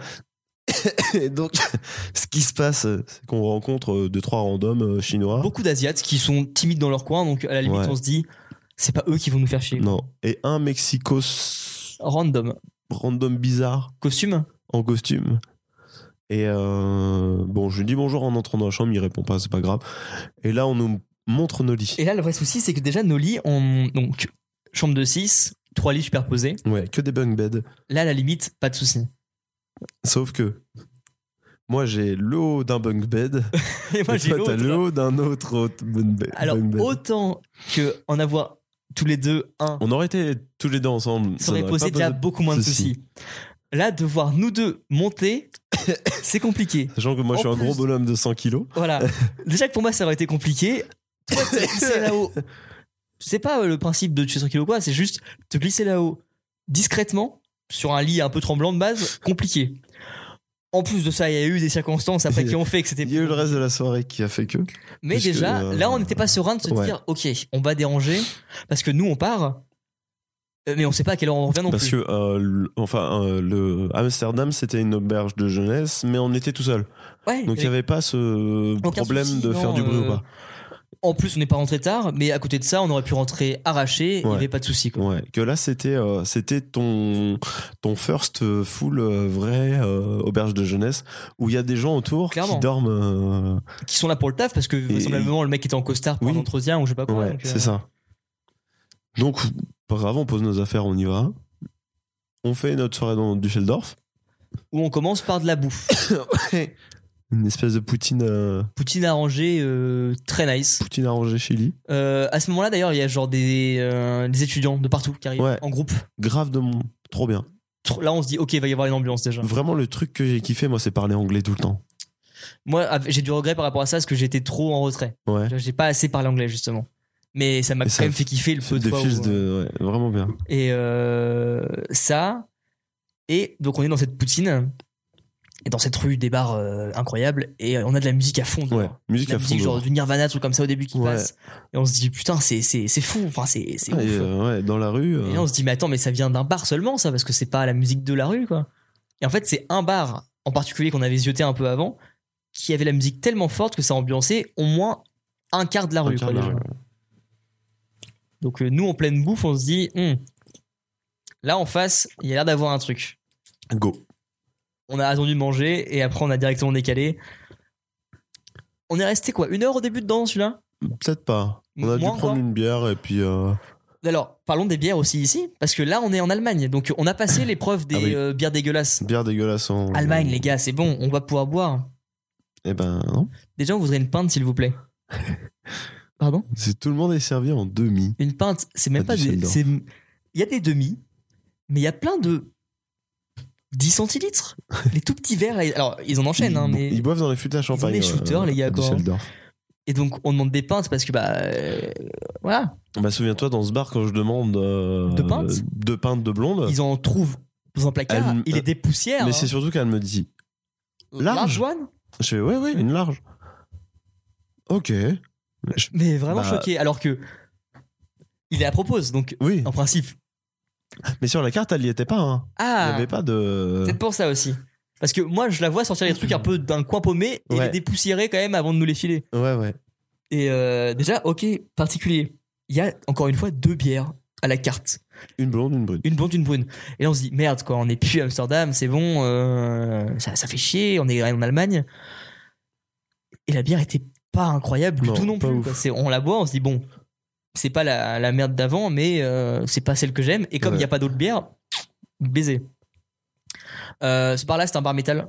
S2: Et donc, ce qui se passe, c'est qu'on rencontre 2 trois randoms euh, chinois.
S3: Beaucoup d'Asiates qui sont timides dans leur coin, donc à la limite,
S2: Ouais.
S3: on se dit, c'est pas eux qui vont nous faire chier.
S2: Non. Et un Mexicos
S3: Random.
S2: random bizarre
S3: Costume
S2: en costume. Et euh, bon, je lui dis bonjour en entrant dans la chambre, il répond pas, c'est pas grave. Et là, on nous montre nos lits.
S3: Et là, le vrai souci, c'est que déjà, nos lits, on... donc, chambre de 6, trois lits superposés.
S2: Ouais, que des bunk beds.
S3: Là, à la limite, pas de souci.
S2: Sauf que moi, j'ai le haut d'un bunk bed.
S3: Et moi,
S2: et
S3: j'ai
S2: toi, t'as
S3: l'autre.
S2: le haut d'un autre haut- bunk bed.
S3: Alors,
S2: bunk bed.
S3: autant que en avoir tous les deux un,
S2: On aurait été tous les deux ensemble.
S3: ça aurait
S2: n'aurait
S3: posé
S2: pas
S3: déjà beaucoup moins de
S2: souci.
S3: soucis. Là, de voir nous deux monter, c'est compliqué.
S2: Sachant que moi, je
S3: En
S2: suis un
S3: plus-
S2: gros bonhomme de 100 kilos.
S3: Voilà. Déjà que pour moi, ça aurait été compliqué. Toi, te glisser là-haut. C'est pas euh, le principe de tuer 100 kilos ou quoi, c'est juste te glisser là-haut discrètement sur un lit un peu tremblant de base, compliqué. En plus de ça, il y a eu des circonstances après qui ont fait que c'était.
S2: Il y a eu le reste de la soirée qui a fait que.
S3: Mais
S2: Puisque,
S3: déjà,
S2: euh,
S3: là, on n'était pas serein de se
S2: ouais.
S3: dire, ok, on va déranger parce que nous, on part, euh, mais on sait pas à quelle heure on revient non
S2: Parce
S3: plus.
S2: que, euh, le- enfin, euh, le Amsterdam, c'était une auberge de jeunesse, mais on était tout seul.
S3: Ouais,
S2: Donc, il n'y
S3: et
S2: avait pas ce
S3: Aucun
S2: problème
S3: souci,
S2: de
S3: non,
S2: faire du bruit
S3: euh,
S2: ou pas.
S3: en plus, on n'est pas rentré tard, mais à côté de ça, on aurait pu rentrer arraché, il n'y
S2: Ouais.
S3: avait pas de souci. quoi.
S2: Ouais, que là, c'était euh, c'était ton, ton first euh, full euh, vrai euh, auberge de jeunesse où il y a des gens autour
S3: Clairement.
S2: qui dorment. euh,
S3: Qui sont là pour le taf parce que vraisemblablement, le mec était en costard pour
S2: Oui.
S3: un entretien ou je sais pas
S2: euh,
S3: quoi.
S2: ouais,
S3: donc, euh,
S2: c'est ça. Donc, pas grave, on pose nos affaires, on y va. On fait notre soirée dans Düsseldorf.
S3: Où on commence par de la bouffe.
S2: Une espèce de poutine, euh,
S3: Poutine arrangée, euh, très nice.
S2: poutine arrangée Chili.
S3: Euh, à ce moment-là, d'ailleurs, il y a genre des, euh, des étudiants de partout qui arrivent
S2: Ouais.
S3: en groupe.
S2: Grave de mon. Trop bien.
S3: Tr- Là, on se dit, ok, il va y avoir une ambiance déjà.
S2: Vraiment, le truc que j'ai kiffé, moi, c'est parler anglais tout le temps.
S3: Moi, av- j'ai du regret par rapport à ça parce que j'étais trop en retrait.
S2: Ouais.
S3: J'ai pas assez parlé anglais justement. Mais ça m'a
S2: Et
S3: quand
S2: ça
S3: même fait kiffer le peu de
S2: Des
S3: fois
S2: fils
S3: où-
S2: de. ouais, vraiment bien.
S3: Et euh, ça. Et donc on est dans cette poutine. Et dans cette rue des bars euh, incroyables. Et euh, on a de la musique à fond. dehors.
S2: Ouais. Musique
S3: De la
S2: à fond.
S3: musique genre
S2: dehors.
S3: du Nirvana, tout comme ça au début qui
S2: Ouais.
S3: passe. Et on se dit putain, c'est, c'est, c'est fou. Enfin, c'est, c'est
S2: Et,
S3: ouf.
S2: euh, ouais, dans la rue. euh,
S3: Et là, on se dit, mais attends, mais ça vient d'un bar seulement, ça, parce que c'est pas la musique de la rue, quoi. Et en fait, c'est un bar en particulier qu'on avait zioté un peu avant, qui avait la musique tellement forte que ça ambiançait au moins un quart de la
S2: Un
S3: rue,
S2: quart
S3: quoi,
S2: de la
S3: déjà.
S2: rue,
S3: Donc, euh, nous, en pleine bouffe, on se dit, Hum, là, en face, il y a l'air d'avoir un truc.
S2: Go.
S3: On a attendu de manger, et après, on a directement décalé. On est resté, quoi, une heure au début dedans, celui-là
S2: Peut-être pas. On a
S3: Moins,
S2: dû
S3: quoi.
S2: prendre une bière et puis. euh,
S3: Alors, parlons des bières aussi ici, parce que là, on est en Allemagne, donc on a passé l'épreuve des
S2: Ah oui.
S3: euh, bières dégueulasses.
S2: bière dégueulasse en.
S3: Allemagne, les gars, c'est bon, on va pouvoir boire.
S2: Eh ben non.
S3: Déjà, on voudrait une pinte, s'il vous plaît. Pardon
S2: C'est tout le monde est servi en demi.
S3: Une pinte, c'est même
S2: Ah,
S3: pas des.
S2: Düsseldorf.
S3: c'est- Il y a des demi, mais il y a plein de 10 centilitres. les tout petits verres, là, alors ils en enchaînent, hein,
S2: ils, bo-
S3: mais.
S2: ils boivent dans les flûtes à champagne.
S3: des shooters, les gars,
S2: à
S3: quoi. hein.
S2: Düsseldorf.
S3: Et donc, on demande des pintes parce que, bah. euh, voilà,
S2: Bah souviens-toi dans ce bar quand je demande euh,
S3: Deux pintes
S2: deux pintes de blonde.
S3: ils hein. en trouvent dans un placard,
S2: Elle- euh,
S3: il est des poussières.
S2: mais c'est surtout qu'elle me dit. large.
S3: Joanne
S2: Je fais ouais ouais une large. Ok. Je-
S3: Mais vraiment
S2: Bah-
S3: choqué, alors que. Il est à propose, donc
S2: Oui.
S3: en principe.
S2: Mais sur la carte elle y était pas. hein. Il
S3: Ah
S2: y avait pas de.
S3: Peut-être pour ça aussi. Parce que moi, je la vois sortir les trucs un peu d'un coin paumé et
S2: Ouais.
S3: les dépoussiérer quand même avant de nous les filer.
S2: Ouais ouais.
S3: Et euh, déjà, ok, particulier. Il y a encore une fois deux bières à la carte.
S2: Une blonde une brune.
S3: Une blonde, une brune. Et là, on se dit, merde, quoi, on est plus à Amsterdam, c'est bon, euh, ça, ça fait chier, on est en Allemagne. Et la bière était pas incroyable du
S2: Non,
S3: tout non
S2: pas
S3: plus.
S2: ouf.
S3: quoi. C'est- On la boit, on se dit, bon, c'est pas la, la merde d'avant, mais euh, c'est pas celle que j'aime. Et comme il
S2: Ouais.
S3: n'y a pas d'autre bière, baiser. Euh, ce bar-là, c'est un bar métal.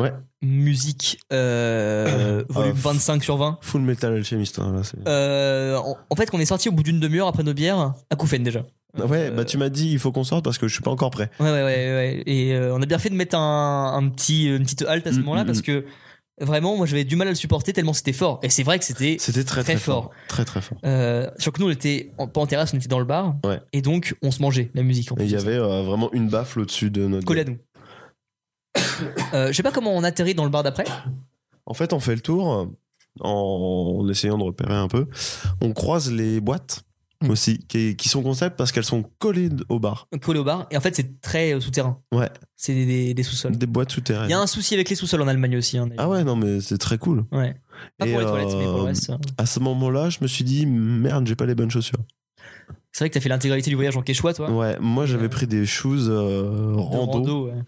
S2: Ouais.
S3: Musique, euh, volume
S2: Euh,
S3: 25 sur 20.
S2: Full metal alchimiste. hein, là, c'est-
S3: Euh, en, en fait, qu'on est sorti au bout d'une demi-heure après nos bières, à Koufen déjà.
S2: ouais
S3: euh,
S2: bah tu m'as dit il faut qu'on sorte parce que je suis pas encore prêt.
S3: Ouais, ouais, ouais. ouais. Et euh, on a bien fait de mettre un, un petit, une petite halte à ce
S2: Mm,
S3: moment-là
S2: mm,
S3: parce
S2: mm.
S3: que vraiment, moi, j'avais du mal à le supporter tellement c'était fort. Et c'est vrai que c'était.
S2: C'était très
S3: Très
S2: très,
S3: fort.
S2: Très très fort.
S3: Euh, sur que nous, on était en- pas en terrasse, on était dans le bar.
S2: Ouais.
S3: Et donc, on se mangeait la musique. en
S2: Et il y
S3: plus.
S2: avait euh, vraiment une baffle au-dessus de notre.
S3: Collé à nous. Euh, je sais pas comment on atterrit dans le bar d'après.
S2: En fait, on fait le tour en, en essayant de repérer un peu. On croise les boîtes
S3: Mm.
S2: aussi qui, qui sont concept parce qu'elles sont collées au bar.
S3: collé au bar. Et en fait, c'est très euh, souterrain.
S2: Ouais,
S3: C'est des, des- des sous-sols.
S2: des boîtes
S3: Il
S2: souterraines.
S3: y a un souci avec les sous-sols en Allemagne aussi. hein, d'ailleurs.
S2: Ah ouais, non, mais c'est très cool.
S3: Ouais. Pas
S2: Et,
S3: pour les toilettes, mais pour le
S2: euh,
S3: reste. euh.
S2: À ce moment-là, je me suis dit, merde, j'ai pas les bonnes chaussures.
S3: C'est vrai que t'as fait l'intégralité du voyage en Quechua, toi.
S2: Ouais, moi j'avais
S3: euh,
S2: pris des shoes euh,
S3: De
S2: rando.
S3: Rando, ouais.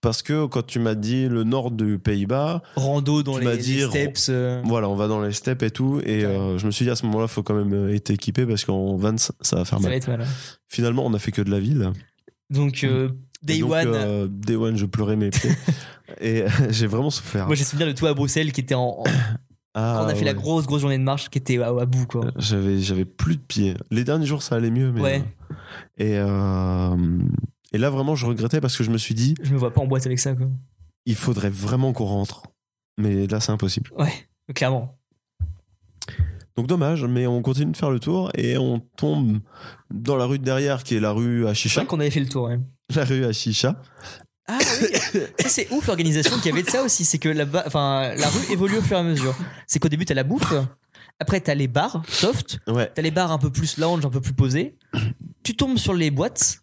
S2: Parce que quand tu m'as dit le nord du Pays-Bas,
S3: Rando dans
S2: Tu
S3: les,
S2: m'as
S3: les
S2: dit ro-
S3: steps. euh,
S2: voilà, on va dans les steppes et tout. Et euh, je me suis dit à ce moment-là, faut quand même euh, être équipé parce qu'en van, ça ça va faire
S3: ça va
S2: mal.
S3: être mal.
S2: Finalement, on a fait que de la ville.
S3: Donc, euh,
S2: Mm.
S3: Day
S2: Et donc,
S3: One.
S2: euh, day One, je pleurais mes pieds. et euh, j'ai vraiment souffert.
S3: Moi, j'ai souvenir de toi à Bruxelles qui était en. en-
S2: Ah,
S3: on a fait la
S2: ouais.
S3: grosse, grosse journée de marche qui était à, à bout, quoi.
S2: J'avais, j'avais plus de pieds. Les derniers jours, ça allait mieux. Mais
S3: Ouais.
S2: euh, et, euh, et là, vraiment, je regrettais parce que je me suis dit,
S3: Je me vois pas en boîte avec ça, quoi.
S2: il faudrait vraiment qu'on rentre. Mais là, c'est impossible.
S3: Ouais, clairement.
S2: Donc dommage, mais on continue de faire le tour et on tombe dans la rue de derrière qui est la rue à
S3: C'est
S2: Chicha.
S3: vrai qu'on avait fait le tour, ouais.
S2: La rue à Chicha.
S3: Ah oui Ça, c'est ouf l'organisation qu'il y avait de ça aussi, c'est que la, ba- enfin, la rue évolue au fur et à mesure. C'est qu'au début t'as la bouffe, après t'as les bars soft,
S2: Ouais.
S3: t'as les bars un peu plus lounge, un peu plus posés, tu tombes sur les boîtes,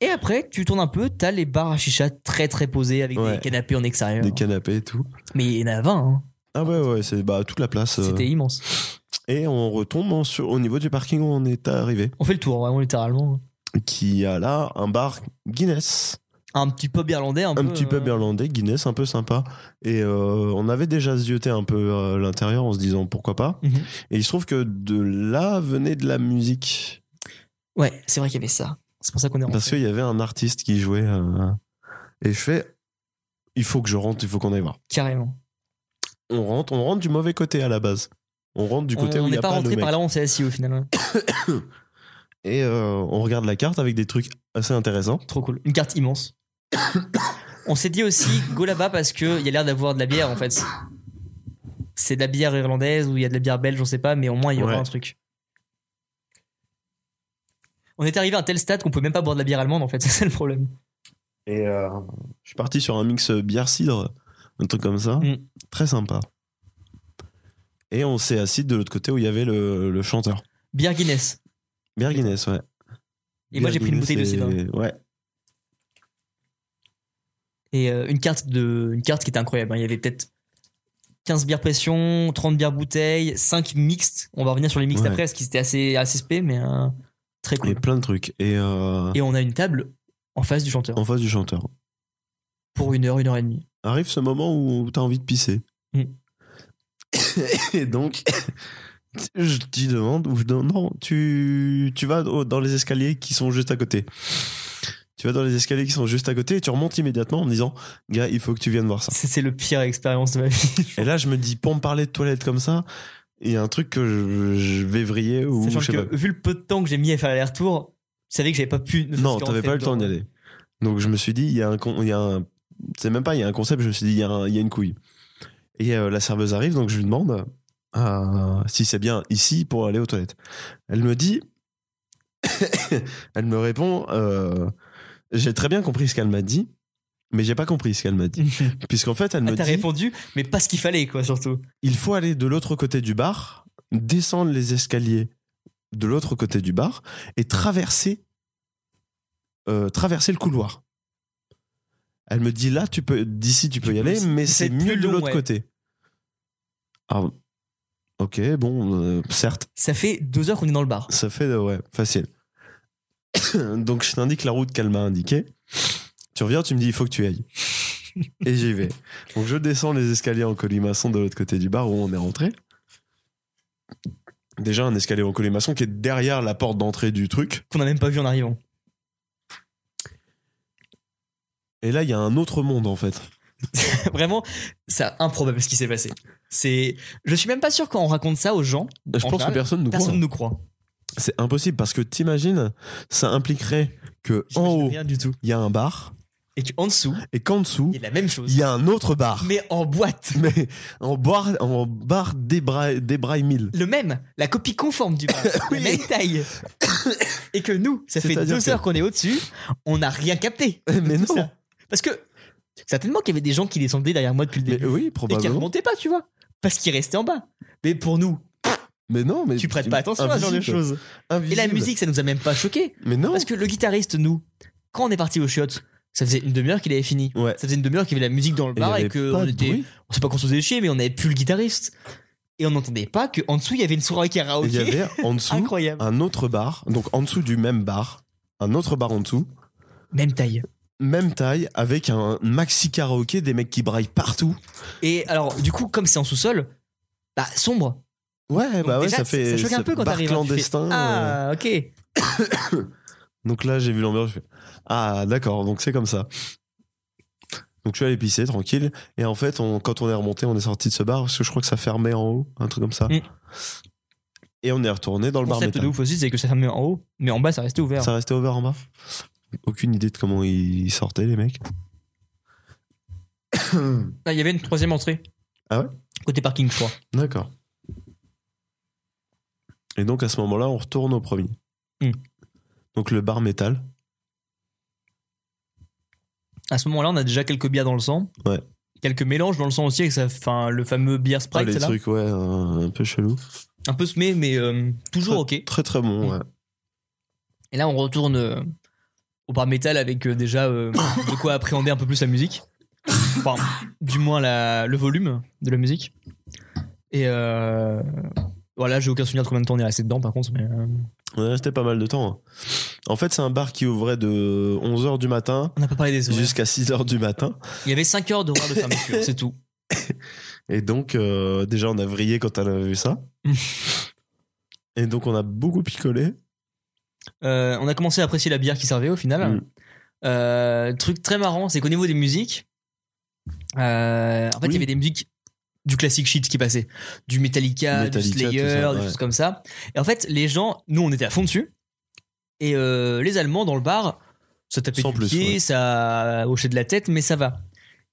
S3: et après tu tournes un peu, t'as les bars à chicha très très posés avec
S2: Ouais.
S3: des canapés en extérieur.
S2: Des canapés et tout.
S3: Mais il y en a 20, hein.
S2: Ah ouais, ouais, c'est bah, toute la place. euh,
S3: c'était immense.
S2: et on retombe en- sur, au niveau du parking où on est arrivé,
S3: On fait le tour vraiment littéralement.
S2: qui a là un bar Guinness.
S3: Un petit pub irlandais, un,
S2: Un petit
S3: peu euh,
S2: pub irlandais, Guinness, un peu sympa. Et euh, on avait déjà zioté un peu euh, l'intérieur en se disant pourquoi pas.
S3: Mhm.
S2: Et il se trouve que de là venait de la musique.
S3: Ouais, c'est vrai qu'il y avait ça. C'est pour ça qu'on est rentré.
S2: Parce qu'il y avait un artiste qui jouait. euh, et je fais il faut que je rentre, il faut qu'on aille voir.
S3: Carrément.
S2: on rentre, on rentre du mauvais côté à la base. On rentre du côté
S3: on
S2: où il
S3: n'est
S2: n'y a
S3: pas
S2: pas, le
S3: rentré
S2: mec.
S3: par là, on s'est assis au final. hein. ouais.
S2: Et euh, on regarde la carte avec des trucs assez intéressants.
S3: Trop cool. Une carte immense. On s'est dit aussi, go là-bas parce qu'il y a l'air d'avoir de la bière en fait. C'est de la bière irlandaise ou il y a de la bière belge, on sait pas, mais au moins il y aura
S2: Ouais.
S3: un truc. On est arrivé à un tel stade qu'on pouvait même pas boire de la bière allemande en fait, c'est ça le problème.
S2: Et euh, je suis parti sur un mix bière cidre, un truc comme ça,
S3: Mm.
S2: très sympa. Et on s'est assis de l'autre côté où il y avait le, le chanteur.
S3: Bière Guinness.
S2: Bière Guinness, ouais.
S3: Et moi, j'ai pris une
S2: Guinness
S3: bouteille de
S2: et- Ouais.
S3: Et euh, une, carte de, une carte qui était incroyable. hein. Il y avait peut-être 15 bières pression, 30 bières bouteilles, 5 mixtes. On va revenir sur les mixtes
S2: Ouais.
S3: après parce qu'ils étaient assez, assez spé, mais euh, très
S2: Et
S3: cool.
S2: plein de trucs. Et, euh,
S3: Et on a une table en face du chanteur
S2: en face du chanteur.
S3: pour une heure, une heure et demie.
S2: Arrive ce moment où t'as envie de pisser.
S3: Mm.
S2: Et donc, je t'y demande, ou je demande, non, tu, tu vas au- dans les escaliers qui sont juste à côté. Tu vas dans les escaliers qui sont juste à côté et tu remontes immédiatement en me disant, gars, il faut que tu viennes voir ça.
S3: C'est c'est le pire expérience de ma vie.
S2: Et là, je me dis, pour me parler de toilettes comme ça, il y a un truc que je, je vais vriller ou
S3: Sachant
S2: je sais
S3: que,
S2: pas.
S3: vu le peu de temps que j'ai mis à faire l'aller-retour, je savais que j'avais pas pu. ne
S2: Non,
S3: serait-ce que
S2: t'avais pas eu le
S3: rentrer
S2: temps d'y
S3: dedans.
S2: aller. Donc je me suis dit, il y a un, con- il y a un, c'est même pas, il y a un concept. Je me suis dit, il y a, un- il y a une couille. Et euh, la serveuse arrive, donc je lui demande euh, si c'est bien ici pour aller aux toilettes. Elle me dit, elle me répond, euh, j'ai très bien compris ce qu'elle m'a dit, mais j'ai pas compris ce qu'elle m'a dit, puisqu'en fait elle
S3: Ah,
S2: me
S3: t'as
S2: dit,
S3: répondu, mais pas ce qu'il fallait, quoi, surtout.
S2: il faut aller de l'autre côté du bar, descendre les escaliers de l'autre côté du bar et traverser, euh, traverser le couloir. Elle me dit là, tu peux, d'ici tu peux
S3: Tu
S2: y
S3: peux
S2: aller,
S3: aussi-
S2: mais
S3: mais
S2: c'est
S3: c'est plus
S2: mieux de
S3: long,
S2: l'autre
S3: ouais.
S2: côté. Ah, ok, bon, euh, certes,
S3: Ça fait deux heures qu'on est dans le bar.
S2: ça fait euh, ouais, facile. Donc je t'indique la route qu'elle m'a indiquée. Tu reviens, tu me dis il faut que tu ailles. Et j'y vais. Donc je descends les escaliers en colimaçon de l'autre côté du bar où on est rentré. Déjà un escalier en colimaçon qui est derrière la porte d'entrée du truc.
S3: Qu'on a même pas vu en arrivant.
S2: Et là il y a un autre monde en fait.
S3: Vraiment, c'est improbable ce qui s'est passé. C'est. Je suis même pas sûr quand on raconte ça aux gens.
S2: Bah, Je
S3: en
S2: pense que
S3: général,
S2: personne nous
S3: personne
S2: croit.
S3: nous croit.
S2: C'est impossible parce que t'imagines, ça impliquerait que en
S3: J'imagine
S2: haut
S3: Rien du tout.
S2: il y a un bar
S3: Et qu'en dessous,
S2: et qu'en dessous
S3: il y a la même
S2: il
S3: chose.
S2: y a un autre bar.
S3: Mais en boîte.
S2: Mais en bar, en bar des bras, des bras et mille.
S3: Le même, la copie conforme du bar,
S2: Oui.
S3: la même taille. Et que nous, ça fait
S2: C'est-à-dire
S3: deux
S2: que-
S3: heures qu'on est au-dessus, on n'a rien capté.
S2: Mais
S3: tout
S2: non.
S3: ça. Parce que Certainement qu'il y avait des gens qui descendaient derrière moi depuis le
S2: Mais
S3: début
S2: oui,
S3: et qui
S2: probablement.
S3: remontaient pas, tu vois, parce qu'ils restaient en bas. Mais pour nous,
S2: Mais non, mais
S3: tu prêtes pas attention à ce genre de
S2: invisible.
S3: choses. Et la
S2: Invisible.
S3: musique, ça nous a même pas choqué
S2: Mais non.
S3: parce que le guitariste, nous, quand on est parti au shot, ça faisait une demi-heure qu'il avait fini.
S2: Ouais.
S3: Ça faisait une demi-heure qu'il y avait la musique dans le
S2: Et il y
S3: bar et,
S2: avait
S3: que
S2: pas
S3: on
S2: de
S3: était,
S2: bruit.
S3: on sait pas qu'on se faisait chier, mais on avait plus le guitariste et on n'entendait pas que en dessous il y avait une soirée
S2: Et
S3: karaoké.
S2: Il y avait en dessous
S3: Incroyable.
S2: un autre bar, donc en dessous du même bar, un autre bar en dessous,
S3: Même taille.
S2: même taille, avec un maxi karaoké, des mecs qui braillent partout.
S3: Et alors, du coup, comme c'est en sous-sol, bah sombre.
S2: Ouais,
S3: Donc
S2: bah ouais,
S3: déjà,
S2: ça fait
S3: ça choque un
S2: ce
S3: peu quand
S2: bar
S3: t'arrives. hein, tu fais,
S2: clandestin. euh,
S3: Ah, ok.
S2: Donc là, j'ai vu l'ambiance, je fais Ah, d'accord, donc c'est comme ça. Donc je suis allé pisser tranquille. Et en fait, on- quand on est remonté, on est sorti de ce bar parce que je crois que ça fermait en haut, un truc comme ça.
S3: Mm.
S2: Et on est retourné dans le
S3: Le
S2: bar
S3: concept
S2: métal.
S3: de ouf aussi, c'est que ça fermait en haut, mais en bas, ça restait ouvert.
S2: Ça restait ouvert en bas. Aucune idée de comment ils sortaient, les mecs.
S3: Ah, Il y avait une troisième entrée.
S2: Ah ouais
S3: Côté parking, je crois.
S2: D'accord. Et donc à ce moment-là, on retourne au premier.
S3: Mm.
S2: Donc le bar métal.
S3: À ce moment-là, on a déjà quelques bières dans le sang.
S2: Ouais.
S3: Quelques mélanges dans le sang aussi, avec ça, enfin, le fameux bière
S2: Ah,
S3: Sprite,
S2: les
S3: là.
S2: trucs, ouais, euh, un, un peu chelou.
S3: Un peu semé, mais euh, toujours ok.
S2: Très très bon,
S3: Mm.
S2: ouais.
S3: Et là, on retourne euh, au bar métal avec euh, déjà euh, de quoi appréhender un peu plus la musique. Enfin, du moins la- le volume de la musique. Et euh, voilà, j'ai aucun souvenir de combien de temps on est resté dedans, par contre. Mais, euh,
S2: On est resté pas mal de temps. hein. En fait, c'est un bar qui ouvrait de 11h du matin
S3: on n'a pas parlé des horaires.
S2: jusqu'à 6h du matin.
S3: Il y avait 5 heures d'horaire de fermeture, c'est tout.
S2: Et donc, euh, déjà, on a vrillé quand on a vu ça. Et donc, on a beaucoup picolé.
S3: Euh, on a commencé à apprécier la bière qui servait au final.
S2: Mm.
S3: Euh, truc très marrant, c'est qu'au niveau des musiques, euh, en fait, il
S2: Oui.
S3: y avait des musiques du classique shit qui passait, du Metallica,
S2: Metallica,
S3: du Slayer,
S2: tout ça,
S3: des
S2: ouais.
S3: choses comme ça. Et en fait, les gens, nous, on était à fond dessus, et euh, les Allemands dans le bar, ça tapait
S2: Sans
S3: du
S2: plus,
S3: pied,
S2: ouais.
S3: ça hochait de la tête, mais ça va.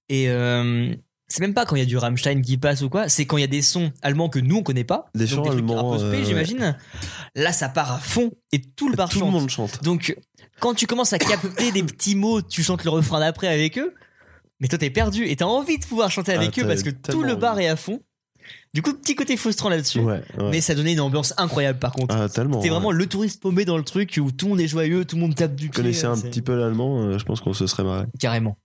S3: Et euh, c'est même pas quand il y a du Rammstein qui passe ou quoi, c'est quand il y a des sons allemands que nous on connaît pas,
S2: Des
S3: donc
S2: chants
S3: trucs
S2: allemands,
S3: un peu spé,
S2: euh, ouais.
S3: j'imagine. Là, ça part à fond et tout le bar
S2: Tout le
S3: chante.
S2: monde chante.
S3: Donc, quand tu commences à capter des petits mots, tu chantes le refrain d'après avec eux. Mais toi, t'es perdu et t'as envie de pouvoir chanter avec
S2: Ah,
S3: eux
S2: t'as
S3: parce que tout le
S2: tellement
S3: bar
S2: envie.
S3: est à fond. Du coup, petit côté frustrant là-dessus.
S2: Ouais, ouais.
S3: Mais ça donnait une ambiance incroyable par contre.
S2: Ah, tellement.
S3: T'es
S2: ouais.
S3: vraiment le touriste paumé dans le truc où tout le monde est joyeux, tout le monde tape du euh,
S2: Je connaissais un petit peu l'allemand, euh, je pense qu'on se serait marré.
S3: Carrément.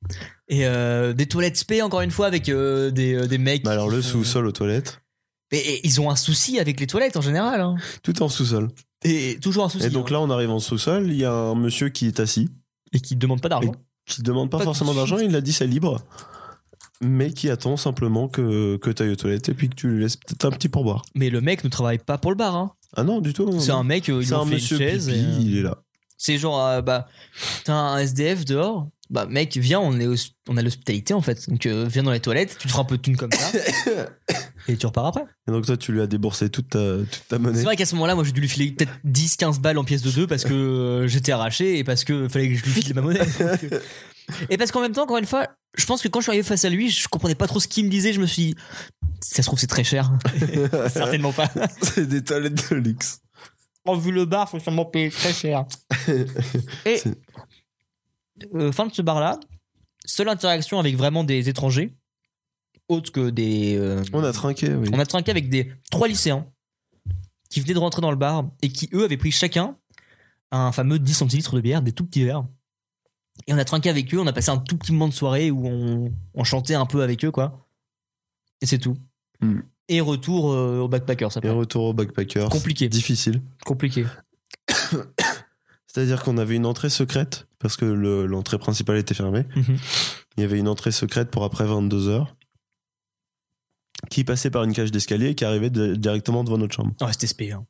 S3: Et euh, des toilettes spé encore une fois avec euh, des, euh, des mecs.
S2: Bah alors
S3: qui
S2: le
S3: font-
S2: sous-sol aux toilettes,
S3: Mais et ils ont un souci avec les toilettes en général. hein.
S2: tout en sous-sol.
S3: Et toujours un souci.
S2: Et donc
S3: hein.
S2: là, on arrive en sous-sol, il y a un monsieur qui est assis,
S3: Et qui demandent pas d'argent.
S2: qui demande pas
S3: Pas de
S2: forcément
S3: souci.
S2: d'argent, il a dit c'est libre, mais qui attend simplement que, que tu ailles aux toilettes et puis que tu lui laisses peut-être un petit pourboire.
S3: Mais le mec ne travaille pas pour le bar. hein.
S2: Ah non, du tout. non,
S3: C'est
S2: non.
S3: un mec, euh, il
S2: C'est
S3: lui
S2: un
S3: a fait une
S2: monsieur
S3: chaise.
S2: pipi,
S3: et, euh,
S2: il est là.
S3: C'est genre, euh, bah, t'as un SDF dehors. Bah, mec, viens, on, est hos- on a l'hospitalité en fait. Donc, euh, viens dans les toilettes, tu te feras un peu de thune comme ça. et tu repars après.
S2: Et donc toi, tu lui as déboursé toute ta, toute ta
S3: C'est
S2: monnaie.
S3: vrai qu'à ce moment-là, moi, j'ai dû lui filer peut-être 10, 15 balles en pièces de deux parce que euh, j'étais arraché et parce que fallait que je lui file ma monnaie. Donc, euh, et parce qu'en même temps, encore une fois, je pense que quand je suis arrivé face à lui, je comprenais pas trop ce qu'il me disait. Je me suis dit, ça se trouve, c'est très cher. Certainement pas.
S2: C'est des toilettes de luxe.
S3: Oh, vu le bar, faut sûrement payer très cher. Et
S2: C'est-
S3: euh, fin de ce bar-là, seule interaction avec vraiment des étrangers, autre que des. euh,
S2: On a trinqué, oui.
S3: on a trinqué avec des trois lycéens qui venaient de rentrer dans le bar et qui, eux, avaient pris chacun un fameux 10 centilitres de bière, des tout petits verres. Et on a trinqué avec eux, on a passé un tout petit moment de soirée où on, on chantait un peu avec eux, quoi. Et c'est tout.
S2: Hmm.
S3: Et retour euh, au backpacker, ça
S2: Et retour au backpacker.
S3: Compliqué.
S2: Difficile.
S3: Compliqué.
S2: C'est-à-dire qu'on avait une entrée secrète, parce que le- l'entrée principale était fermée.
S3: Mhm.
S2: Il y avait une entrée secrète pour après 22h, qui passait par une cage d'escalier et qui arrivait de- directement devant notre chambre.
S3: Ouais, c'était spé, hein.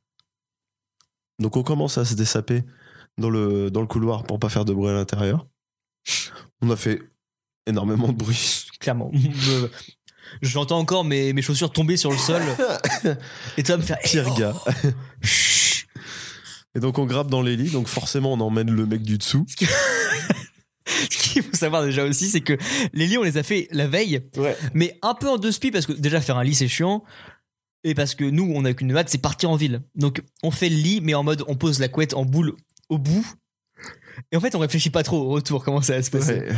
S2: Donc on commence à se dessaper dans le, dans le couloir pour pas faire de bruit à l'intérieur. On a fait énormément de bruit.
S3: clairement. Je- J'entends encore mes, mes chaussures tomber sur le sol. Et toi me faire. eh,
S2: Pire
S3: oh,
S2: gars.
S3: chut.
S2: Et donc on grappe dans les lits, donc forcément on emmène le mec du dessous.
S3: Ce qu'il faut savoir déjà aussi, c'est que les lits, on les a fait la veille,
S2: Ouais.
S3: mais un peu en deux spies parce que déjà faire un lit, c'est chiant. Et parce que nous, on a qu'une hâte, c'est partir en ville. Donc on fait le lit, mais en mode on pose la couette en boule au bout. Et en fait, on réfléchit pas trop au retour, comment ça va se passer.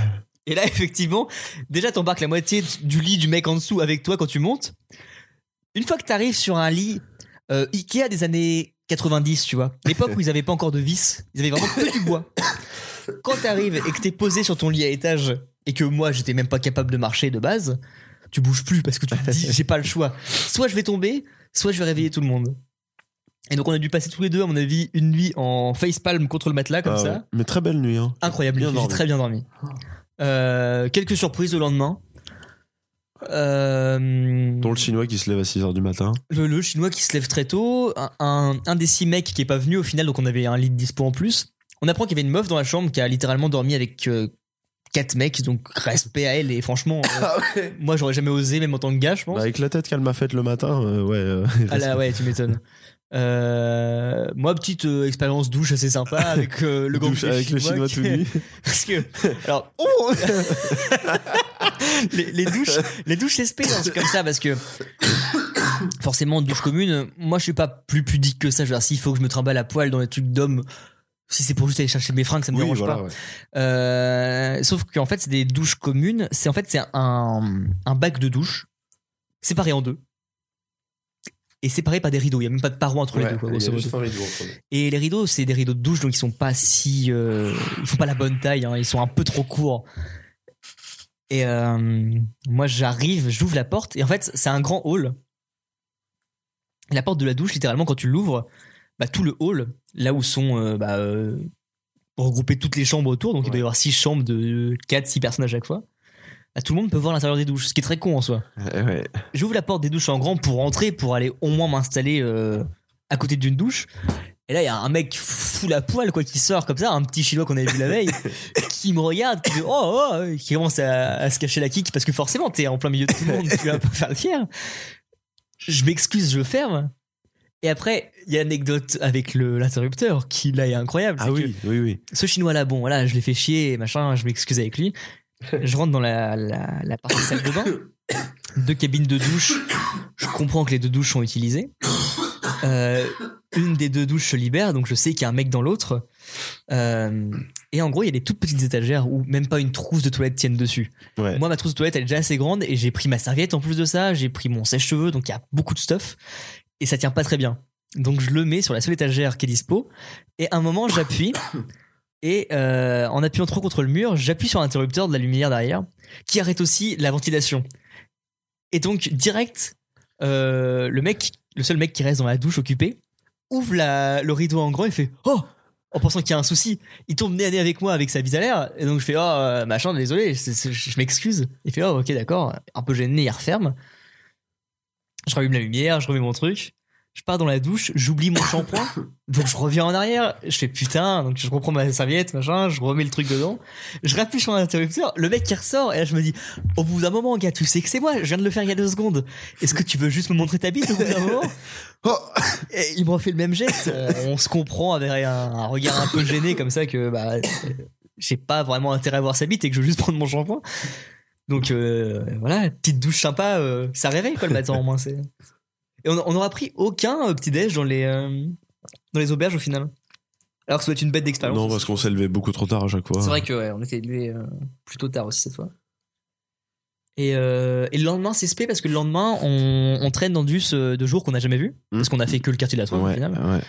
S3: Et là, effectivement, déjà, t'embarques la moitié d- du lit du mec en dessous avec toi quand tu montes. Une fois que t'arrives sur un lit euh, Ikea des années 90, tu vois, l'époque où ils avaient pas encore de vis, ils avaient vraiment que du bois. Quand t'arrives et que t'es posé sur ton lit à étage et que moi, j'étais même pas capable de marcher de base, tu bouges plus parce que tu te dis, j'ai pas le choix. Soit je vais tomber, soit je vais réveiller tout le monde. Et donc, on a dû passer tous les deux, à mon avis, une nuit en facepalm contre le matelas, comme
S2: Ah
S3: ça.
S2: ouais. Mais très belle nuit. Hein.
S3: Incroyable,
S2: Bien
S3: j'ai
S2: dormi.
S3: très bien dormi. Euh, quelques surprises le lendemain. Euh,
S2: Dont le chinois qui se lève à 6h du matin.
S3: le, le chinois qui se lève très tôt, un, un- un des six mecs qui est pas venu au final, donc on avait un lit de dispo en plus. On apprend qu'il y avait une meuf dans la chambre qui a littéralement dormi avec euh, quatre mecs, donc respect à elle. Et franchement, euh, moi j'aurais jamais osé, même en tant que gars, je pense.
S2: Ah Bah, avec la tête qu'elle m'a faite le matin, euh, ouais. euh,
S3: Ah là, ouais, tu m'étonnes. Euh, moi, petite euh, expérience douche assez sympa avec euh, le gang
S2: douche
S3: des
S2: avec le chinois
S3: qui-
S2: tout nu.
S3: Parce que, alors, oh les, les douches, les douches SP, un truc comme ça, parce que forcément, douche commune. Moi, je suis pas plus pudique que ça. Je veux dire, s'il faut que je me trimballe à poil dans les trucs d'hommes, si c'est pour juste aller chercher mes fringues, ça me
S2: Oui,
S3: dérange
S2: voilà.
S3: pas.
S2: ouais.
S3: Euh, sauf qu'en fait, c'est des douches communes. C'est en fait c'est un, un bac de douche séparé en deux et séparé par des rideaux. Il y a même pas de paroi entre les deux. quoi, grosso modo. Et les rideaux, c'est des rideaux de douche, donc ils sont pas si, euh, ils font pas la bonne taille. hein. ils sont un peu trop courts. Et euh, moi, j'arrive, j'ouvre la porte et en fait, c'est un grand hall. Et La porte de la douche, littéralement, quand tu l'ouvres, bah, tout le hall, là où sont euh, bah, euh, regroupées toutes les chambres autour, donc il doit y avoir six chambres de 4 six personnes à chaque fois. bah, tout le monde peut voir l'intérieur des douches, ce qui est très con en soi.
S2: Eh ouais.
S3: J'ouvre la porte des douches en grand pour entrer, pour aller au moins m'installer euh, à côté d'une douche. Et là, il y a un mec fou la poêle, quoi, qui sort comme ça, un petit chinois qu'on avait vu la veille, qui me regarde, qui fait Oh, oh qui commence à, à se cacher la kick, parce que forcément, t'es en plein milieu de tout le monde, tu vas pas faire le fier. Je m'excuse, je ferme. Et après, il y a l'anecdote avec le- l'interrupteur, qui là est incroyable. c'est
S2: Ah
S3: que-
S2: oui, oui, oui.
S3: ce chinois là bon voilà je l'ai fait chier machin je m'excuse avec lui je rentre dans la, la, la partie salle de bain deux cabines de douche je comprends que les deux douches sont utilisées Euh, une des deux douches se libère donc je sais qu'il y a un mec dans l'autre Euh, et en gros il y a des toutes petites étagères où même pas une trousse de toilette tienne dessus
S2: Ouais.
S3: moi ma trousse de toilette elle est déjà assez grande et j'ai pris ma serviette en plus de ça j'ai pris mon sèche-cheveux donc il y a beaucoup de stuff et ça tient pas très bien donc je le mets sur la seule étagère qui est dispo et à un moment j'appuie et euh, en appuyant trop contre le mur, j'appuie sur l'interrupteur de la lumière derrière, qui arrête aussi la ventilation. Et donc, direct, euh, le mec, le seul mec qui reste dans la douche occupé, ouvre la- le rideau en grand et fait Oh En pensant qu'il y a un souci. Il tombe nez à nez avec moi avec sa vis à l'air. Et donc, je fais Oh, euh, machin, désolé, c'est- c'est- je, je m'excuse. Il fait Oh, ok, d'accord. Un peu gêné, il referme. Je rallume la lumière, je remets mon truc. Je pars dans la douche, j'oublie mon shampoing. Donc je reviens en arrière, je fais putain, donc je reprends ma serviette, machin, je remets le truc dedans, je rappuie sur l'interrupteur, le mec qui ressort, et là je me dis, au bout d'un moment, gars, tu sais que c'est moi, je viens de le faire il y a deux secondes, est-ce que tu veux juste me montrer ta bite au bout d'un moment Oh
S2: Ah
S3: et Il me refait le même geste, on, on se comprend avec un, un regard un peu gêné comme ça que bah, euh, j'ai pas vraiment intérêt à voir sa bite et que je veux juste prendre mon shampoing. Donc euh, voilà, petite douche sympa, euh, ça réveille quoi le matin au moins. c'est- Et on on n'aura pris aucun euh, petit-déj dans les... euh, dans les auberges au final. Alors que ça doit être une bête d'expérience.
S2: non, parce qu'on s'est levé beaucoup trop tard à chaque fois.
S3: C'est vrai que ouais, on était élevés euh, plutôt tard aussi cette fois. Et, euh, et le lendemain, c'est spé parce que le lendemain, on, on traîne dans Dus euh, de jours qu'on n'a jamais vu.
S2: Mm.
S3: Parce qu'on a fait que le quartier de la tour au
S2: Ouais,
S3: final.
S2: ouais.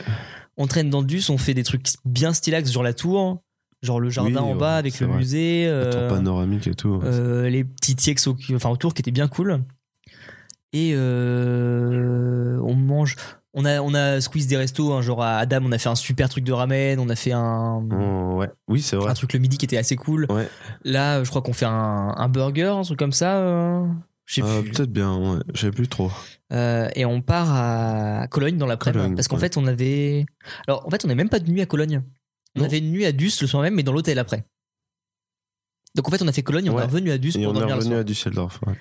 S3: On traîne dans Dus, on fait des trucs bien stylax, genre la tour, genre le jardin en
S2: ouais,
S3: bas avec
S2: c'est
S3: le
S2: vrai.
S3: musée.
S2: La tour
S3: euh,
S2: panoramique et tout.
S3: euh, les petits TX au, enfin, autour qui étaient bien cool. Et euh, on mange. On a, on a squeeze des restos, hein, genre à Adam, on a fait un super truc de ramen, on a fait un,
S2: Oh, ouais. Oui, c'est vrai.
S3: un truc le midi qui était assez cool.
S2: Ouais.
S3: Là, je crois qu'on fait un, un burger, un truc comme ça. euh, je sais
S2: Euh,
S3: plus.
S2: Peut-être bien, ouais. J'ai plus trop.
S3: Euh, et on part à Cologne dans l'après-midi.
S2: Cologne,
S3: Parce qu'en
S2: ouais.
S3: fait, on avait. Alors, en fait, on n'est même pas de nuit à Cologne. On
S2: Non.
S3: avait une nuit à Dus le soir même, mais dans l'hôtel après. Donc, en fait, on a fait Cologne, on
S2: Ouais.
S3: est revenu à Dus
S2: Et
S3: pour
S2: on est
S3: dormir le
S2: revenu
S3: soir.
S2: à Düsseldorf. ouais.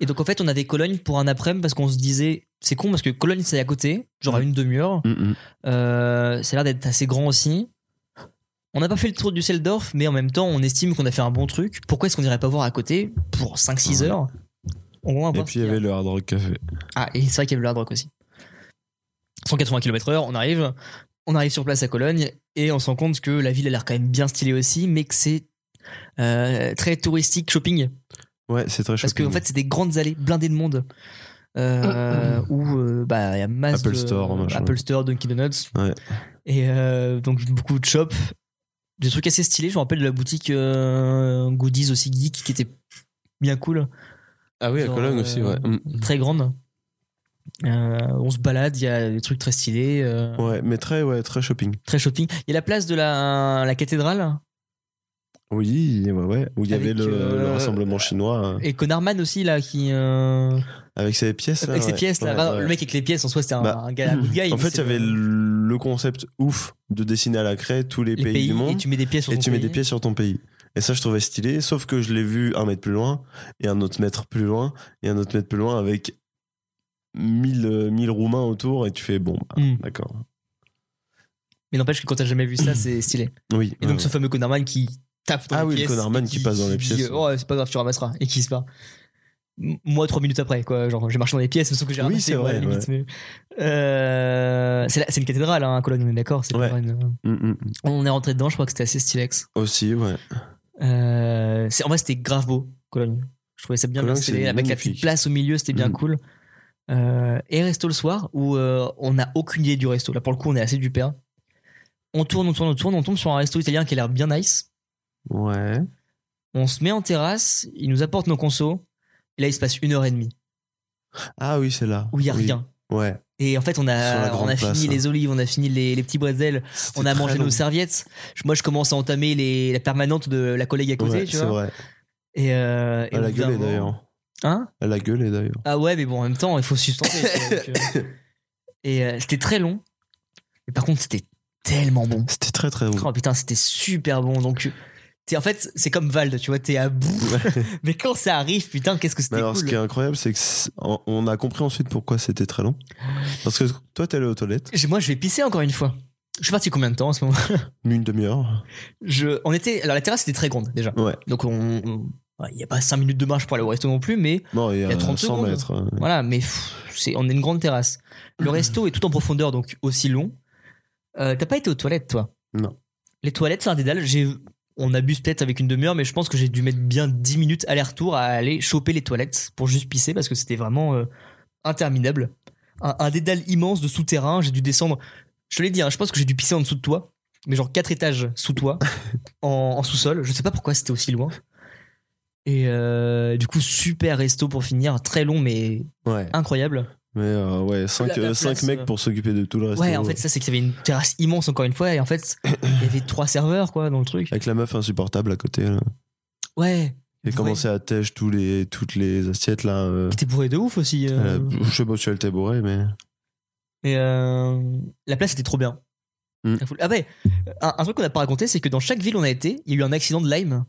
S3: Et donc en fait, on avait Cologne pour un après-midi parce qu'on se disait, c'est con parce que Cologne c'est à côté, genre à
S2: Mm.
S3: une demi-heure.
S2: Mm, mm.
S3: Euh, ça a l'air d'être assez grand aussi. On n'a pas fait le tour du Seldorf, mais en même temps, on estime qu'on a fait un bon truc. Pourquoi est-ce qu'on n'irait pas voir à côté pour 5-6
S2: Ouais.
S3: heures On va voir
S2: Et
S3: ce
S2: puis
S3: qu'il
S2: il y
S3: y a.
S2: avait le Hard Rock Café.
S3: Ah, et c'est vrai qu'il y avait le Hard Rock aussi. 180 km/h, on arrive, on arrive sur place à Cologne et on se rend compte que la ville a l'air quand même bien stylée aussi, mais que c'est euh, très touristique shopping.
S2: Ouais, c'est très
S3: Parce
S2: chouette.
S3: qu'en fait, c'est des grandes allées blindées de monde. Euh, où euh, bah, il y a masse
S2: Apple
S3: de-
S2: Store, machin,
S3: Apple
S2: ouais.
S3: Store, Dunkin' Donuts.
S2: Ouais.
S3: Et euh, donc beaucoup de shops. Des trucs assez stylés. Je me rappelle de la boutique euh, Goodies aussi geek qui était bien cool.
S2: Ah oui, à
S3: Genre,
S2: Cologne
S3: euh,
S2: aussi, ouais. Mm.
S3: Très grande. Euh, on se balade, il y a des trucs très stylés. euh,
S2: Ouais, mais très, ouais, très shopping.
S3: Très shopping. Il y a la place de la, la cathédrale.
S2: Oui, ouais, ouais. Où il y
S3: Avec,
S2: avait le,
S3: euh,
S2: le rassemblement chinois euh,
S3: Et Conarman aussi, là, qui. euh,
S2: avec ses pièces. là,
S3: avec ses
S2: ouais.
S3: pièces, là.
S2: Ouais,
S3: Bah,
S2: ouais.
S3: Le mec avec les pièces, en soi, c'était un,
S2: Bah,
S3: un gars, un good guy.
S2: en
S3: mais
S2: fait,
S3: c'est
S2: il y avait le le concept ouf de dessiner à la craie tous les,
S3: les
S2: pays, du monde
S3: Et tu mets des pièces sur
S2: et
S3: ton
S2: tu mets des
S3: pays.
S2: pieds sur ton pays. Et ça, je trouvais stylé, sauf que je l'ai vu un mètre plus loin, et un autre mètre plus loin, et un autre mètre plus loin avec 1000 euh, 1000 Roumains autour, et tu fais bon, bah,
S3: Mm.
S2: d'accord.
S3: Mais n'empêche que quand t'as jamais vu ça, c'est stylé.
S2: Oui.
S3: Et
S2: ouais,
S3: donc,
S2: ouais.
S3: ce fameux Conarman qui tape dans
S2: Ah
S3: les
S2: oui, le
S3: pièces.
S2: Conarman
S3: et
S2: qui passe dans les
S3: dit,
S2: pièces.
S3: euh, oh, c'est pas grave, tu ramasseras. Et qui se barre. M- Moi, trois minutes après, quoi. Genre, j'ai marché dans les pièces, sauf que j'ai
S2: Oui,
S3: ramassé,
S2: c'est
S3: moi, à la
S2: vrai,
S3: limite, mais- Euh, c'est la- c'est une cathédrale, hein, Cologne, on est d'accord. c'est
S2: Ouais.
S3: pas une-
S2: Mm, mm.
S3: On est rentré dedans, je crois que c'était assez stylex.
S2: Aussi, ouais.
S3: Euh, c'est- en vrai, c'était grave beau, Cologne. Je trouvais ça bien
S2: Cologne,
S3: bien stylé,
S2: c'est
S3: avec la petite
S2: magnifique.
S3: place au milieu, c'était bien
S2: Mm.
S3: cool. Euh, et resto le soir, où euh, on n'a aucune idée du resto. Là, pour le coup, on est assez du père. On tourne, on tourne, on tourne, on tombe sur un resto italien qui a l'air bien nice.
S2: Ouais.
S3: On se met en terrasse, ils nous apportent nos consos. Et là, il se passe une heure et demie
S2: Ah oui, c'est là.
S3: où il n'y a
S2: Oui.
S3: rien.
S2: Ouais.
S3: Et en fait, on
S2: Sur la
S3: a, on
S2: grande
S3: a
S2: place,
S3: fini
S2: hein.
S3: les olives, on a fini les, les petits bretzels, on a
S2: C'était
S3: mangé
S2: très
S3: nos
S2: long.
S3: serviettes. Je- Moi, je commence à entamer les, la permanente de la collègue à côté,
S2: Ouais,
S3: tu
S2: c'est
S3: vois.
S2: vrai.
S3: Et, euh, et
S2: Elle a
S3: au bout d'un
S2: gueulé
S3: moment-
S2: d'ailleurs.
S3: Hein
S2: Elle a gueulé d'ailleurs.
S3: Ah ouais, mais bon, en même temps, il faut se sustenter. tu vois, donc, euh, Et euh, c'était très long. Mais par contre, c'était tellement bon.
S2: C'était très très bon.
S3: Oh putain, c'était super bon. Donc, t'es, en fait, c'est comme Vald, tu vois, t'es à bout. mais quand ça arrive, putain, qu'est-ce que
S2: Mais
S3: c'était
S2: alors, ce
S3: cool.
S2: qui est incroyable, c'est que c'est- on- on a compris ensuite pourquoi c'était très long. Parce que toi, t'es allé aux toilettes,
S3: J'ai- Moi, je vais pisser encore une fois. Je suis parti combien de temps en ce moment
S2: une demi-heure.
S3: je, on était, Alors, la terrasse était très grande déjà.
S2: Ouais.
S3: Donc, on- on- ouais, il n'y a pas 5 minutes de marche pour aller au resto non plus, mais
S2: Non, il y
S3: Il y a
S2: a
S3: 30
S2: 100
S3: secondes.
S2: mètres. euh,
S3: Voilà, mais pff, c'est, on est une grande terrasse. Le resto est tout en profondeur, donc aussi long. Euh, t'as pas été aux toilettes, toi
S2: Non.
S3: Les toilettes, c'est un dédale. J'ai, on abuse peut-être avec une demi-heure, mais je pense que j'ai dû mettre bien 10 minutes aller-retour à aller choper les toilettes pour juste pisser parce que c'était vraiment euh, interminable. Un, un dédale immense de souterrain. J'ai dû descendre. Je te l'ai dit, hein, je pense que j'ai dû pisser en dessous de toi, mais genre 4 étages sous toi, en, en sous-sol. Je sais pas pourquoi c'était aussi loin. Et euh, du coup, super resto pour finir. Très long, mais
S2: Ouais.
S3: incroyable.
S2: Mais euh, ouais,
S3: Ah. La-
S2: 5,
S3: la place,
S2: mecs
S3: euh,
S2: pour s'occuper de tout le reste. euh,
S3: Ouais, en fait, ça, c'est qu'il y avait une terrasse immense, encore une fois, et en fait, il y avait trois serveurs, quoi, dans le truc.
S2: Avec la meuf insupportable à côté. Là.
S3: Ouais,
S2: Elle
S3: Ouais.
S2: commençait à tèche tous les, toutes les assiettes là. euh,
S3: qui était bourré de ouf aussi. euh.
S2: elle a- je sais pas si elle était bourrée, mais.
S3: Et euh, la place était trop bien.
S2: Mm.
S3: La foule- Ah ouais, un, un truc qu'on n'a pas raconté, c'est que dans chaque ville où on a été, il y a eu un accident de Lyme.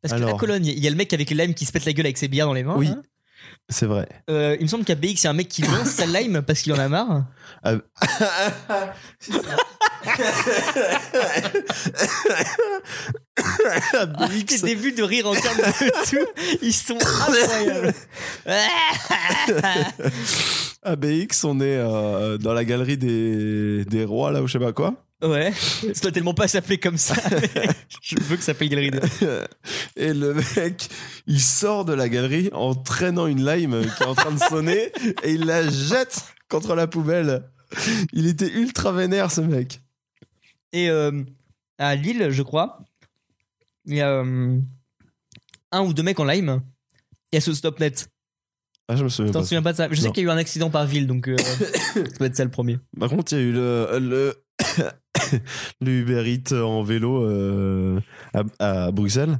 S3: Parce que à
S2: Alors.
S3: Cologne, il y a le mec avec les limes qui se pète la gueule avec ses bières dans les mains.
S2: Oui.
S3: là.
S2: C'est vrai.
S3: Euh, il me semble qu'à BX, il y a un mec qui lance sa lime parce qu'il en a marre. Ah, Tes débuts de rire en termes de tout, ils sont incroyables. Ah,
S2: ABX, on est euh, dans la galerie des, des rois là ou je sais pas quoi.
S3: Ouais, ça doit tellement pas s'appeler comme ça. mais je veux que ça s'appelle Galerie des.
S2: Et le mec, il sort de la galerie en traînant une lime qui est en train de sonner et il la jette contre la poubelle. Il était ultra vénère ce mec.
S3: Et euh, à Lille, je crois, il y a euh, un ou deux mecs en lime. Il y a ce stop net.
S2: Ah, je me souviens
S3: T'en
S2: pas.
S3: souviens pas de ça Je sais
S2: Non.
S3: qu'il y a eu un accident par ville, donc euh, ça doit être ça le premier.
S2: Par contre, il y a eu le, le, le Uber Eats en vélo euh, à, à Bruxelles.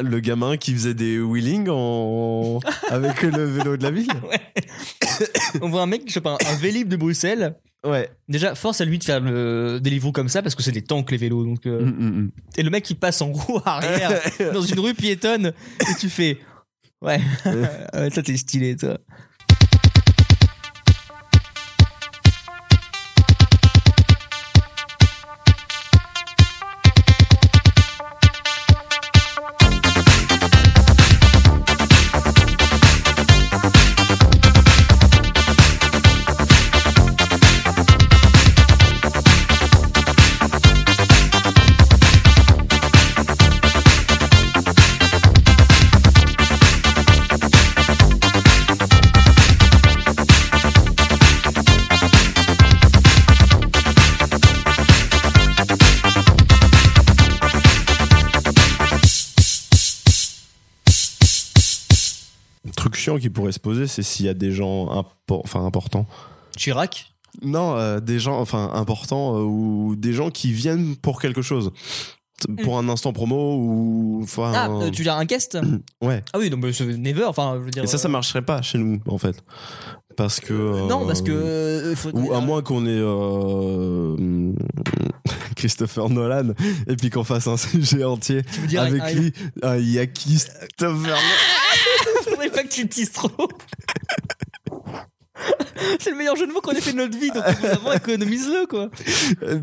S2: Le gamin qui faisait des wheeling en... avec le vélo de la ville.
S3: On voit un mec, je sais pas, un vélib de Bruxelles.
S2: Ouais.
S3: Déjà, force à lui de faire le délivre comme ça parce que c'est des tanks les vélos. Donc, euh,
S2: Mm, mm,
S3: Et le mec qui passe en roue arrière
S2: mm.
S3: dans une rue piétonne et tu fais ouais euh, toi t'es stylé toi
S2: chiant qui pourrait se poser, c'est s'il y a des gens impo- enfin, importants.
S3: Chirac
S2: Non, euh, des gens enfin importants euh, ou des gens qui viennent pour quelque chose. T- Pour un instant promo ou. enfin,
S3: Mm. Ah, euh, tu veux dire un guest
S2: Ouais.
S3: Ah oui, donc bah, c'est never. Enfin, je veux dire.
S2: Et ça, ça
S3: euh,
S2: marcherait pas chez nous, en fait. Parce que. euh,
S3: Non, parce que. euh, faut-
S2: Ou à
S3: euh,
S2: moins qu'on ait euh, Christopher Nolan et puis qu'on fasse un sujet entier
S3: Tu Euh, veux dire
S2: avec
S3: un-
S2: lui. Ah, Il y a Christopher Nolan.
S3: faudrait pas que tu le dises trop. C'est le meilleur jeu de mots qu'on ait fait de notre vie, donc vraiment économise-le quoi.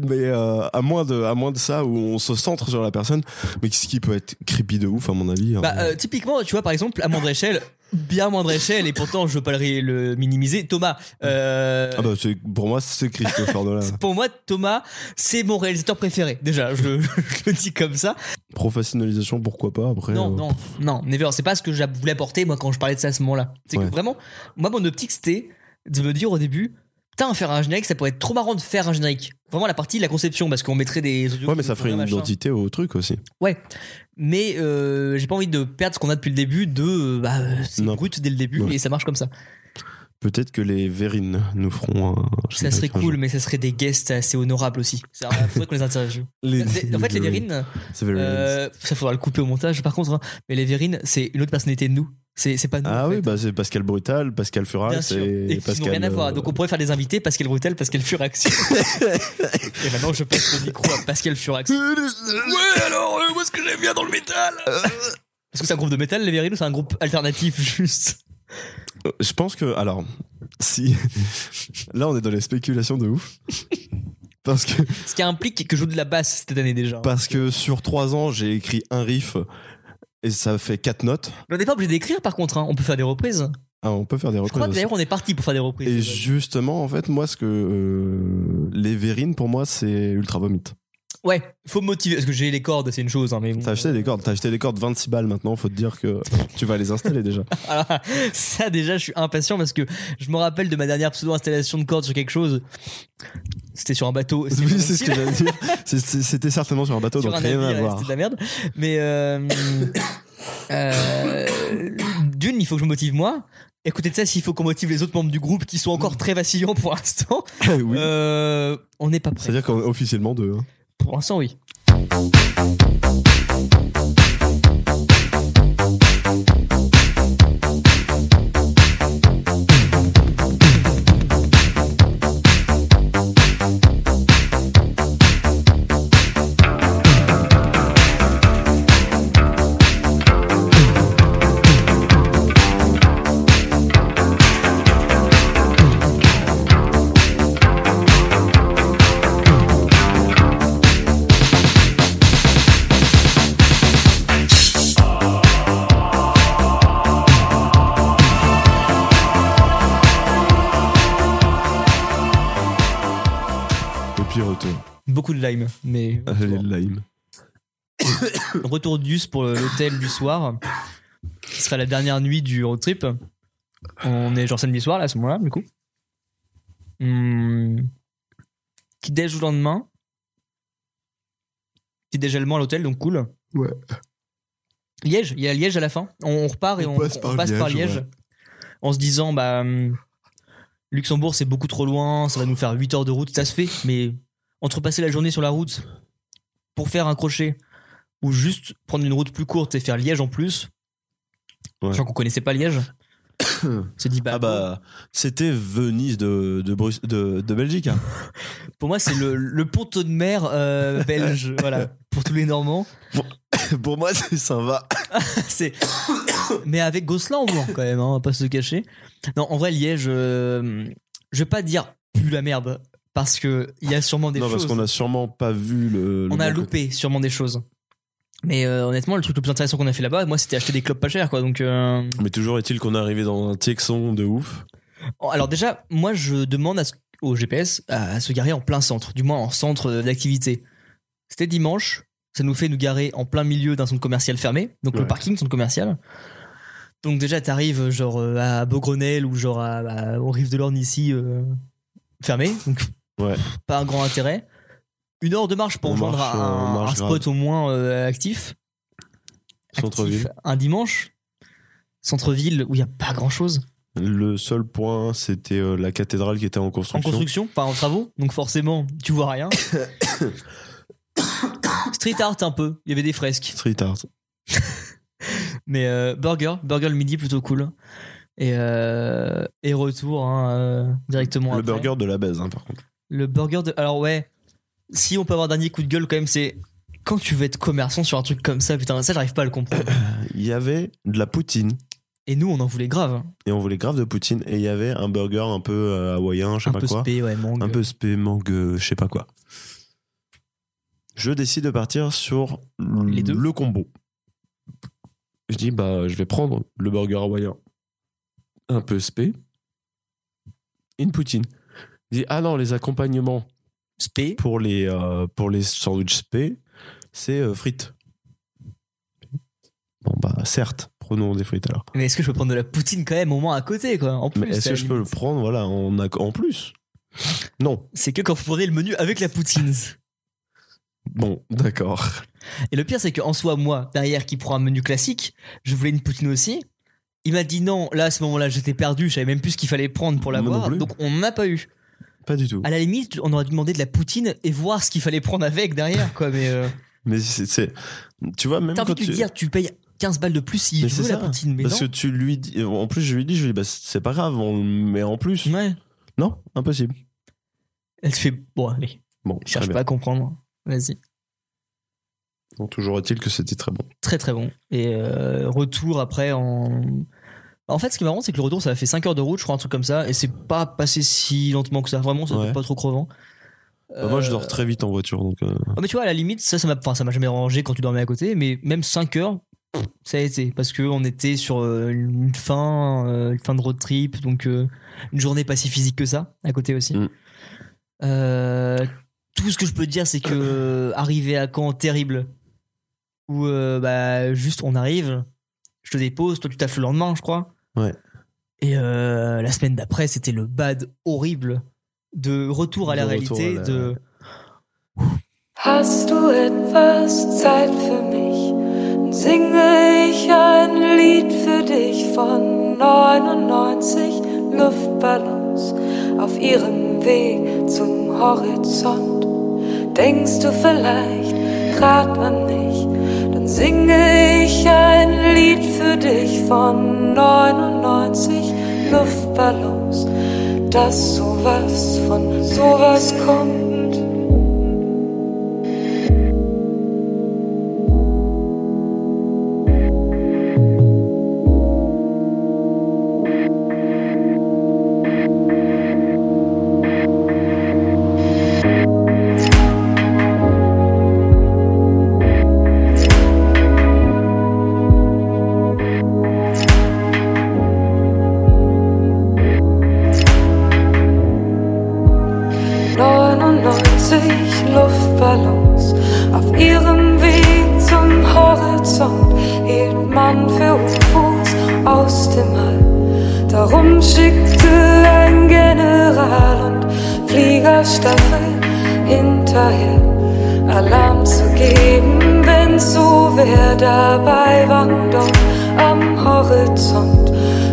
S2: Mais euh, à, moins de, à moins de ça, où on se centre sur la personne, mais ce qui peut être creepy de ouf, à mon avis.
S3: Bah,
S2: hein.
S3: euh, typiquement, tu vois, par exemple, à moindre échelle, bien moindre échelle, et pourtant je veux pas le, ré- le minimiser. Thomas, euh,
S2: Ah bah, c'est- pour moi, c'est Christopher Nolan.
S3: pour moi, Thomas, c'est mon réalisateur préféré. Déjà, je, je le dis comme ça.
S2: Professionnalisation, pourquoi pas, après.
S3: Non,
S2: euh,
S3: non, non, never. C'est pas ce que je voulais apporter, moi, quand je parlais de ça à ce moment-là. C'est
S2: Ouais.
S3: que vraiment, moi, mon optique, c'était de me dire au début, putain, faire un générique, ça pourrait être trop marrant de faire un générique. Vraiment la partie, la conception, parce qu'on mettrait des audios
S2: Ouais,
S3: qui
S2: mais ça
S3: nous
S2: ferait une
S3: feraient machin.
S2: identité au truc aussi.
S3: Ouais. Mais euh, j'ai pas envie de perdre ce qu'on a depuis le début, de. euh, Bah, euh, c'est
S2: Non.
S3: brut dès le début
S2: Ouais.
S3: et ça marche comme ça.
S2: Peut-être que les Vérines nous feront un.
S3: Ça serait cool, mais ça serait des guests assez honorables aussi. Il faudrait qu'on les interviewe.
S2: Les-
S3: En fait, les Vérines,
S2: C'est Vérines.
S3: euh, ça faudra le couper au montage par contre, hein, mais les Vérines, c'est une autre personnalité de nous. C'est c'est pas nous.
S2: Ah
S3: en
S2: oui,
S3: fait.
S2: bah c'est Pascal Brutal, Pascal Fural,
S3: Bien sûr.
S2: c'est
S3: Et qui n'ont
S2: Pascal.
S3: rien à voir.
S2: euh,
S3: Donc on pourrait faire des invités Pascal Brutel, Pascal Furax. et maintenant je passe le micro à Pascal Furax.
S2: Ouais, alors, moi ce que j'aime bien dans le métal
S3: Est-ce que c'est un groupe de métal, les Vérines, ou c'est un groupe alternatif juste
S2: Euh, Je pense que, alors, si. Là, on est dans les spéculations de ouf. Parce que,
S3: Ce qui implique que je joue de la basse cette année déjà.
S2: parce que sur trois ans, j'ai écrit un riff et ça fait quatre notes.
S3: Mais On n'est pas obligé d'écrire par contre, hein. on peut faire des reprises.
S2: Ah, on peut faire des
S3: Je crois que
S2: reprises.
S3: d'ailleurs on est parti pour faire des reprises.
S2: Et justement, en fait, moi, ce que. euh, les Vérines, pour moi, c'est Ultra Vomit.
S3: Ouais, faut me motiver, parce que j'ai les cordes, c'est une chose, hein, mais bon.
S2: T'as acheté des cordes, t'as acheté des cordes 26 balles maintenant, faut te dire que tu vas les installer déjà.
S3: Alors, ça déjà je suis impatient parce que je me rappelle de ma dernière pseudo-installation de cordes sur quelque chose. C'était sur un bateau. c'était
S2: Oui,
S3: pas
S2: c'est ce
S3: facile.
S2: que j'allais dire. C'est- c'est- C'était certainement sur un bateau,
S3: sur
S2: donc
S3: un
S2: rien
S3: navire,
S2: à
S3: ouais,
S2: voir.
S3: c'était de la merde. Mais euh, euh, d'une, il faut que je me motive moi. Et à côté de ça, s'il faut qu'on motive les autres membres du groupe qui sont encore très vacillants pour l'instant,
S2: Oui.
S3: euh, on n'est pas prêt.
S2: C'est-à-dire qu'on est officiellement deux. hein.
S3: Pour l'instant, oui.
S2: Et puis retour.
S3: Beaucoup de lime, mais
S2: Allez, le lime.
S3: retour d'Us pour l'hôtel du soir. Ce sera la dernière nuit du road trip. On est genre samedi soir là, à ce moment-là, du coup. Hmm. Petit déj le lendemain. Petit déj allemand à l'hôtel, donc cool.
S2: Ouais.
S3: Liège, il y a Liège à la fin. On, on repart et on, on passe, par, Liège,
S2: ouais.
S3: en se disant bah hum, Luxembourg c'est beaucoup trop loin, ça va nous faire 8 heures de route, ça se fait, mais entre passer la journée sur la route pour faire un crochet ou juste prendre une route plus courte et faire Liège en plus,
S2: Ouais.
S3: sachant qu'on connaissait pas Liège, c'est dit bah,
S2: Ah bah, c'était Venise de, de, Bruce- de, de Belgique. hein.
S3: pour moi c'est le, le ponton de mer euh, belge, voilà, pour tous les Normands.
S2: Pour moi, c'est ça va.
S3: C'est- mais avec Gosselin au moins, quand même, hein, on va pas se le cacher. Non, en vrai, Liège, euh, je vais pas dire pue la merde, parce que il y a sûrement des
S2: non,
S3: choses.
S2: parce qu'on a sûrement pas vu le. le
S3: on a
S2: bon
S3: loupé sûrement des choses. Mais euh, honnêtement, le truc le plus intéressant qu'on a fait là-bas, moi, c'était acheter des clopes pas chères, quoi. Donc, euh,
S2: côté. Mais toujours est-il qu'on est arrivé dans un Texon de ouf.
S3: oh, alors déjà, moi, je demande à ce- au GPS à se garer en plein centre, du moins en centre euh, d'activité. C'était dimanche, ça nous fait nous garer en plein milieu d'un centre commercial fermé, donc le
S2: Ouais.
S3: parking centre commercial. Donc déjà, t'arrives genre euh, à Beaugrenelle ou genre à, à- aux rives de l'Orne ici, euh, fermé, donc
S2: Ouais.
S3: pas un grand intérêt. Une heure de marche pour
S2: On
S3: rejoindre
S2: marche,
S3: un,
S2: euh, on marche
S3: un spot au moins euh, actif.
S2: Centre-ville.
S3: actif un dimanche. centre-ville où il n'y a pas grand-chose
S2: Le seul point, c'était euh, la cathédrale qui était en
S3: en
S2: construction.
S3: construction, pas en travaux, donc forcément, tu vois rien. Street art un peu, il y avait des fresques.
S2: Street art.
S3: Mais euh, burger, burger le midi plutôt cool. Et, euh, et retour hein, euh, directement
S2: Le
S3: après.
S2: burger de la baise, hein, par contre.
S3: Le burger de. Alors ouais, si on peut avoir un dernier coup de gueule quand même, c'est quand tu veux être commerçant sur un truc comme ça, putain, ça j'arrive pas à le comprendre.
S2: Il y avait de la poutine.
S3: Et nous, on en voulait grave. hein.
S2: Et on voulait grave de poutine. Et il y avait un burger un peu euh, hawaïen, je sais
S3: Un
S2: pas
S3: peu
S2: quoi.
S3: spé, ouais, mangue.
S2: Un peu spé, mangue, euh, je sais pas quoi. Je décide de partir sur l-
S3: Les deux.
S2: le combo. Je dis, bah, je vais prendre le burger hawaïen. Un peu spé. Une poutine. Je dis, ah non, les accompagnements
S3: spé.
S2: pour les, euh, pour les sandwichs spé, c'est euh, frites. Bon, bah, certes, prenons des frites alors.
S3: Mais est-ce que je peux prendre de la poutine quand même au moins à côté, quoi En plus,
S2: Mais est-ce
S3: c'est
S2: que
S3: la
S2: je peux le
S3: limite.
S2: prendre, voilà, en, acc- en plus Non.
S3: C'est que quand vous prenez le menu avec la poutine.
S2: Bon, d'accord.
S3: Et le pire, c'est qu'en soi, moi, derrière, qui prend un menu classique, je voulais une poutine aussi. Il m'a dit non, là, à ce moment-là, j'étais perdu, je savais même plus ce qu'il fallait prendre pour
S2: Moi non
S3: l'avoir,
S2: plus.
S3: donc on n'a pas eu.
S2: Pas du tout.
S3: À la limite, on aurait dû demander de la poutine et voir ce qu'il fallait prendre avec derrière, quoi, mais. euh,
S2: Mais c'est, c'est- tu vois, même
S3: T'as envie
S2: quand
S3: de lui
S2: tu.
S3: dire, tu payes 15 balles de plus si
S2: Mais
S3: tu
S2: c'est
S3: veux la
S2: ça.
S3: poutine, mais
S2: parce
S3: non.
S2: que tu lui dis. En plus, je lui dis, je lui dis, bah, c'est pas grave, on le met en plus.
S3: Ouais.
S2: Non, impossible.
S3: Elle te fait, bon, allez,
S2: Bon, très
S3: cherche
S2: bien.
S3: pas à comprendre. Vas-y.
S2: Bon, toujours est-il que c'était très bon.
S3: Très très bon. Et euh, retour après en. bah, En fait, ce qui est marrant, c'est que le retour, ça a fait 5 heures de route, je crois, un truc comme ça, et c'est pas passé si lentement que ça. Vraiment, ça
S2: Ouais.
S3: fait pas trop crevant.
S2: Bah, moi, je
S3: Euh,
S2: dors très vite en voiture, donc. euh,
S3: Ah, mais tu vois, à la limite, ça, ça m'a, enfin, ça m'a jamais rangé quand tu dormais à côté, mais même 5 heures, pff, ça a été. Parce qu'on était sur euh, une fin, euh, une fin de road trip, donc euh, une journée pas si physique que ça, à côté aussi.
S2: Mm.
S3: Euh, tout ce que je peux te dire, c'est que euh, arrivé à Caen, terrible, où euh, bah, juste on arrive, je te dépose, toi tu taffes le lendemain, je crois.
S2: Ouais.
S3: Et euh, la semaine d'après, c'était le bad horrible de retour à la
S2: De retour
S3: réalité
S2: à la-
S3: de.
S11: Hast du etwas Zeit für mich? Dann Singe ich ein Lied für dich von 99 Luftballons auf ihrem Weg zum Horizont. Denkst du vielleicht grad an mich? Dann singe ich ein Lied für dich von 99 Luftballons, dass sowas von sowas kommt. neunundneunzig Luftballons auf ihrem Weg zum Horizont hielt man für UFOs aus dem All. Darum schickte ein General und Fliegerstaffel hinterher Alarm zu geben, wenn's so wär. Dabei waren doch am Horizont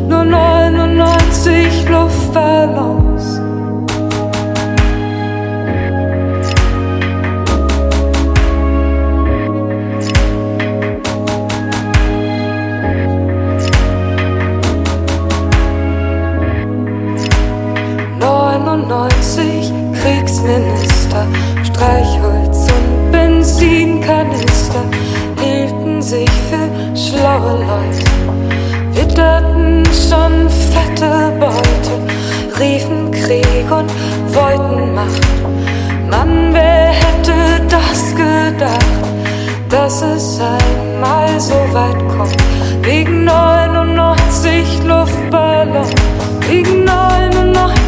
S11: nur 99 Luftballons. '99 Kriegsminister, Streichholz und Benzinkanister hielten sich für schlaue Leute, witterten schon fette Beute, riefen Krieg und wollten Macht. Mann, wer hätte das gedacht, dass es einmal so weit kommt? Wegen 99 Luftballons, wegen 99